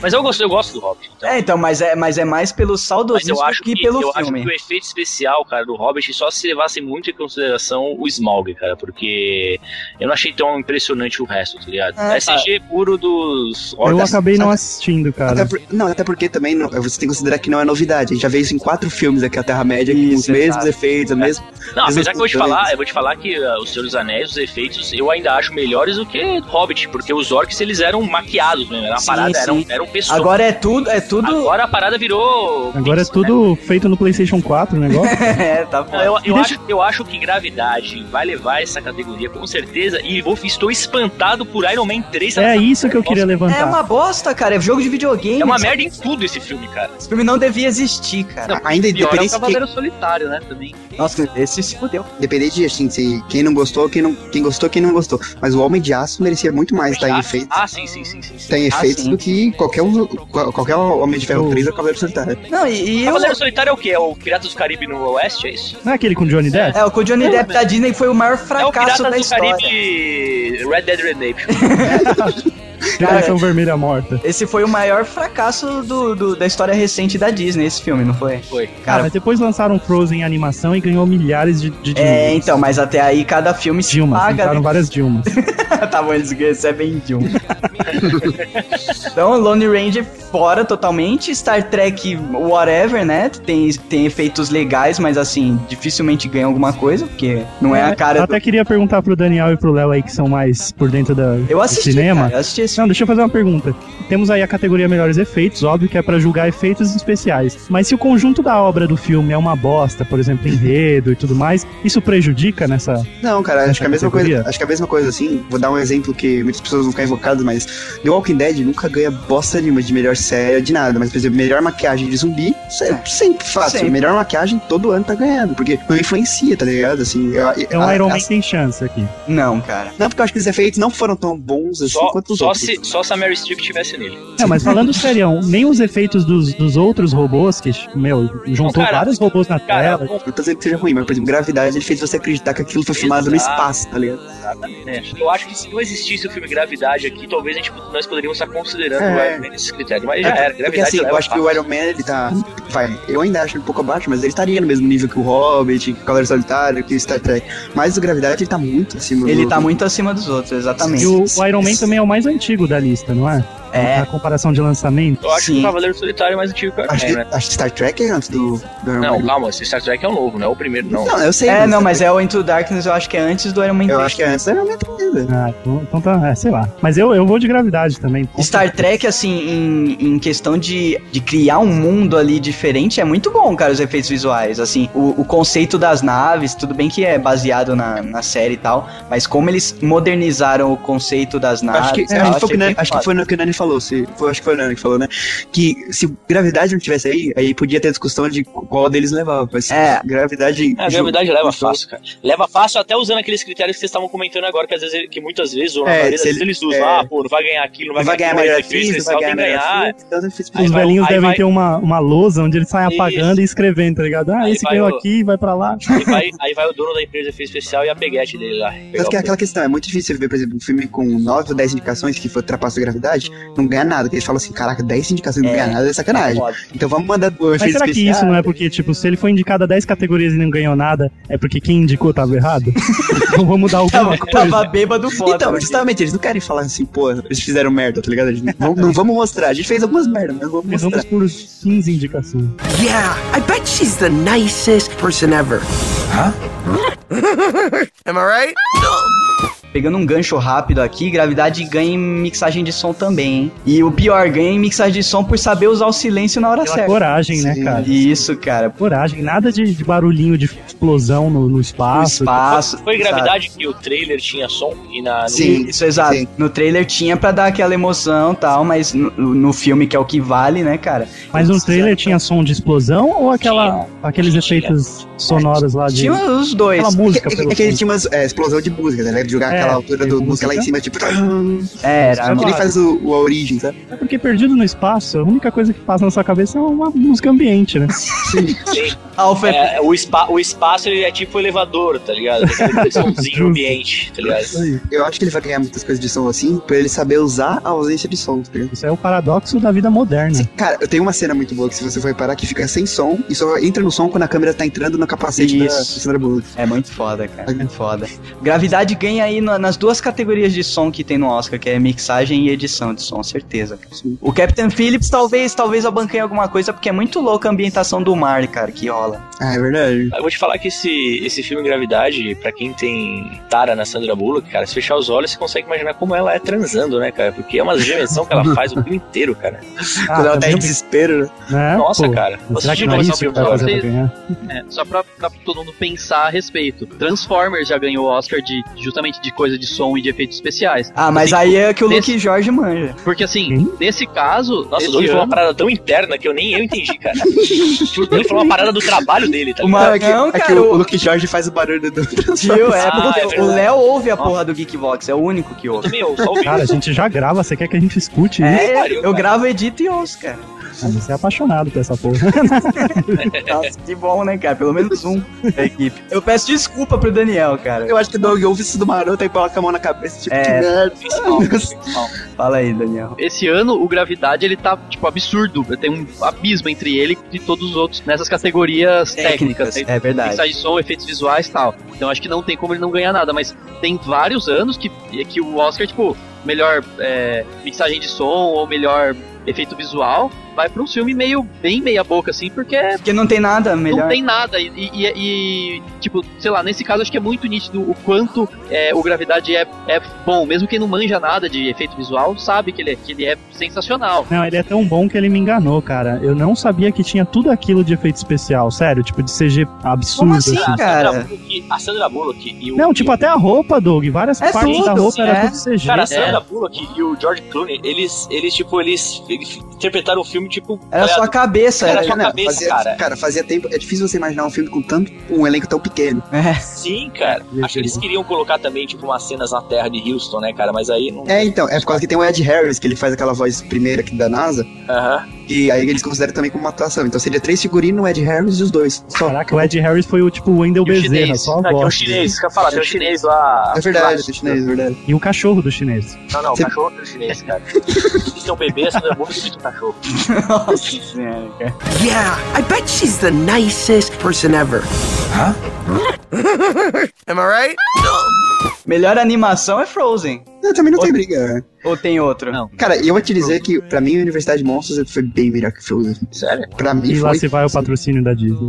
E: Mas eu gosto, eu gosto do Hobbit. Então.
A: É, então, mas é, mas é mais pelo
E: Mas
A: saudosismo
E: eu acho
A: que,
E: que,
A: pelo
E: eu acho
A: filme.
E: que o efeito especial, cara, do Hobbit só se levasse muito em consideração o Smaug, cara, porque eu não achei tão impressionante o resto, tá ligado?
A: Ah, tá.
E: SG puro dos
C: Eu
E: orcs.
C: acabei não assistindo,
D: Até
C: cara.
D: por- não, até porque também não- você tem que considerar que não é novidade. A gente já vê isso em quatro filmes aqui, a Terra-média, com os
A: Isso,
D: mesmos
A: exato.
D: efeitos, a mesma.
E: Não,
D: Mas
E: apesar
D: os
E: que eu vou te
D: dois-
E: falar, eu vou te falar que ah, o Senhor dos Anéis, os efeitos, eu ainda acho melhores do que Hobbit, porque os orcs eles eram maquiados, né? Era uma
A: Sim,
E: parada, eram,
A: sim.
E: eram pessoas.
A: Agora é tudo, é tudo.
E: Agora a parada virou.
C: Agora é tudo feito no PlayStation 4 o negócio.
A: é, tá
E: Não,
A: foda.
E: Eu, eu,
C: deixa-
E: acho, eu acho que gravidade vai levar essa categoria com certeza. E vou, estou espantado por Iron Man 3.
C: É isso que eu
E: Nossa,
C: queria
A: É
C: levantar.
A: uma bosta, cara. É jogo de videogame.
E: É uma merda em tudo esse filme, cara.
A: Esse filme não devia existir, cara.
B: Pior é o
D: Ainda independente, de quem-
B: Cavaleiro Solitário, né? Também.
A: Nossa, esse se fudeu.
D: independente de assim, se quem não gostou, quem, não, quem gostou, quem não gostou. Mas o Homem de Aço merecia muito mais tá, em
E: ah,
D: efeitos.
E: ah, sim, sim, sim, sim. sim.
D: Tem
A: Ah,
D: efeitos
A: sim.
D: do que qualquer, um- qual- qualquer Homem de Ferro
C: Eu-
D: 3 ou Cavaleiro Solitário.
A: Não, e, e eu.
E: Cavaleiro Solitário é o quê? É o Piratas do Caribe no Oeste, é isso?
C: Não é aquele com Johnny Depp?
A: É, o que o Johnny Depp da Disney foi o maior
E: é o
A: fracasso
E: Piratas
A: da
E: do
A: história.
E: Caribe Red Dead Redemption.
A: É.
C: Geração Vermelha Morta. Ah,
A: Esse foi o maior fracasso do, do- da história recente da Disney, esse filme, não foi?
E: Foi.
C: Cara,
A: Cara,
C: mas depois lançaram Frozen em animação e ganhou milhares de, de
A: é,
C: dinheiro.
A: então, mas até aí cada filme se
C: Dilmas,
A: paga.
C: lançaram
A: né?
C: várias Dilmas.
A: tá bom, eles recebem de um. então, Lone Ranger fora totalmente. Star Trek, whatever, né? Tem, tem efeitos legais, mas assim, dificilmente ganha alguma coisa, porque não é a cara do.
C: tá Até queria perguntar pro Daniel e pro Léo aí que são mais por dentro da,
A: Eu assisti,
C: do cinema.
A: cara, eu assisti esse
C: Não, deixa eu fazer uma pergunta. Temos aí a categoria melhores efeitos, óbvio que é pra julgar efeitos especiais. Mas se o conjunto da obra do filme é uma bosta, por exemplo, enredo e tudo mais, isso prejudica nessa.
D: Não, cara,
C: Essa
D: acho que é a mesma
C: categoria?
D: coisa. Acho que a mesma coisa, assim, vou dar um exemplo que muitas pessoas vão ficar invocadas, mas The Walking Dead nunca ganha bosta nenhuma de melhor série de nada. Mas, por exemplo, melhor maquiagem de zumbi, se-
E: É.
D: sempre fácil.
A: Sempre.
D: Melhor maquiagem todo ano tá ganhando, porque não influencia, tá ligado? Assim, eu-
C: É um
A: Ah,
D: a-
C: Iron
D: a-
C: Man sem chance aqui.
A: Não, cara.
D: Não, porque eu acho que os efeitos não foram tão bons assim
E: Só,
D: quanto os
E: só,
D: outros.
E: se, só se a Mary Streep tivesse nele.
C: É, mas falando serião, nem os efeitos dos, dos outros robôs, que, meu, juntou
E: Não, cara,
C: vários robôs na
E: Cara, é
C: tela.
E: bom,
D: Não tô dizendo que seja ruim, mas, por exemplo, gravidade, ele fez você acreditar que aquilo foi filmado
E: Exato.
D: no espaço, tá ligado?
E: né? eu acho que se não existisse o filme Gravidade aqui, talvez a gente, nós poderíamos estar considerando
D: É.
E: o Iron Man nesse critério. Mas já era,
D: Porque
E: Gravidade é
D: assim, eu
E: leva
D: acho que
E: fácil.
D: o Iron Man, ele tá vai, eu ainda acho ele um pouco abaixo, mas ele estaria no mesmo nível que o Hobbit, que o Cavaleiro Solitário, que o Star Trek. Mas o Gravidade ele tá muito acima
A: Ele
D: do...
A: tá muito acima dos outros, exatamente.
C: E o, o Iron Man também é o mais antigo da lista, não é?
A: É.
C: Na comparação de lançamento.
E: Eu acho
A: Sim.
E: que o Cavaleiro Solitário é mais antigo que o Iron
D: Acho
E: Man,
D: que,
E: né?
D: acho que Star Trek é antes do, do Iron
E: Não,
D: Man.
E: calma, esse Star Trek é o novo, não é o primeiro, não.
D: eu sei.
A: É, não, mas é o Into Darkness, eu acho que é antes do Iron Man
D: Eu
A: 3.
D: acho que é antes do Iron Man ainda.
C: Ah, então, então tá, é, sei lá. Mas eu, eu vou de gravidade também. Então,
A: Star Trek, assim, em, em questão de, de criar um mundo ali diferente, é muito bom, cara, os efeitos visuais. Assim, o, o conceito das naves, tudo bem que é baseado na, na série e tal, mas como eles modernizaram o conceito das naves.
D: Acho que,
A: e tal,
D: É, acho, que foi o
A: achei
D: que o Nani-
A: bem
D: acho que
A: foda.
D: foi no que o Nani falou. Se, foi- acho que foi o Nani que falou, né? Que se gravidade não tivesse aí, aí podia ter discussão de qual deles levava. Mas
A: É.
D: gravidade.
E: A gravidade leva fácil, cara. Leva fácil até usando aqueles critérios que vocês estavam comentando agora, que às vezes, que muitas vezes, ou na
D: É,
E: maioria das
D: se
E: vezes,
D: ele-
E: eles usam,
D: é.
E: ah, pô, não vai ganhar aquilo, não vai,
D: Vai ganhar
E: aquilo,
D: melhor
E: difícil,
D: física, vai ganhar melhor então é física.
C: os
E: vai-
C: velhinhos
E: aí
C: devem
E: vai-
C: ter uma, uma lousa onde eles saem
E: Isso.
C: apagando e escrevendo, tá ligado? Ah,
E: Aí
C: esse
E: vai
C: ganhou
E: o-
C: aqui, vai pra lá.
E: Aí vai, aí vai o dono da empresa de efeito especial e a peguete dele lá. Pegar
D: Tanto que é
E: o-
D: aquela questão, é muito difícil você ver, por exemplo, um filme com 9 ou 10 indicações que for ultrapassa a gravidade, não ganha nada. Porque eles falam assim, caraca, 10 indicações não
A: É.
D: ganha nada é sacanagem.
A: Foda.
D: Então vamos mandar o
C: Mas
D: efeito
C: será que
D: especial.
C: isso não
A: ah,
C: é porque, tipo, se ele foi indicado a 10 categorias e não ganhou nada, é porque quem indicou tava errado? então vamos dar alguma
A: Tava,
C: coisa.
A: tava bêbado foda.
D: Então,
A: né?
D: justamente, eles não querem falar assim, pô, eles fizeram merda, tá ligado? Eles não, vão- não vamos mostrar. A gente fez algumas merdas, mas vamos
C: Mas
D: mostrar.
C: Vamos por 15 indicações.
J: Yeah, I bet she's the nicest person ever. Huh? Am I right?
A: Pegando um gancho rápido aqui, gravidade ganha em mixagem de som também, hein? E o pior, ganha em mixagem de som por saber usar o silêncio na hora
C: Pela
A: certa.
C: coragem, né,
D: Sim.
C: cara?
A: Isso, cara.
C: Coragem, nada de, de barulhinho de explosão no, no
A: O
C: espaço.
A: espaço.
E: Foi
A: sabe?
E: gravidade que o trailer tinha som e na. no-
D: Sim,
A: Isso, exato.
D: sim.
A: No trailer tinha pra dar aquela emoção e tal, mas no, no filme, que é o que vale, né, cara?
C: Mas no trailer tinha som de explosão ou aquela, aqueles efeitos sonoros lá de.
A: Tinha um os dois.
C: Aquela
D: É
C: música,
D: que-
C: pelo
D: é que ele
C: menos.
D: tinha uma explosão de música, tá ligado? Jogar
C: É,
D: aquela altura
C: teve
D: do música lá em
C: música. Ah,
D: cima, tipo. Que
A: É, era.
C: Claro.
D: nem faz o, o a origem, sabe?
C: É porque perdido no espaço, a única coisa que passa na sua cabeça é uma música ambiente, né?
A: Alpha
E: É, o, spa, o espaço ele é tipo o elevador, tá ligado? Tem aquele somzinho ambiente, tá ligado?
D: Eu acho que ele vai ganhar muitas coisas de som assim, pra ele saber usar a ausência de som, tá ligado?
C: Isso é o paradoxo da vida moderna.
D: Cara, eu tenho uma cena muito boa que se você for reparar que fica sem som e só entra no som quando a câmera tá entrando no capacete da
A: Isso.
D: Sandra Bullock.
A: É muito foda, cara. Muito foda. Gravidade ganha aí na- nas duas categorias de som que tem no Oscar, que é mixagem e edição de som, certeza. cara. O Captain Phillips talvez, talvez abancanhe alguma coisa, porque é muito louca a ambientação do mar, cara, que rola.
D: Ah, é verdade.
E: Eu vou te falar que esse, esse filme Gravidade, pra quem tem tara na Sandra Bullock, cara, se fechar os olhos, você consegue imaginar como ela é transando, né, cara? Porque é uma gemensão que ela faz o filme inteiro, cara.
D: Quando ela tá em
C: Ah, também,
D: desespero, né?
C: né?
E: Nossa,
C: Pô,
E: cara.
C: Será que
E: assistiu
C: não é
E: versão
C: isso que vai
E: primeira?
C: fazer pra ganhar?
B: É, só pra, pra todo mundo pensar a respeito. Transformers já ganhou o Oscar de, justamente de coisa de som e de efeitos especiais.
A: Ah, mas
B: Assim,
A: aí é que o
B: nesse-
A: Luke Jorge manja.
B: Porque assim,
C: Hum?
B: nesse caso.
E: Nossa, o
B: esse
E: Doug falou uma
B: ano-
E: parada tão interna que eu nem eu entendi, cara. Tipo, o Doug falou uma parada do trabalho dele, tá
A: O
E: ligado?
A: Mar...
D: é que,
A: Não,
D: é que
A: cara,
D: o, o
A: o...
D: Luke Jorge faz o barulho do.
A: Tio, é,
E: Ah,
A: porque
E: é
A: o
E: verdade.
A: Léo ouve a porra do Geekbox, é o único que ouve.
E: Também eu
D: Tá
E: só ouvi.
C: Cara, a gente já grava, você quer que a gente escute isso?
A: É,
E: pariu,
A: eu
E: cara.
A: gravo, edito e ouço, cara.
C: Ah, Você é apaixonado por essa porra.
A: Nossa, que bom, né, cara? Pelo menos um da equipe. Eu peço desculpa pro Daniel, cara.
D: Eu acho que o Doug ouve isso do maroto e coloca a mão na cabeça, tipo,
A: É.
D: que merda.
A: Fala aí, Daniel.
B: Esse ano, o Gravidade, ele tá, tipo, absurdo. Tem um abismo entre ele e todos os outros nessas categorias técnicas. né?
A: É verdade.
B: mixagem de som, efeitos visuais e tal. Então acho que não tem como ele não ganhar nada, mas tem vários anos que, que o Oscar, tipo, melhor é, mixagem de som ou melhor efeito visual, vai pra um filme meio bem meia boca, assim, porque
A: É Porque não tem nada melhor.
B: não tem nada. E, e- e, tipo, sei lá, nesse caso acho que é muito nítido o quanto é, o Gravidade é, é bom. Mesmo quem não manja nada de efeito visual, sabe que ele é, que ele é sensacional.
C: Não, ele é tão bom que ele me enganou, cara. Eu não sabia que tinha tudo aquilo de efeito especial, sério, tipo de CG absurdo.
A: Como assim,
E: A Sandra,
A: cara?
E: Bullock, a Sandra Bullock e o.
C: Não, tipo,
E: e o-
C: até a roupa, Doug. Várias
A: É
C: partes da
A: tudo,
C: roupa era
A: é.
C: tudo CG.
E: Cara, a
C: cara.
E: Sandra Bullock e o George Clooney, eles, eles tipo, eles, eles interpretaram o filme, tipo,
A: Era só a cabeça,
E: Era
A: era.
E: só- a cabeça,
D: fazia,
E: cara.
D: fazia tempo. É difícil você imaginar um filme com tanto. um elenco tão pequeno.
E: Sim, cara. Acho que eles queriam colocar também, tipo, umas cenas na terra de
C: É.
E: Houston, né, cara? Mas aí não.
D: É, então, é por causa que tem o Ed Harris, que ele faz aquela voz primeira aqui da NASA.
E: Aham.
D: E aí eles consideram também como uma atuação. Então seria três figurinos, o Ed Harris e os dois. Só.
C: Caraca, o Ed Harris foi o tipo o Wendell Bezerra, só a
E: Não, tem um
C: voz.
E: chinês, isso que eu ia falar, tem um chinês lá.
D: É verdade, é chinês, é verdade.
C: E o cachorro do chinês.
E: Não, não, o
D: Você-
E: cachorro tem um chinês, cara. Isso é um bebê, essa não é muito bonito cachorro.
A: Nossa senhora, cara.
J: Yeah, I bet she's the nicest person ever. Huh? Am I right?
A: Melhor animação é Frozen.
D: Eu também não
A: Outro-
D: tem briga. é.
A: Ou tem outro?
B: Não.
D: Cara, e eu vou te dizer que pra mim a Universidade de Monstros foi bem melhor que Frozen.
E: Sério?
D: Pra mim
C: E lá
D: foi.
C: se vai o patrocínio da Disney.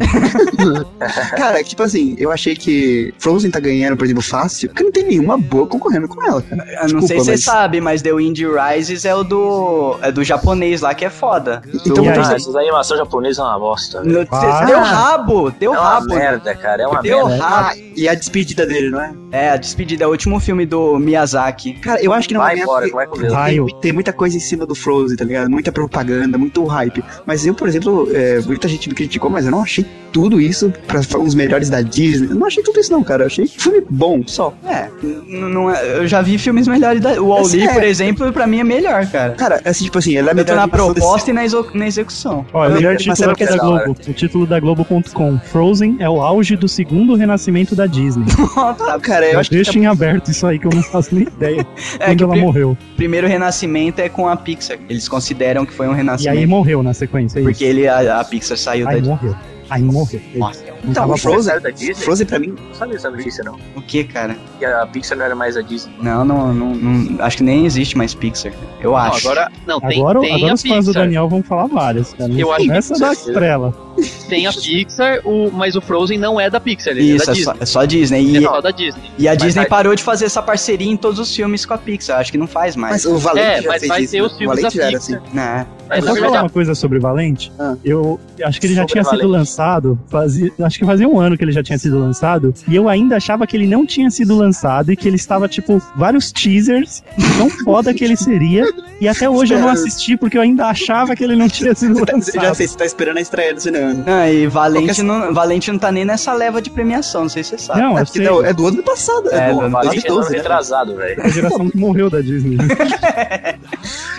D: Cara, tipo assim, eu achei que Frozen tá ganhando, por exemplo, fácil, porque não tem nenhuma boa concorrendo com ela, cara.
A: Eu Ah, não
D: Desculpa,
A: sei se você
D: mas-
A: sabe, mas The Wind Rises é o do. é do japonês lá que é foda.
D: Então,
C: E aí?
E: Ah, essas animações japonesas é uma bosta. velho.
A: No-
C: Ah.
A: Deu rabo! Deu
E: É uma
A: rabo!
E: merda, cara, é uma
A: Deu
E: merda.
D: Ah,
A: rabo!
C: É.
D: e a despedida dele, não é?
A: É, a despedida é o último filme do Miyazaki.
D: Cara, eu acho que não
E: Vai
D: ganhar
E: embora,
D: porque
E: vai com Deus.
C: Raio.
D: Tem, tem muita coisa em cima do Frozen, tá ligado? Muita propaganda, muito hype. Mas eu, por exemplo, é, muita gente me criticou, mas eu não achei tudo isso pra os melhores da Disney. Eu não achei tudo isso, não, cara. Eu achei um filme bom só.
A: É, n- não é- eu já vi filmes melhores da. O Wall-E,
D: sério.
A: por exemplo, pra mim é melhor, cara.
D: Cara, assim, tipo assim, ela é
A: Tanto
D: melhor
A: na
D: animação desse-
A: proposta e na, exo- na execução.
C: Ó, o
D: Eu-
C: melhor
D: mas
C: título
D: sabe o que
C: aqui
D: é
C: da
D: da
C: Globo. O título da Globo.com. Frozen é o auge do segundo renascimento da Disney.
D: Ah, cara, eu
C: Eu
D: acho que
C: deixo em aberto isso aí que eu não faço nem ideia
A: É
C: quando
A: que o
C: ela
A: pri-
C: morreu.
A: primeiro renascimento é com a Pixar. Eles consideram que foi um
C: E aí
A: renascimento.
C: morreu na sequência. é isso.
A: porque ele, a, a Pixar saiu
C: Aí
A: da.
C: morreu. Aí morreu. Não
D: Então,
C: tava
D: o Frozen,
E: Saiu da Disney?
D: Frozen é pra mim.
E: Não sabia essa notícia, não.
A: O que, cara?
E: E a Pixar não era mais a Disney.
A: Não, não, não, não- Acho que nem existe mais Pixar. Eu
B: Não,
A: acho.
B: agora, não, tem,
C: agora
B: tem
C: agora
B: a
C: os fãs do
B: Pixar.
C: Daniel vão falar várias. Cara.
B: Eu acho que
C: Começa
E: com
C: da
E: certeza.
C: estrela.
B: Tem a Pixar, o, mas o Frozen não é da Pixar, ele é
A: Isso,
B: da
A: é
B: Disney.
A: só, é só Disney.
B: É
A: E,
B: só da Disney.
A: e a
B: Mas
A: Disney
B: vai-
A: parou de fazer essa parceria em todos os filmes com a Pixar. Acho que não faz mais.
D: Mas o Valente
B: É,
D: já
B: mas
D: fez
B: vai
D: isso,
B: ter
D: né?
B: os filmes
D: o Valente
B: da
D: já era assim.
B: Pixar.
A: Né?
B: Mas
C: Posso
B: vai
C: falar
B: ter-
C: uma coisa sobre Valente?
D: Ah.
C: Eu acho que ele já
E: Sobre
C: tinha sido
E: Valente.
C: lançado, fazia, acho que fazia um ano que ele já tinha sido lançado, e eu ainda achava que ele não tinha sido lançado e que ele estava, tipo, vários teasers, tão foda que ele seria, e até hoje eu não assisti porque eu ainda achava que ele não tinha sido
D: Você tá- você já
C: lançado.
D: sei, você tá esperando a estreia do cinema.
A: Não,
B: é
A: e Valente,
D: Qualquer-
A: não, Valente não tá nem nessa leva de premiação, não sei se você sabe.
C: Não,
D: É,
C: eu
D: porque
C: sei,
D: não, é do ano passado.
A: É,
D: É, do
A: do ano
D: ano
A: passado.
E: Valente é um
D: 2012, né?
E: retrasado, velho.
C: a geração que morreu da Disney. né?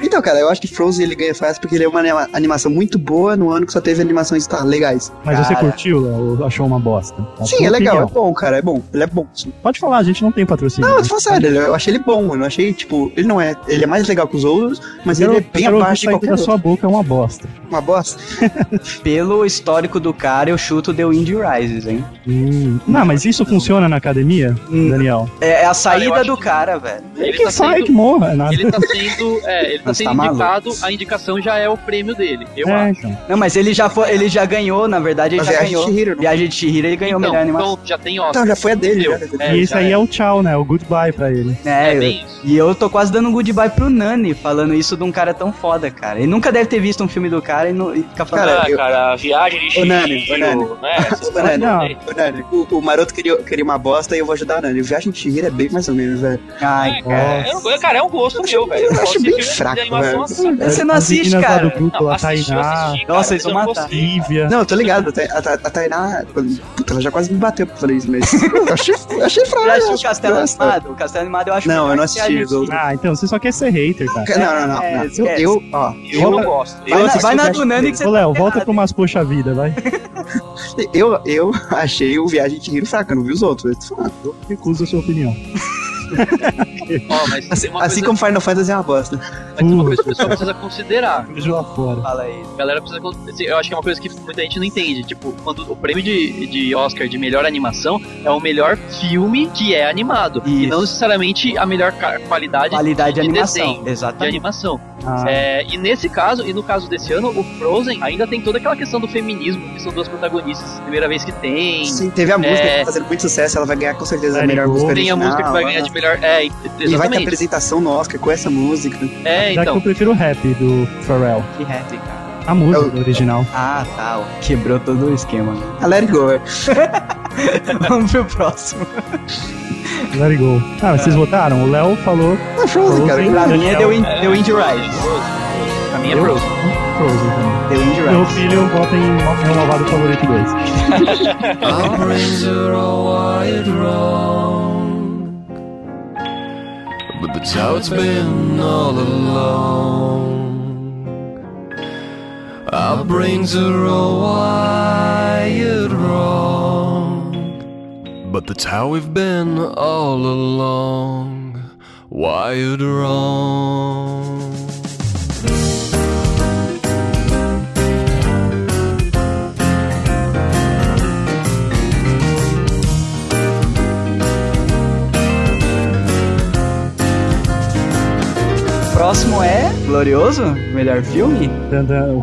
D: Então, cara, eu acho que Frozen ele ganha fácil porque ele é uma anima- animação muito boa no ano que só teve animações tá, legais.
C: Mas você
A: Cara.
C: curtiu Léo, ou achou uma bosta? A
D: Sim,
C: sua
D: é legal, é
C: Tá opinião.
D: bom, cara, é bom. Ele é bom. sim.
C: Pode falar, a gente não tem patrocínio. né?
D: Não, mas fala sério, ele- eu achei ele bom, eu não achei, tipo, ele não é. Ele é mais legal que os outros, mas ele é bem
C: quero ouvir
D: abaixo de
C: sair
D: qualquer
C: da
D: outro.
C: sua boca é uma bosta.
D: Uma bosta.
A: Pelo histórico do cara, eu chuto The Wind Rises, hein?
C: Não, mas isso funciona na academia, Daniel?
A: É, é a
B: eu
A: saída
B: acho
A: do
B: que-
A: cara, velho.
C: Ele
B: Ele
C: que
B: tá
C: sai,
B: sendo-
C: que morra. é Nada.
B: Ele tá sendo, é, ele tá
A: Mas
B: sendo
A: tá maluco.
B: indicado, a indicação já é o prêmio dele, eu
C: É,
B: acho.
C: então.
A: Não, mas ele já foi, ele já ganhou, na verdade, ele
D: é A
A: já
D: viagem de
A: ganhou.
D: Chihiro, não.
A: Viagem de Chihiro, ele ganhou é
B: Então,
A: o melhor animação.
B: então já tem Oscar.
D: Então, já foi a dele,
B: Entendeu?
D: já.
B: É,
C: e esse
B: já
C: aí
B: é.
C: é o tchau, né? O goodbye pra ele.
A: É,
B: É,
A: eu-
B: bem isso.
A: E eu tô quase dando um goodbye pro Nani falando isso de um cara tão foda, cara. Ele nunca deve ter visto um filme do cara e, não, e ficar falando.
D: Cara,
E: ah,
D: eu-
E: cara, a viagem de
D: Ô,
E: Chihiro,
D: Nani, ô, Nani.
E: né? Essas
D: Ô, Nani.
C: Não.
E: coisas.
D: Ô, Nani, O, o maroto queria, queria uma bosta e eu vou ajudar o Nani. Viagem de Chihiro é bem mais ou menos, velho.
A: Ai, cara.
E: É, eu- Cara, é um gosto meu, velho.
D: Eu acho
E: gosto de
D: bem
E: filme de
D: fraco,
E: animação
D: velho.
E: assim.
B: né?
A: Você
D: é
A: não
C: As
A: assiste,
C: meninas lá
A: cara.
C: do grupo,
E: Não,
C: a
E: assisti, eu
C: Tainá,
E: assisti, cara,
A: Nossa,
E: mas
A: isso
E: eu não
A: mata.
C: a
E: gostei.
C: Lívia.
D: Não, eu tô ligado. A, a, a Tainá. Puta, ela já quase me bateu pra falar isso, mas. Eu achei, eu achei fraco.
A: Já
D: eu
A: assistiu o
D: acho
A: Castelo
D: bosta.
A: Animado? O Castelo Animado eu acho
D: Não,
A: melhor
D: eu não
A: que a
D: assisti,
A: gente.
D: eu-
C: Ah, então você só quer ser hater, cara.
D: Não, não, não.
A: É,
D: não. Eu,
A: esquece.
D: eu, ó,
E: Eu, não gosto.
A: Vai na,
D: assisti
A: vai na
D: Viagem
A: do Nani que você tá
C: Ô, Léo, volta
A: errado.
C: pro umas poxa vida, vai.
D: Eu, eu achei o Viagem de Hiro fraco, eu não vi os outros. Eu tô falando.
C: Recusa a sua opinião.
B: Ó, mas tem uma
D: Assim
B: coisa-
D: como Final Fantasy é uma bosta.
B: mas tem uma coisa que o pessoal precisa considerar.
C: Vejo lá fora.
A: Fala aí.
B: A galera precisa. con- assim, Eu acho que é uma coisa que muita gente não entende. Tipo, quando o prêmio de, de Oscar de melhor animação é o melhor filme que é animado. E
A: Isso.
B: não necessariamente a melhor ca- qualidade
A: Qualidade de
B: de
A: animação.
B: desenho, de
A: Exatamente.
B: animação.
C: Ah,
B: É, e nesse caso, e no caso desse ano, o Frozen ainda tem toda aquela questão do feminismo, que são duas protagonistas, primeira vez que tem.
D: Sim, teve a música que tá fazendo muito sucesso, ela vai ganhar com certeza a melhor
C: Arigo.
D: música
B: É. Tem a
D: original.
B: música que vai ganhar de melhor. É,
D: E vai ter
B: exatamente.
D: apresentação no Oscar com essa música.
B: É,
C: já que eu
B: então.
C: prefiro o rap do Pharrell.
A: Que rap, cara.
C: A música original.
A: Ah, tá. ó. Quebrou todo o esquema. né?
D: A Ah, Let It Go. é. velho.
A: Vamos pro próximo.
C: Let it go. Ah,
B: É.
C: mas vocês votaram? O Léo falou
D: É Frozen, cara.
C: Frozen.
A: Pra mim é The Wind,
E: É.
A: The Wind Rises.
E: Pra mim é
C: Eu-
E: Frozen.
C: Frozen também.
A: The Wind
C: Meu
A: Rises.
C: filho vota em Meu Lavado Favorito 2.
G: But that's how it's been all along.
K: Our brains are all wired wrong. But that's how we've been all along. Wired wrong.
A: Próximo é Glorioso, melhor filme.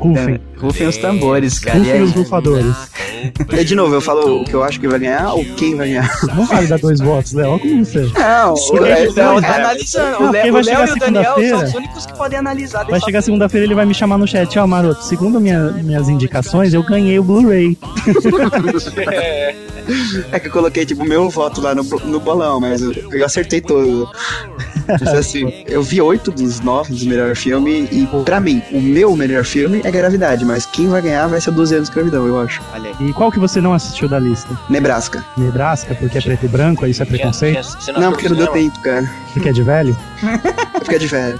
C: Rufem.
A: Rufem os tambores, cara. E
C: Rufem
A: aí?
C: os rufadores.
D: E de novo, eu falo o que eu acho que vai ganhar ou quem vai ganhar.
C: Não vale dar dois votos, Léo. Olha como você.
D: Não,
C: Sim,
D: o-
C: é,
D: é,
C: cara.
D: não,
A: tá analisando,
C: Não,
A: o
C: quem
A: Léo
C: vai
A: o Léo
C: chegar
A: e o Daniel são os
C: segunda-feira-
A: únicos que podem analisar.
C: Vai
A: dessa
C: chegar segunda-feira ele vai me chamar no chat, ó, Maroto, segundo minha- minhas indicações, eu ganhei o Blu-ray.
D: é. É que eu coloquei, tipo, meu voto lá no, no bolão, mas eu, eu acertei todo. Mas, assim, eu vi oito dos nove dos melhores filmes e, pra mim, o meu melhor filme é Gravidade, mas quem vai ganhar vai ser 12 anos de escravidão, eu acho.
A: Olha aí.
C: E qual que você não assistiu da lista?
D: Nebraska.
C: Nebraska, porque é preto e branco, isso é preconceito?
D: Não, porque não deu tempo, cara.
C: Porque é de velho?
D: Fica de velho.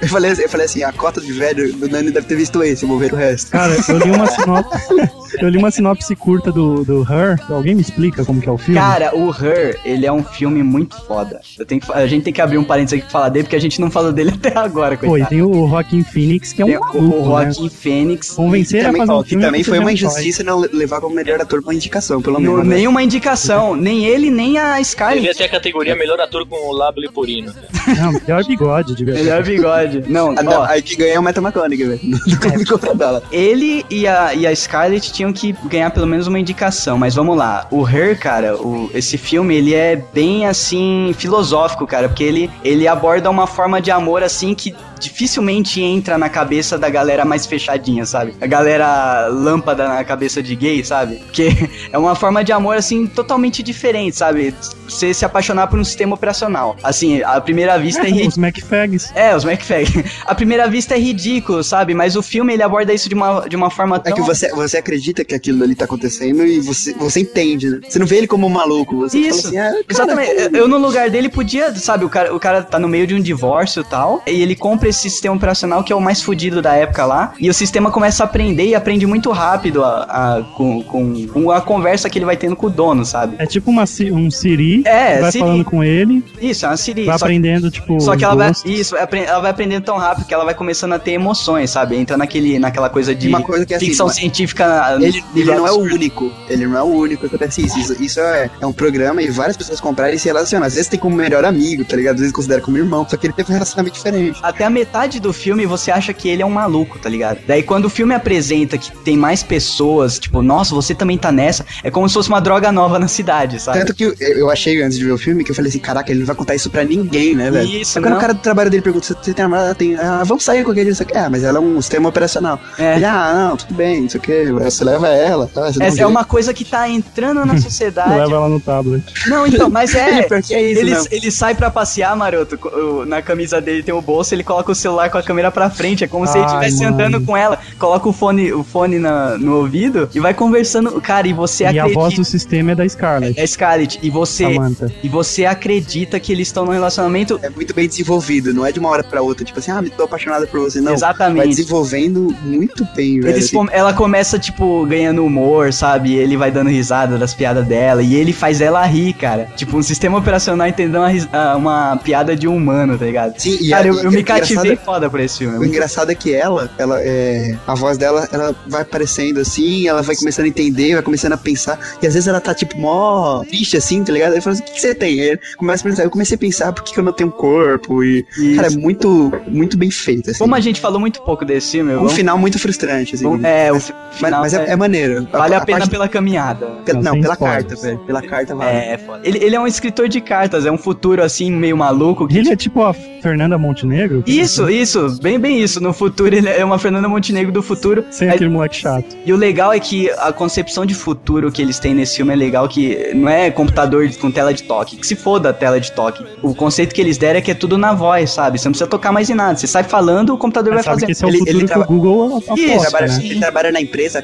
D: Eu falei, eu falei assim, a cota de velho do Nani deve ter visto esse, eu vou ver o resto.
C: Cara, eu li uma sinopse, eu li uma sinopse curta do, do Her. Alguém me explica como que é o filme?
A: Cara, o Her, ele é um filme muito foda. Eu tenho que fa- a gente tem que abrir um parênteses aqui pra falar dele, porque a gente não falou dele até agora,
C: Pô, e
A: coitado.
C: tem o Joaquin Phoenix, que é um
A: Tem o-
C: maluco,
A: o Joaquin
C: né?
A: Fênix.
C: Convencer a
D: também,
C: fazer um
D: ó, que
C: filme
D: também
C: que
D: foi
C: você
D: uma
C: não faz.
D: injustiça não levar como melhor ator pra indicação, pelo
C: é
A: Não,
C: um
D: menos. né?
A: nenhuma indicação, nem ele, nem a
E: Devia
A: Scarlett.
E: ter a categoria melhor ator com o lábio leporino.
C: Não, melhor É, bigode, de verdade.
A: Melhor é bigode. Não,
D: Ah, não,
A: ó,
D: aí que ganha é o Meta McConaughey, velho. Não contra dela.
A: ele e a, e a Scarlett tinham que ganhar pelo menos uma indicação, mas vamos lá. O Her, cara, o- esse filme, ele é bem, assim, filosófico, cara, porque ele, ele aborda uma forma de amor, assim, que dificilmente entra na cabeça da galera mais fechadinha, sabe? A galera lâmpada na cabeça de gay, sabe? Porque é uma forma de amor, assim, totalmente diferente, sabe? Você se apaixonar por um sistema operacional. Assim, à primeira vista é,
C: É,
A: ri-
C: os McFags.
A: é, os McFag. A primeira vista é ridículo, sabe? Mas o filme ele aborda isso de uma, de uma forma
D: É
A: tão.
D: que você, você acredita que aquilo ali tá acontecendo e você, você entende, né? Você não vê ele como um maluco. Você
A: Isso,
D: fala assim, ah, cara,
A: exatamente.
D: pô,
A: Eu no lugar dele podia, sabe, o cara, o cara tá no meio de um divórcio e tal, e ele compra esse sistema operacional que é o mais fudido da época lá, e o sistema começa a aprender e aprende muito rápido a, a- com, com, com a conversa que ele vai tendo com o dono, sabe?
C: É tipo uma, si- um Siri,
A: É,
C: vai
A: Siri.
C: falando com ele,
A: Isso, é uma Siri.
C: vai
A: só que-
C: aprendendo, tipo.
A: Só que ela vai,
C: gosto.
A: isso, vai apren- ela vai aprendendo tão rápido que ela vai começando a ter emoções, sabe? Entra naquele, naquela coisa de
D: Uma coisa que é assim,
A: ficção
D: mas-
A: científica.
D: Ele, ele
A: nível
D: não é o
A: absurdo.
D: único. Ele não é o único que acontece isso. Isso, isso é, é um programa e várias pessoas compraram e se relacionam. Às vezes tem como melhor amigo, tá ligado? Às vezes considera como irmão, só que ele teve um relacionamento diferente.
A: Até a metade do filme você acha que ele é um maluco, tá ligado? Daí quando o filme apresenta que tem mais pessoas, tipo, nossa, você também tá nessa, é como se fosse uma droga nova na cidade, sabe?
D: Tanto que eu, eu achei antes de ver o filme que eu falei assim: caraca, ele não vai contar isso pra ninguém, né, velho?
A: Isso,
D: Só quando
A: não.
D: o cara do trabalho dele pergunta: você tem namorada? Tem. Ah, vamos sair com aquele. não sei o quê. Ah, mas ela é um sistema operacional.
A: É.
D: Ele, ah, não, tudo bem, não sei o que. Você leva ela. Tá, você dá um
A: Essa é
D: jeito."
A: uma coisa que tá entrando na sociedade.
C: Leva ela no tablet.
A: Não, então, mas é.
D: Pior que é isso,
A: Ele,
D: não.
A: ele sai pra passear, maroto. co- o- Na camisa dele tem o bolso, ele coloca o celular com a câmera pra frente. É como se ele
C: Ai,
A: estivesse
C: mano.
A: andando com ela. Coloca o fone, o fone na- no ouvido e vai conversando. Cara, e você
C: E a
A: acredita.
C: voz do sistema é da Scarlett.
A: É Scarlett, e você.
C: Samantha.
A: E você acredita que eles estão num relacionamento
D: é muito bem desenvolvido, não é de uma hora pra outra, tipo assim, ah, me tô apaixonada por você, não. Vai
A: Exatamente.
D: desenvolvendo muito bem, velho.
A: Eles
D: assim.
A: com- ela começa, tipo, ganhando humor, sabe? Ele vai dando risada das piadas dela. E ele faz ela rir, cara. Tipo, um sistema operacional entendendo uma, ris- ah, uma piada de um humano, tá ligado?
D: Sim, e
A: cara,
D: a-
A: eu, eu
D: e
A: me
D: o engraçado
A: cativei
D: é-
A: foda por esse filme.
D: O engraçado é que ela, ela é, a voz dela, ela vai aparecendo assim, ela vai começando a entender, vai começando a pensar, e às vezes ela tá tipo mó triste assim, tá ligado? Aí fala assim, o que, que você tem? Aí começa a pensar, eu comecei a pensar por que, que eu não tenho um corpo, e
A: Isso.
D: cara, é muito, muito bem feito, assim.
A: Como a gente falou muito pouco desse filme,
D: um
A: vamos-
D: final muito frustrante, assim.
A: vamos- é, o fi-
D: mas,
A: final
D: mas é, é maneiro.
A: vale a, pena
D: parte-
A: pela caminhada.
D: pela-
C: Não,
D: não,
C: sem
D: pela
C: spoilers.
D: carta, velho. Pela carta vale.
A: É, é foda. Ele, ele é um escritor de cartas, é um futuro assim, meio maluco. que-
C: Ele é tipo a Fernanda Montenegro?
A: Isso, isso, bem, bem isso. No futuro, ele é uma Fernanda Montenegro do futuro.
C: Sem
A: Aí-
C: aquele moleque chato.
A: E o legal é que a concepção de futuro que eles têm nesse filme é legal que não é computador com tela de toque, que se foda a tela de toque. O conceito que eles deram é que é tudo na voz, sabe? Você não precisa tocar mais em nada. Você sai falando, o computador
C: Mas
A: vai
C: sabe
A: fazendo.
C: que esse é o
D: Ele-
C: futuro
D: ele
C: que
D: traba-
C: o Google aposta,
A: Isso, é
D: Ele trabalha,
C: né?
D: ele trabalha na empresa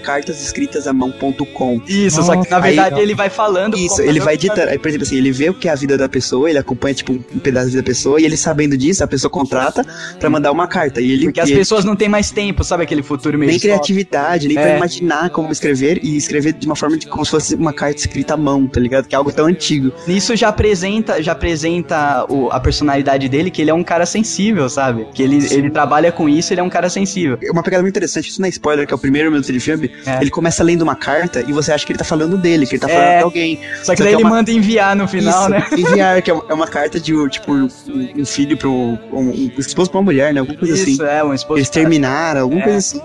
D: cartasescritasamão.com.
A: Isso, só que na
D: Nossa,
A: verdade
D: aí-
A: ele vai falando. o
D: Isso,
A: computador
D: ele vai
A: vai fazendo.
D: editando. Aí, por exemplo, assim, ele vê o que é a vida da pessoa, ele acompanha, tipo, um pedaço da vida da pessoa, e ele sabendo disso, a pessoa contrata, pra mandar uma carta. E ele,
A: Porque as
D: e ele-
A: pessoas não têm mais tempo, sabe aquele futuro meio
D: nem
A: distópico?
D: criatividade, nem pra
A: É.
D: imaginar como escrever e escrever de uma forma de como se fosse uma carta escrita à mão, tá ligado? Que é algo tão antigo.
A: Nisso já apresenta, já apresenta o- a personalidade dele, que ele é um cara sensível, sabe? Que ele, ele trabalha com isso, ele é um cara sensível.
D: Uma pegada muito interessante, isso não é spoiler, que é o primeiro minuto de filme,
A: É.
D: ele começa lendo uma carta e você acha que ele tá falando dele, que ele tá falando
A: É.
D: de alguém.
A: Só que daí
D: é
A: ele
D: uma-
A: manda enviar no final,
D: Isso,
A: né?
D: Enviar, que é uma- é uma carta de, tipo, um- um filho pro... Um, um esposo pra uma mulher, né? Alguma coisa assim.
A: Isso, é, um esposo
D: Eles terminaram, alguma
A: É.
D: coisa assim.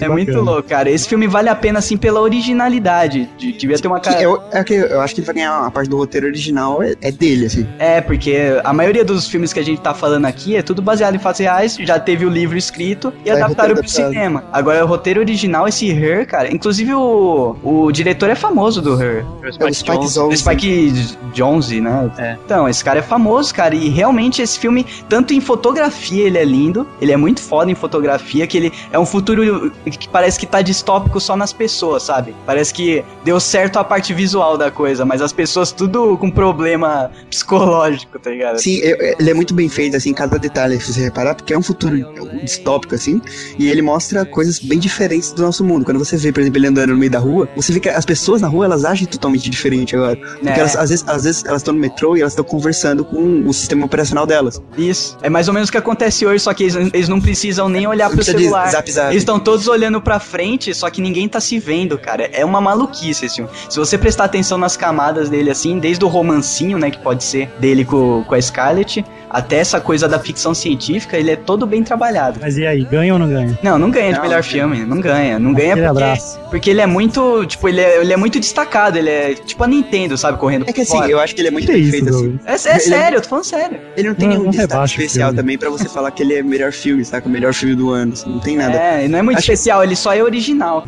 A: é muito louco, cara. Esse filme vale a pena, assim, pela originalidade. De- Devia ter uma
D: Que
A: cara.
D: eu, é que eu acho que ele vai ganhar a parte do roteiro original, é, é dele, assim.
A: É, porque a maioria dos filmes que a gente tá falando aqui é tudo baseado em fatos reais, já teve o livro escrito e
D: Aí
A: adaptaram
D: roteiro
A: pro
D: adaptado.
A: cinema. Agora, o roteiro original, esse Her, cara, inclusive o, o diretor é famoso do Her.
B: O Spike É, o Spike Jonze.
A: O
B: Jonze.
A: Spike J- Jonze, né? Então, esse cara é famoso, cara, e realmente esse filme, tanto em fotografia ele é lindo, ele é muito foda em fotografia, que ele é um futuro que parece que tá distópico só nas pessoas, sabe? Parece que deu certo a parte visual da coisa, mas as pessoas tudo com problema psicológico, tá ligado?
D: Sim, eu- ele é muito bem feito, assim, cada detalhe, se você reparar, porque é um futuro distópico, assim, e ele mostra coisas bem diferentes do nosso mundo. Quando você vê, por exemplo, ele andando no meio da rua, você vê que as pessoas na rua, elas agem totalmente diferente agora. Porque
A: É.
D: elas, às vezes, às vezes elas estão no metrô e elas estão conversando com o sistema operacional delas.
A: Isso. É mais ou menos o que acontece hoje, só que eles, eles não precisam nem olhar
D: Não
A: pro
D: precisa de
A: celular.
D: zap, zap.
A: Eles estão todos olhando pra frente, só que ninguém tá se vendo, cara. É uma maluquice esse filme. Se você prestar atenção nas camadas dele, assim, desde o romancinho, né, que pode ser dele com, com a Scarlett, até essa coisa da ficção científica, ele é todo bem trabalhado.
C: Mas e aí, ganha ou não ganha?
A: Não, não ganha de
C: Não,
A: melhor
C: não
A: filme. Não ganha. Não ganha
C: Aquele
A: porque,
C: abraço.
A: porque ele é muito. Tipo, ele é, ele é muito destacado. Ele é tipo a Nintendo, sabe? Correndo
D: É que assim, eu acho que ele é muito bem feito, assim.
A: É, é
D: Ele
A: sério, eu tô falando sério.
D: Ele não é né? tem nenhum destaque
C: rebaixa o
D: especial
C: filme.
D: também pra você falar que ele é o melhor filme, saca? O melhor filme do ano, assim, não tem nada.
A: É, não é muito especial, ele só é original.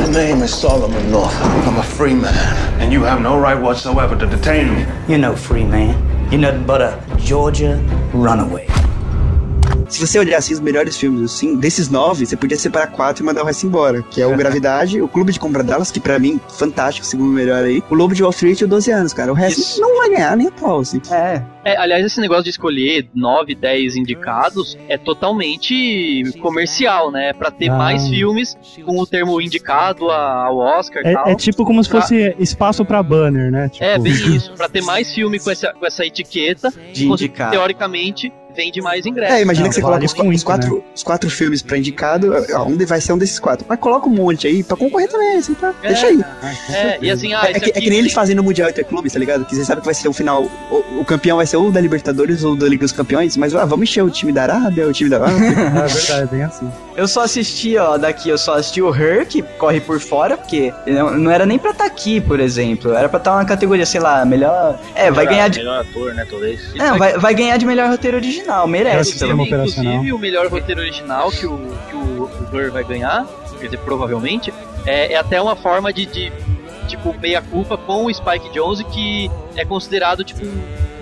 L: My name is Solomon North. I'm a free man, and you have no right whatsoever to detain me.
M: You're no free man. You're nothing but a Georgia runaway.
D: Se você olhar assim, os melhores filmes, assim, desses nove, você podia separar quatro e mandar o resto embora. Que é o Gravidade, o Clube de Compra Dallas, que pra mim, fantástico, segundo o melhor aí. O Lobo de Wall Street e o 12 anos, cara. O resto não vai ganhar nem a pau, assim.
A: É.
B: É, aliás, esse negócio de escolher 9, 10 indicados é totalmente comercial, né? Pra ter
C: Ah.
B: mais filmes com o termo indicado a- ao Oscar e tal.
C: É, é tipo como se
A: Ah.
B: Pra-
C: fosse espaço pra banner, né? Tipo,
B: É, bem isso. Pra ter mais filme com essa, com essa etiqueta,
A: De
B: você,
A: indicado.
B: teoricamente, vende mais ingressos.
D: É, imagina que você coloca os, qua- os quatro, os quatro filmes pra indicado, ó, um de- vai ser um desses quatro. Mas coloca um monte aí pra concorrer também, assim, tá?
B: É,
D: Deixa aí.
B: É, e assim, ah,
D: é, é
B: esse
D: que, é que
B: aqui...
D: nem eles fazem no Mundial Interclubes, tá ligado? Que você sabe que vai ser o final. O, o campeão vai ser ou da Libertadores ou da Liga dos Campeões, mas ah, vamos encher o time da Arábia, o time da. ah,
C: É verdade, é bem assim.
A: Eu só assisti, ó, daqui, eu só assisti o Her, que corre por fora, porque não, não era nem pra estar aqui, por exemplo. Era pra estar na categoria, sei lá, melhor. É, vai ganhar de.
E: Melhor ator, né, talvez.
A: Não, vai, vai ganhar de melhor roteiro original, merece.
B: Inclusive,
A: pelo menos.
B: inclusive, o melhor roteiro original que o, que o, o Burr vai ganhar, quer dizer, provavelmente, é, é até uma forma de, de, tipo, meia-culpa com o Spike Jonze, que é considerado, tipo, um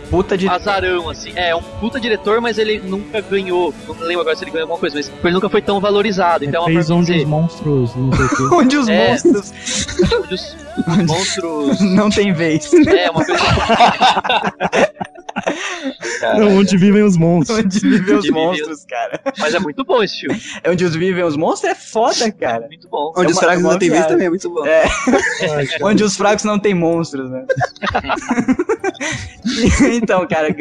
A: puta de...
B: azarão, assim. É, um puta diretor, mas ele nunca ganhou, não lembro agora se ele ganhou alguma coisa, mas ele nunca foi tão valorizado. Então é uma
C: Fez
B: forma de
C: onde
B: dizer,
C: os monstros, não sei o quê.
A: Onde os
B: É.
A: monstros.
B: onde os monstros...
A: Não tem vez.
C: um-
B: É, uma coisa...
C: Não, onde vivem os monstros.
A: é. Onde vivem os
B: Onde vivem-
A: monstros, cara.
B: Mas é muito bom esse filme.
A: É onde os vivem os monstros é foda, cara.
B: Muito bom.
D: Onde os fracos não têm vez também é muito bom.
A: É.
C: Ah,
A: Onde os fracos não têm monstros, né? então,
E: É
A: cara,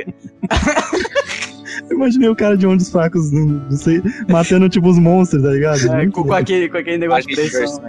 C: Eu imaginei o cara de onde os fracos, não, não sei, matando tipo os monstros, tá ligado?
A: é,
C: Muito
A: com, com
C: louco.
A: aquele, com aquele negócio de
E: é né?
A: pressão.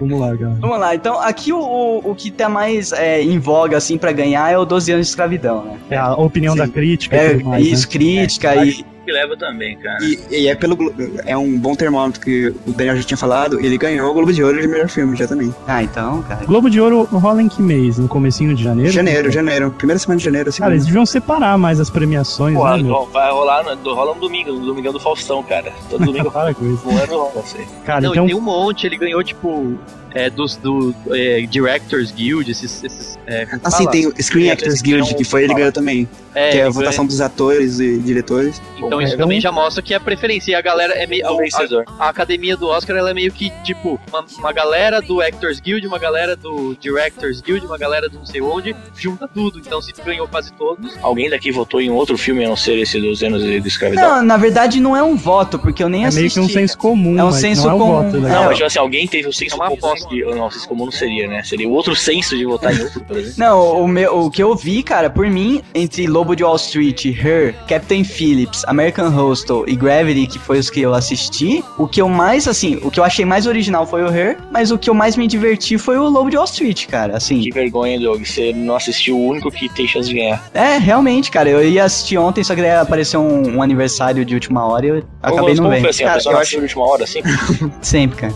C: Vamos lá, cara.
A: Vamos lá, então aqui o, o, o que tá mais é, em voga, assim, pra ganhar é o 12 anos de escravidão, né?
C: É a opinião da crítica e
A: É,
C: tudo mais,
A: isso,
C: né?
A: crítica
B: É.
A: e.
E: Que leva também, cara.
D: E, e é pelo Glo- é um bom termômetro que o Daniel já tinha falado, ele ganhou o Globo de Ouro de melhor filme já também.
A: Ah, então, cara.
C: Globo de Ouro rola em que mês? No comecinho de janeiro?
D: Janeiro, janeiro. Primeira semana de janeiro, assim.
C: Cara, eles deviam separar mais as premiações,
E: Porra,
C: né, meu?
E: vai rolar, no- rola no domingo, no domingão do Faustão, cara. Todo domingo
C: Para com isso.
E: um ano rola, assim.
C: Cara,
B: não, e
C: então-
B: tem um monte, ele ganhou, tipo, é, é, dos do, é, Directors Guild, esses. esses é, como
D: Assim,
B: fala?
D: tem o Screen
B: É,
D: Actors
B: esses
D: Guild,
B: não-
D: que foi ele ganhou também.
B: É,
D: que é
B: ele
D: a votação
B: ganhou.
D: dos atores e diretores.
B: Então isso também já mostra que a preferência. E a galera é meio.
E: vencedor.
B: A, a academia do Oscar ela é meio que, tipo, uma, uma galera do Actors Guild, uma galera do Directors Guild, uma galera do não sei onde, junta tudo. Então se ganhou quase todos.
E: Alguém daqui votou em outro filme a não ser esse dos anos de de escravidão?
A: Não, na verdade não é um voto, porque eu nem
E: É
A: assisti.
E: meio que um
A: senso
C: comum.
A: É um
E: mas
A: senso
E: não é um
A: comum.
E: voto,
C: né,
A: É,
E: Não, mas tipo assim, alguém teve o
B: É
E: senso comum. De, ou não, senso comum não seria, né? Seria o outro senso de votar em outro, por exemplo.
A: Não, o, meu, o que eu vi, cara, por mim, entre Lobo de Wall Street, Her, Captain Phillips, American Hostel e Gravity, que foi os que eu assisti, o que eu mais, assim, o que eu achei mais original foi o Her, mas o que eu mais me diverti foi o Lobo de Wall Street, cara, assim.
E: Que vergonha, Doug. Você não assistiu o único que tem chance de ganhar.
A: É, realmente, cara, eu ia assistir ontem, só que daí apareceu um, um aniversário de última hora e eu acabei não
E: como
A: vendo.
E: foi assim, a
A: Cara,
E: pessoa
A: eu
E: nasceu na última hora, assim?
A: Sempre, cara.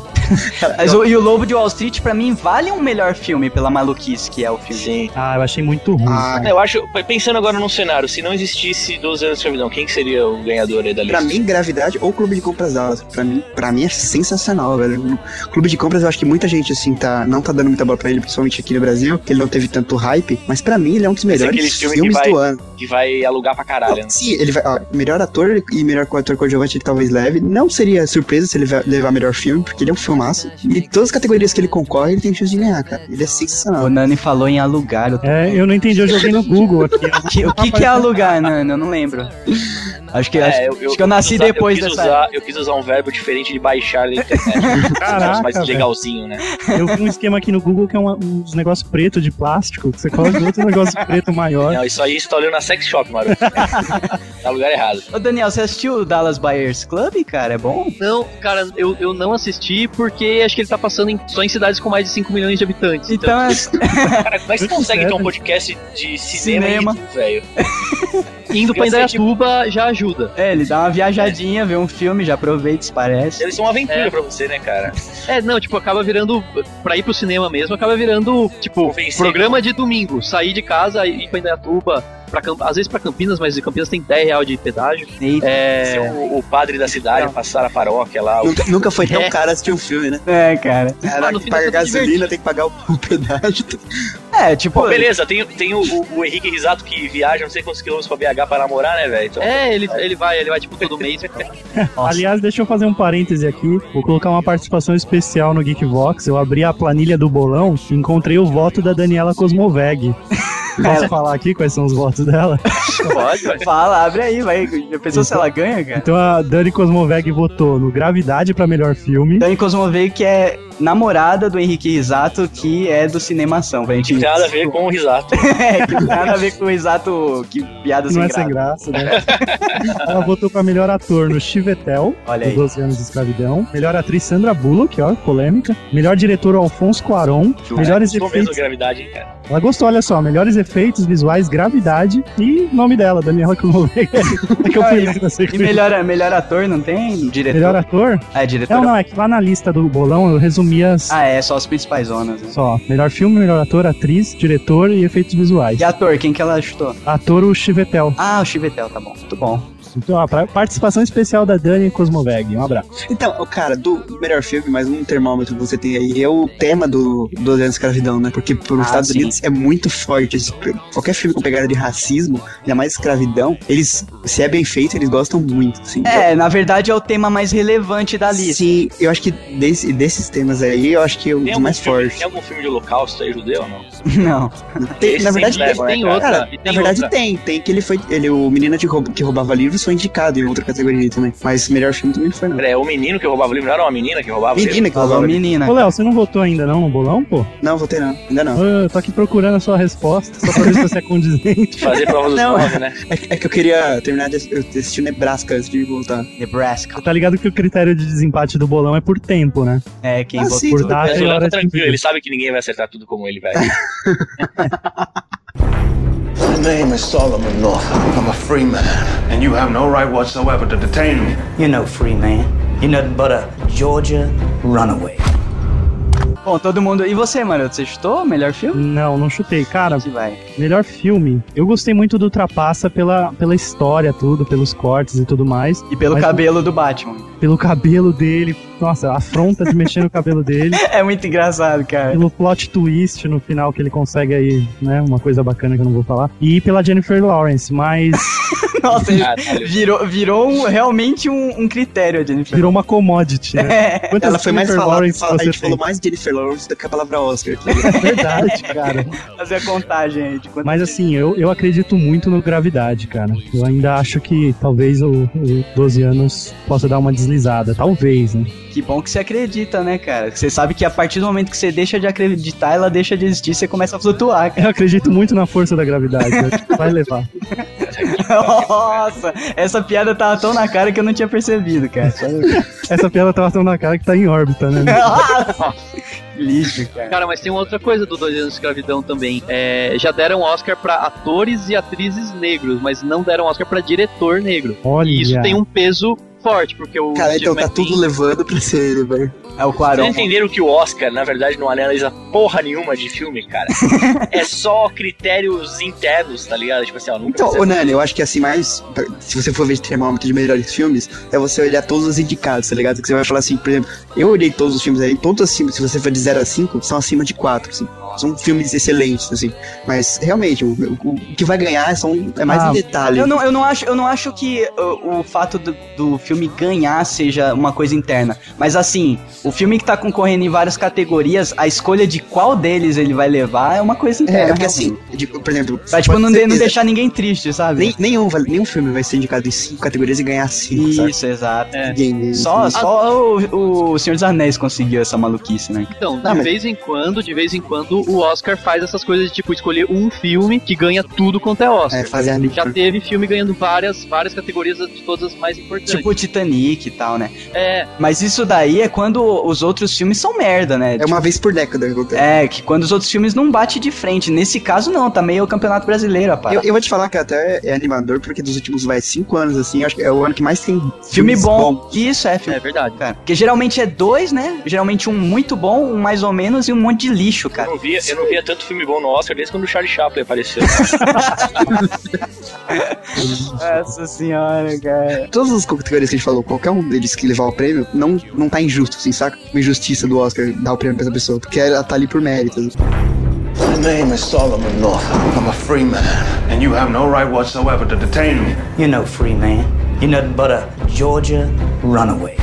A: Mas o, e o Lobo de Wall Street, pra mim, vale um melhor filme pela maluquice que é o filme.
E: Sim.
C: Ah, eu achei muito ruim.
E: Ah, Eu acho, pensando agora num cenário, se não existisse 12 anos de escravidão, quem que seria o ganhador aí da lista?
D: Pra mim, Gravidade ou Clube de Compras Dallas. Pra mim, pra mim é sensacional, velho. O Clube de Compras, eu acho que muita gente, assim, tá, não tá dando muita bola pra ele, principalmente aqui no Brasil, que ele não teve tanto hype. Mas pra mim, ele é um dos
E: Esse é
D: melhores
E: aquele filme que
D: filmes
E: vai,
D: do ano.
E: que vai alugar pra caralho, né?
D: Sim, ele vai. Ó, melhor ator e melhor ator coadjuvante ele talvez leve. Não seria surpresa se ele vai levar melhor filme, porque ele é um filmaço. E todas as categorias que ele concorre, ele tem chance de ganhar, cara. Ele é sensacional.
A: O Nani falou em alugar. Eu tô...
C: É, eu não entendi, eu joguei no Google aqui.
A: Que- o que, que é alugar, Nani? Eu não lembro. Acho que,
E: É,
A: acho, acho que eu nasci
E: quis usar-
A: depois
E: eu quis
A: dessa.
E: Usar, eu quis usar um verbo diferente de baixar da internet.
C: Caraca,
E: mais
C: velho.
E: legalzinho, né?
C: Eu vi um esquema aqui no Google que é uma- uns negócios preto de plástico. que Você coloca outro negócio preto maior.
E: Não, isso aí você tá olhando na sex shop, maroto. tá no lugar errado.
A: Ô, Daniel, você assistiu o Dallas Buyers Club, cara? É bom?
B: Não, cara, eu, eu não assisti porque acho que ele tá passando em- só em cidades com mais de 5 milhões de habitantes.
A: Então,
E: Cara, como é que você consegue ter um podcast de
A: Cinema.
E: cinema, e tudo, velho?
B: indo pra
E: Eu sei
B: Indaiatuba já ajuda.
A: É, ele dá uma viajadinha, vê um filme, já aproveita, se parece.
E: Eles são uma aventura
B: É.
E: pra você, né, cara?
B: É, não, tipo, acaba virando. Pra ir pro cinema mesmo, acaba virando, tipo, programa de domingo. Sair de casa, ir pra Indaiatuba, pra Camp- às vezes pra Campinas, mas em Campinas tem 10 real de pedágio.
E: Ser
B: É.
E: o, o padre da cidade, passar a paróquia lá. o-
D: Nunca, nunca foi tão
E: É.
D: caro assistir um filme, né?
A: É, cara.
D: Caraca, paga gasolina, tem que pagar o o pedágio.
A: É, tipo.
E: Pô, beleza, tem, tem o, o- o Henrique Risato que viaja não sei quantos quilômetros pra BH pra namorar, né, velho? Então-
B: É, ele, ele vai, ele vai, tipo, todo mês.
C: Aliás, deixa eu fazer um parêntese aqui. Vou colocar uma participação especial no Geekvox. Eu abri a planilha do bolão e encontrei o voto da Daniela Cosmoveg. Posso falar aqui quais são os votos dela?
E: Pode, velho.
A: Fala, abre aí, vai. Já pensou se ela ganha, cara?
C: Então a Dani Cosmoveg votou no Gravidade pra melhor filme.
A: Dani Cosmoveio, Então, que é namorada do Henrique Risato, que é do Cinemação. Pra gente...
E: Não tem nada a ver com o Risato.
A: É, que não tem nada a ver com o Risato, que piada
C: Não
A: sem
C: é
A: graça.
C: sem graça, né? Ela votou pra melhor ator no Chivetel,
A: Olha
C: dos
A: aí.
C: 12 anos de escravidão. Melhor atriz Sandra Bullock, ó, polêmica. Melhor diretor Alfonso Cuarón. Melhores
E: Tô mesmo
C: efeitos.
E: gravidade, hein, cara.
C: Ela gostou, olha só, melhores efeitos visuais, gravidade e nome dela, Daniela Cosmoveg. é que eu fui lendo essa
A: E
C: aqui.
A: melhor, melhor ator, não tem? Diretor.
C: Melhor ator?
A: É, diretor.
C: Não, não, é que lá na lista do bolão eu resumi as
A: Ah, é, só as principais zonas. Né?
C: só. Melhor filme, melhor ator, atriz, diretor e efeitos visuais.
A: E ator, quem que ela chutou?
C: Ator o Chivetel.
A: Ah, o Chivetel, tá bom. Muito bom.
C: Então, ó, pra- participação especial da Dani Cosmoveg. Um abraço.
D: Então, o cara, do melhor filme, mas um termômetro que você tem aí é o tema do 12 anos de escravidão, né? Porque para
A: Ah,
D: os Estados
A: sim.
D: Unidos é muito forte. esse- Qualquer filme com pegada de racismo, ainda mais escravidão, eles, se é bem feito, eles gostam muito, assim.
A: É, na verdade é o tema mais relevante da lista.
D: Sim, eu acho que desse- desses temas aí, eu acho que é o
E: Tem algum,
D: mais
E: filme,
D: forte.
E: tem algum filme de holocausto aí, é judeu ou não?
A: Não.
D: Tem-
E: Esse
D: na verdade,
E: sempre leva,
D: tem,
E: né, cara?
D: cara,
E: E tem
D: na verdade
E: outra.
D: tem. Tem que ele foi. Ele, o menino de roubo- que roubava livros foi indicado em outra categoria também. Mas melhor filme também foi, não.
E: É, o menino que roubava o livro, não era uma menina que roubava o
A: é
D: Menina
E: livro?
D: que roubava livro.
C: Ô, Léo, você não votou ainda não no bolão, pô?
D: Não, votei não. Ainda não.
C: Eu tô aqui procurando a sua resposta, só pra ver se você é condizente.
E: Fazer prova dos
D: Não.
E: nove, né?
D: É, que- é que eu queria terminar de eu assistir Nebraska antes de voltar.
A: Nebraska.
C: Tá ligado que o critério de desempate do bolão é por tempo, né?
A: É, quem
C: Ah,
A: votou.
C: sim, Por data
E: Mas
C: e
E: o Léo
C: hora
E: tá
C: de
E: tranquilo,
C: vídeo.
E: ele sabe que ninguém vai acertar tudo como ele, velho.
D: Então,
L: My name is Solomon Northup. I'm a free man.
M: And you have no right whatsoever to detain me. You're no free man. You're nothing but a Georgia runaway.
A: Bom, todo mundo. E você, mano? Você chutou o melhor filme?
C: Não, não chutei. Cara,
A: vai.
C: melhor filme. Eu gostei muito do Trapaça pela, pela história, tudo, pelos cortes e tudo mais.
A: E pelo
C: Mas-
A: cabelo do Batman.
C: Pelo cabelo dele. Nossa, a afronta de mexer no cabelo dele.
A: É muito engraçado, cara.
C: Pelo plot twist no final que ele consegue aí, né? Uma coisa bacana que eu não vou falar. E pela Jennifer Lawrence, mas
A: Nossa, virou, virou um- realmente um, um critério a Jennifer.
C: virou uma commodity, né?
A: É.
C: Quantas
A: Ela foi mais
C: Jennifer
A: falada-
C: Lawrence
A: falada-
C: você
A: a gente
C: tem?
A: falou
D: mais Jennifer Lawrence do que a palavra Oscar.
C: É verdade, cara.
A: Fazer a contagem aí de quanto
C: Mas assim, eu, eu acredito muito no Gravidade, cara. Eu ainda acho que talvez o, o 12 anos possa dar uma deslizada. Talvez, né?
A: Que bom que você acredita, né, cara? Você sabe que a partir do momento que você deixa de acreditar, ela deixa de existir, você começa a flutuar,
C: Eu acredito muito na força da gravidade. eu acho que Vai levar.
A: cara. Nossa, essa piada tava tão na cara que eu não tinha percebido, cara. é
C: Essa piada tava tão na cara que tá em órbita, né?
A: Lixo, cara.
B: Cara, mas tem uma outra coisa do Dois Anos de Escravidão também. É, já deram Oscar pra atores e atrizes negros, mas não deram Oscar pra diretor negro.
C: Olha.
B: E isso tem um peso forte, porque o.
D: Cara, então
B: Steve
D: tá tudo
B: McQueen-
D: levando pra ser ele, velho.
A: É o
E: Vocês entenderam que o Oscar, na verdade, não analisa porra nenhuma de filme, cara? é só critérios internos, tá ligado? Tipo assim, ó, nunca
D: Então,
E: precisa-
D: ô Nani, eu acho que assim, mais. pra- Se você for ver esse termômetro de melhores filmes, é você olhar todos os indicados, tá ligado? Que você vai falar assim, por exemplo, eu olhei todos os filmes aí, todos assim, se você for de 0 a 5, são acima de 4, assim. São filmes excelentes, assim. Mas realmente, o, o- o que vai ganhar são, é mais um detalhe.
A: Ah, Eu não, eu não acho, eu não acho que uh, o, o fato do, do filme ganhar seja uma coisa interna. Mas assim, o filme que tá concorrendo em várias categorias, a escolha de qual deles ele vai levar é uma coisa interna.
D: É, porque
A: realmente.
D: assim, tipo, por exemplo.
A: Pra, tipo,
D: pode
A: não,
D: ser-
A: de- não deixar ninguém triste, sabe?
D: Nem, nenhum, vai- nenhum filme vai ser indicado em 5 categorias e ganhar 5.
A: Isso, exato.
D: É. Ninguém,
A: Só,
D: ninguém-
A: só o, o Senhor dos Anéis conseguiu essa maluquice, né?
B: Então, de vez em quando, de vez em quando, o Oscar faz essas coisas de tipo escolher um filme que ganha tudo quanto é Oscar.
A: É, fazer a lista.
B: Já teve filme ganhando várias, várias categorias de todas as mais importantes.
A: Tipo o Titanic e tal, né?
B: É.
A: Mas isso daí é quando os outros filmes são merda, né? É
D: uma vez por década.
A: É, que quando os outros filmes não bate de frente. Nesse caso, não. Tá meio o Campeonato Brasileiro, rapaz.
D: Eu, eu vou te falar que até é animador, porque dos últimos, vai, cinco anos, assim, eu acho que é o ano que mais tem
A: Filme
D: filmes
A: bom.
D: bons.
A: Isso, é filme.
B: É verdade.
A: Cara, porque geralmente é dois, né? Geralmente um muito bom, um mais ou menos e um monte de lixo, cara.
E: Eu não, via, eu não via tanto filme bom no Oscar desde quando o Charlie Chaplin apareceu.
A: Nossa senhora, cara.
D: Todas as categorias que a gente falou, qualquer um deles que levar o prêmio, não, não tá injusto, assim, saca? Uma injustiça do Oscar dar o prêmio pra essa pessoa, porque ela tá ali por mérito.
L: My name is Solomon Northup. I'm a free man, and you have no right whatsoever to detain me.
M: You're no free man. You're nothing but a Georgia runaway.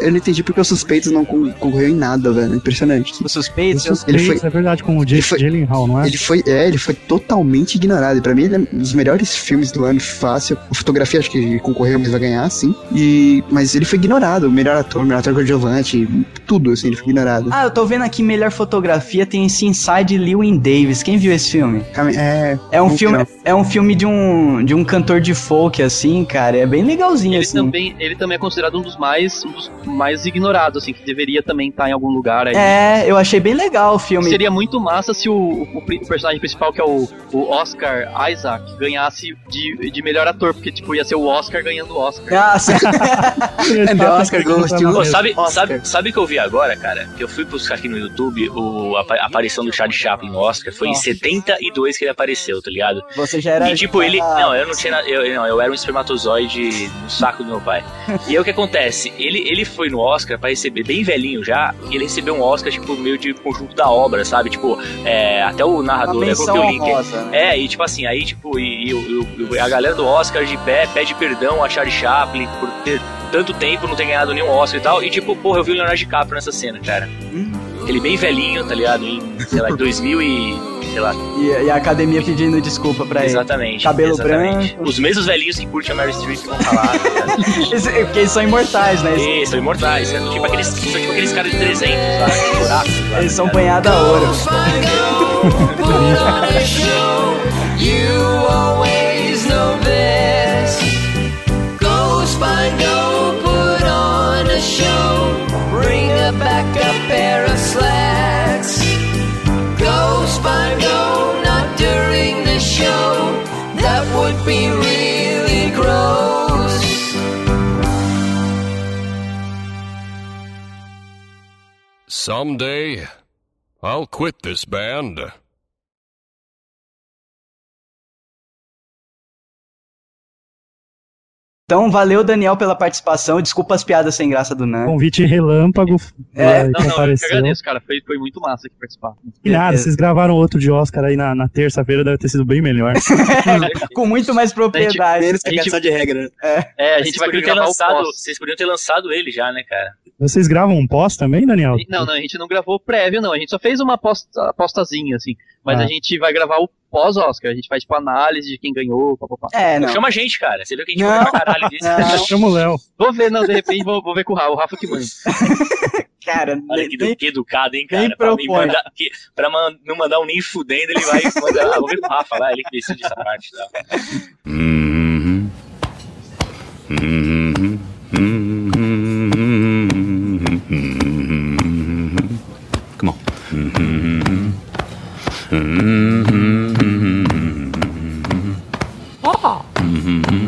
D: Eu não entendi porque o Suspeitos não con- concorreu em nada, velho. Impressionante.
A: O Suspeitos,
D: ele foi,
C: é verdade, com o Jake Gyllenhaal, não é?
D: Ele foi, é, ele foi totalmente ignorado. E pra mim, ele é um dos melhores filmes do ano, fácil. A fotografia, acho que concorreu, mas vai ganhar, sim. E, mas ele foi ignorado. Melhor ator, melhor ator coadjuvante, tudo, assim, ele foi ignorado.
A: Ah, eu tô vendo aqui melhor fotografia tem esse Inside Lewin Davis. Quem viu esse filme?
D: É,
A: é um
D: não
A: filme,
D: quero.
A: é um filme de um de um cantor de folk assim, cara. É bem legalzinho
B: Ele
A: assim.
B: também, ele também é considerado um dos mais, um dos mais ignorados, assim, que deveria também estar em algum lugar aí.
A: É, eu achei bem legal o filme.
B: Seria muito massa se o, o pri- o personagem principal, que é o, o Oscar Isaac, ganhasse de, de melhor ator, porque tipo, ia ser o Oscar ganhando o Oscar.
A: Nossa.
E: Pô, sabe, sabe, sabe o que eu vi agora, cara? Que eu fui buscar aqui no YouTube o, a, a aparição do Charlie Chaplin no Oscar. Foi em 72 que ele apareceu, tá ligado?
A: Você já era
E: E tipo, ele. Não, eu não tinha. na- Eu, não, eu era um espermatozoide no saco do meu pai. E aí o que acontece? Ele, ele foi no Oscar pra receber, bem velhinho já, e ele recebeu um Oscar, tipo, meio de conjunto da obra, sabe? Tipo, é, até o narrador,
A: Uma
E: né?
A: menção
E: Coloquei o link.
A: honrosa, né?
E: É, e tipo assim, aí, tipo, e, e o- e o- a galera do Oscar de pé pede perdão a Charlie Chaplin por ter tanto tempo não ter ganhado nenhum Oscar e tal. E tipo, porra, eu vi o Leonardo DiCaprio nessa cena, cara. Ele bem velhinho, tá ligado? Em, sei lá, 2000 e. sei lá.
A: E, e a academia pedindo desculpa pra
E: Exatamente.
A: ele. Cabelo
E: exatamente.
A: branco.
E: Os mesmos velhinhos que curtem a Mary Streep vão falar. né?
A: Eles- é Porque eles são imortais, né? Eles,
E: Isso, são imortais. né? Tipo aqueles, são tipo aqueles caras de 300 lá, de buraco.
A: eles são banhados a ouro.
F: You always know best. Go spine, go put on a show. Bring a back a pair of slacks. Go spine, go not during the show. That would be really gross.
K: So Someday, I'll quit this band.
A: Então, valeu, Daniel, pela participação. Desculpa as piadas sem graça do Nan.
C: Convite relâmpago.
A: É,
C: vai,
B: Não,
C: que
B: não, eu que
C: apareceu.
B: agradeço, cara. Foi, foi muito massa aqui participar.
C: Que nada, vocês gravaram outro de Oscar aí na, na terça-feira, deve ter sido bem melhor.
A: Com muito mais propriedade.
B: Menos que
E: canção
A: de regra.
E: É, a
B: Vocês
E: gente vai
B: poderiam
E: ter
B: gravar o
E: lançado.
B: pós.
E: Vocês poderiam ter lançado ele já, né, cara?
C: Vocês gravam um pós também, Daniel?
B: Não, não, a gente não gravou prévio, não. A gente só fez uma aposta, apostazinha, assim. Mas
C: Ah.
B: a gente vai gravar o pós-Oscar. A gente faz, tipo, análise de quem ganhou, papapá.
A: É, não.
E: Chama a gente, cara. Você viu que a gente vai pra caralho disso.
C: Chama o Léo.
B: Vou ver, não, de repente vou, vou ver com o Rafa, o Rafa que manda.
A: Cara,
E: Olha que, edu- que educado, hein, cara?
B: nem
E: pra, me
B: propõe.
E: mandar- que- pra man- não mandar um nem fudendo, ele vai mandar. Ah, vou ver com o Rafa lá, ele que decide essa parte e tal.
K: Mm-hmm. Mm-hmm. Mm-hmm. Come on. Mm-hmm. Mm-hmm. Mm-hmm.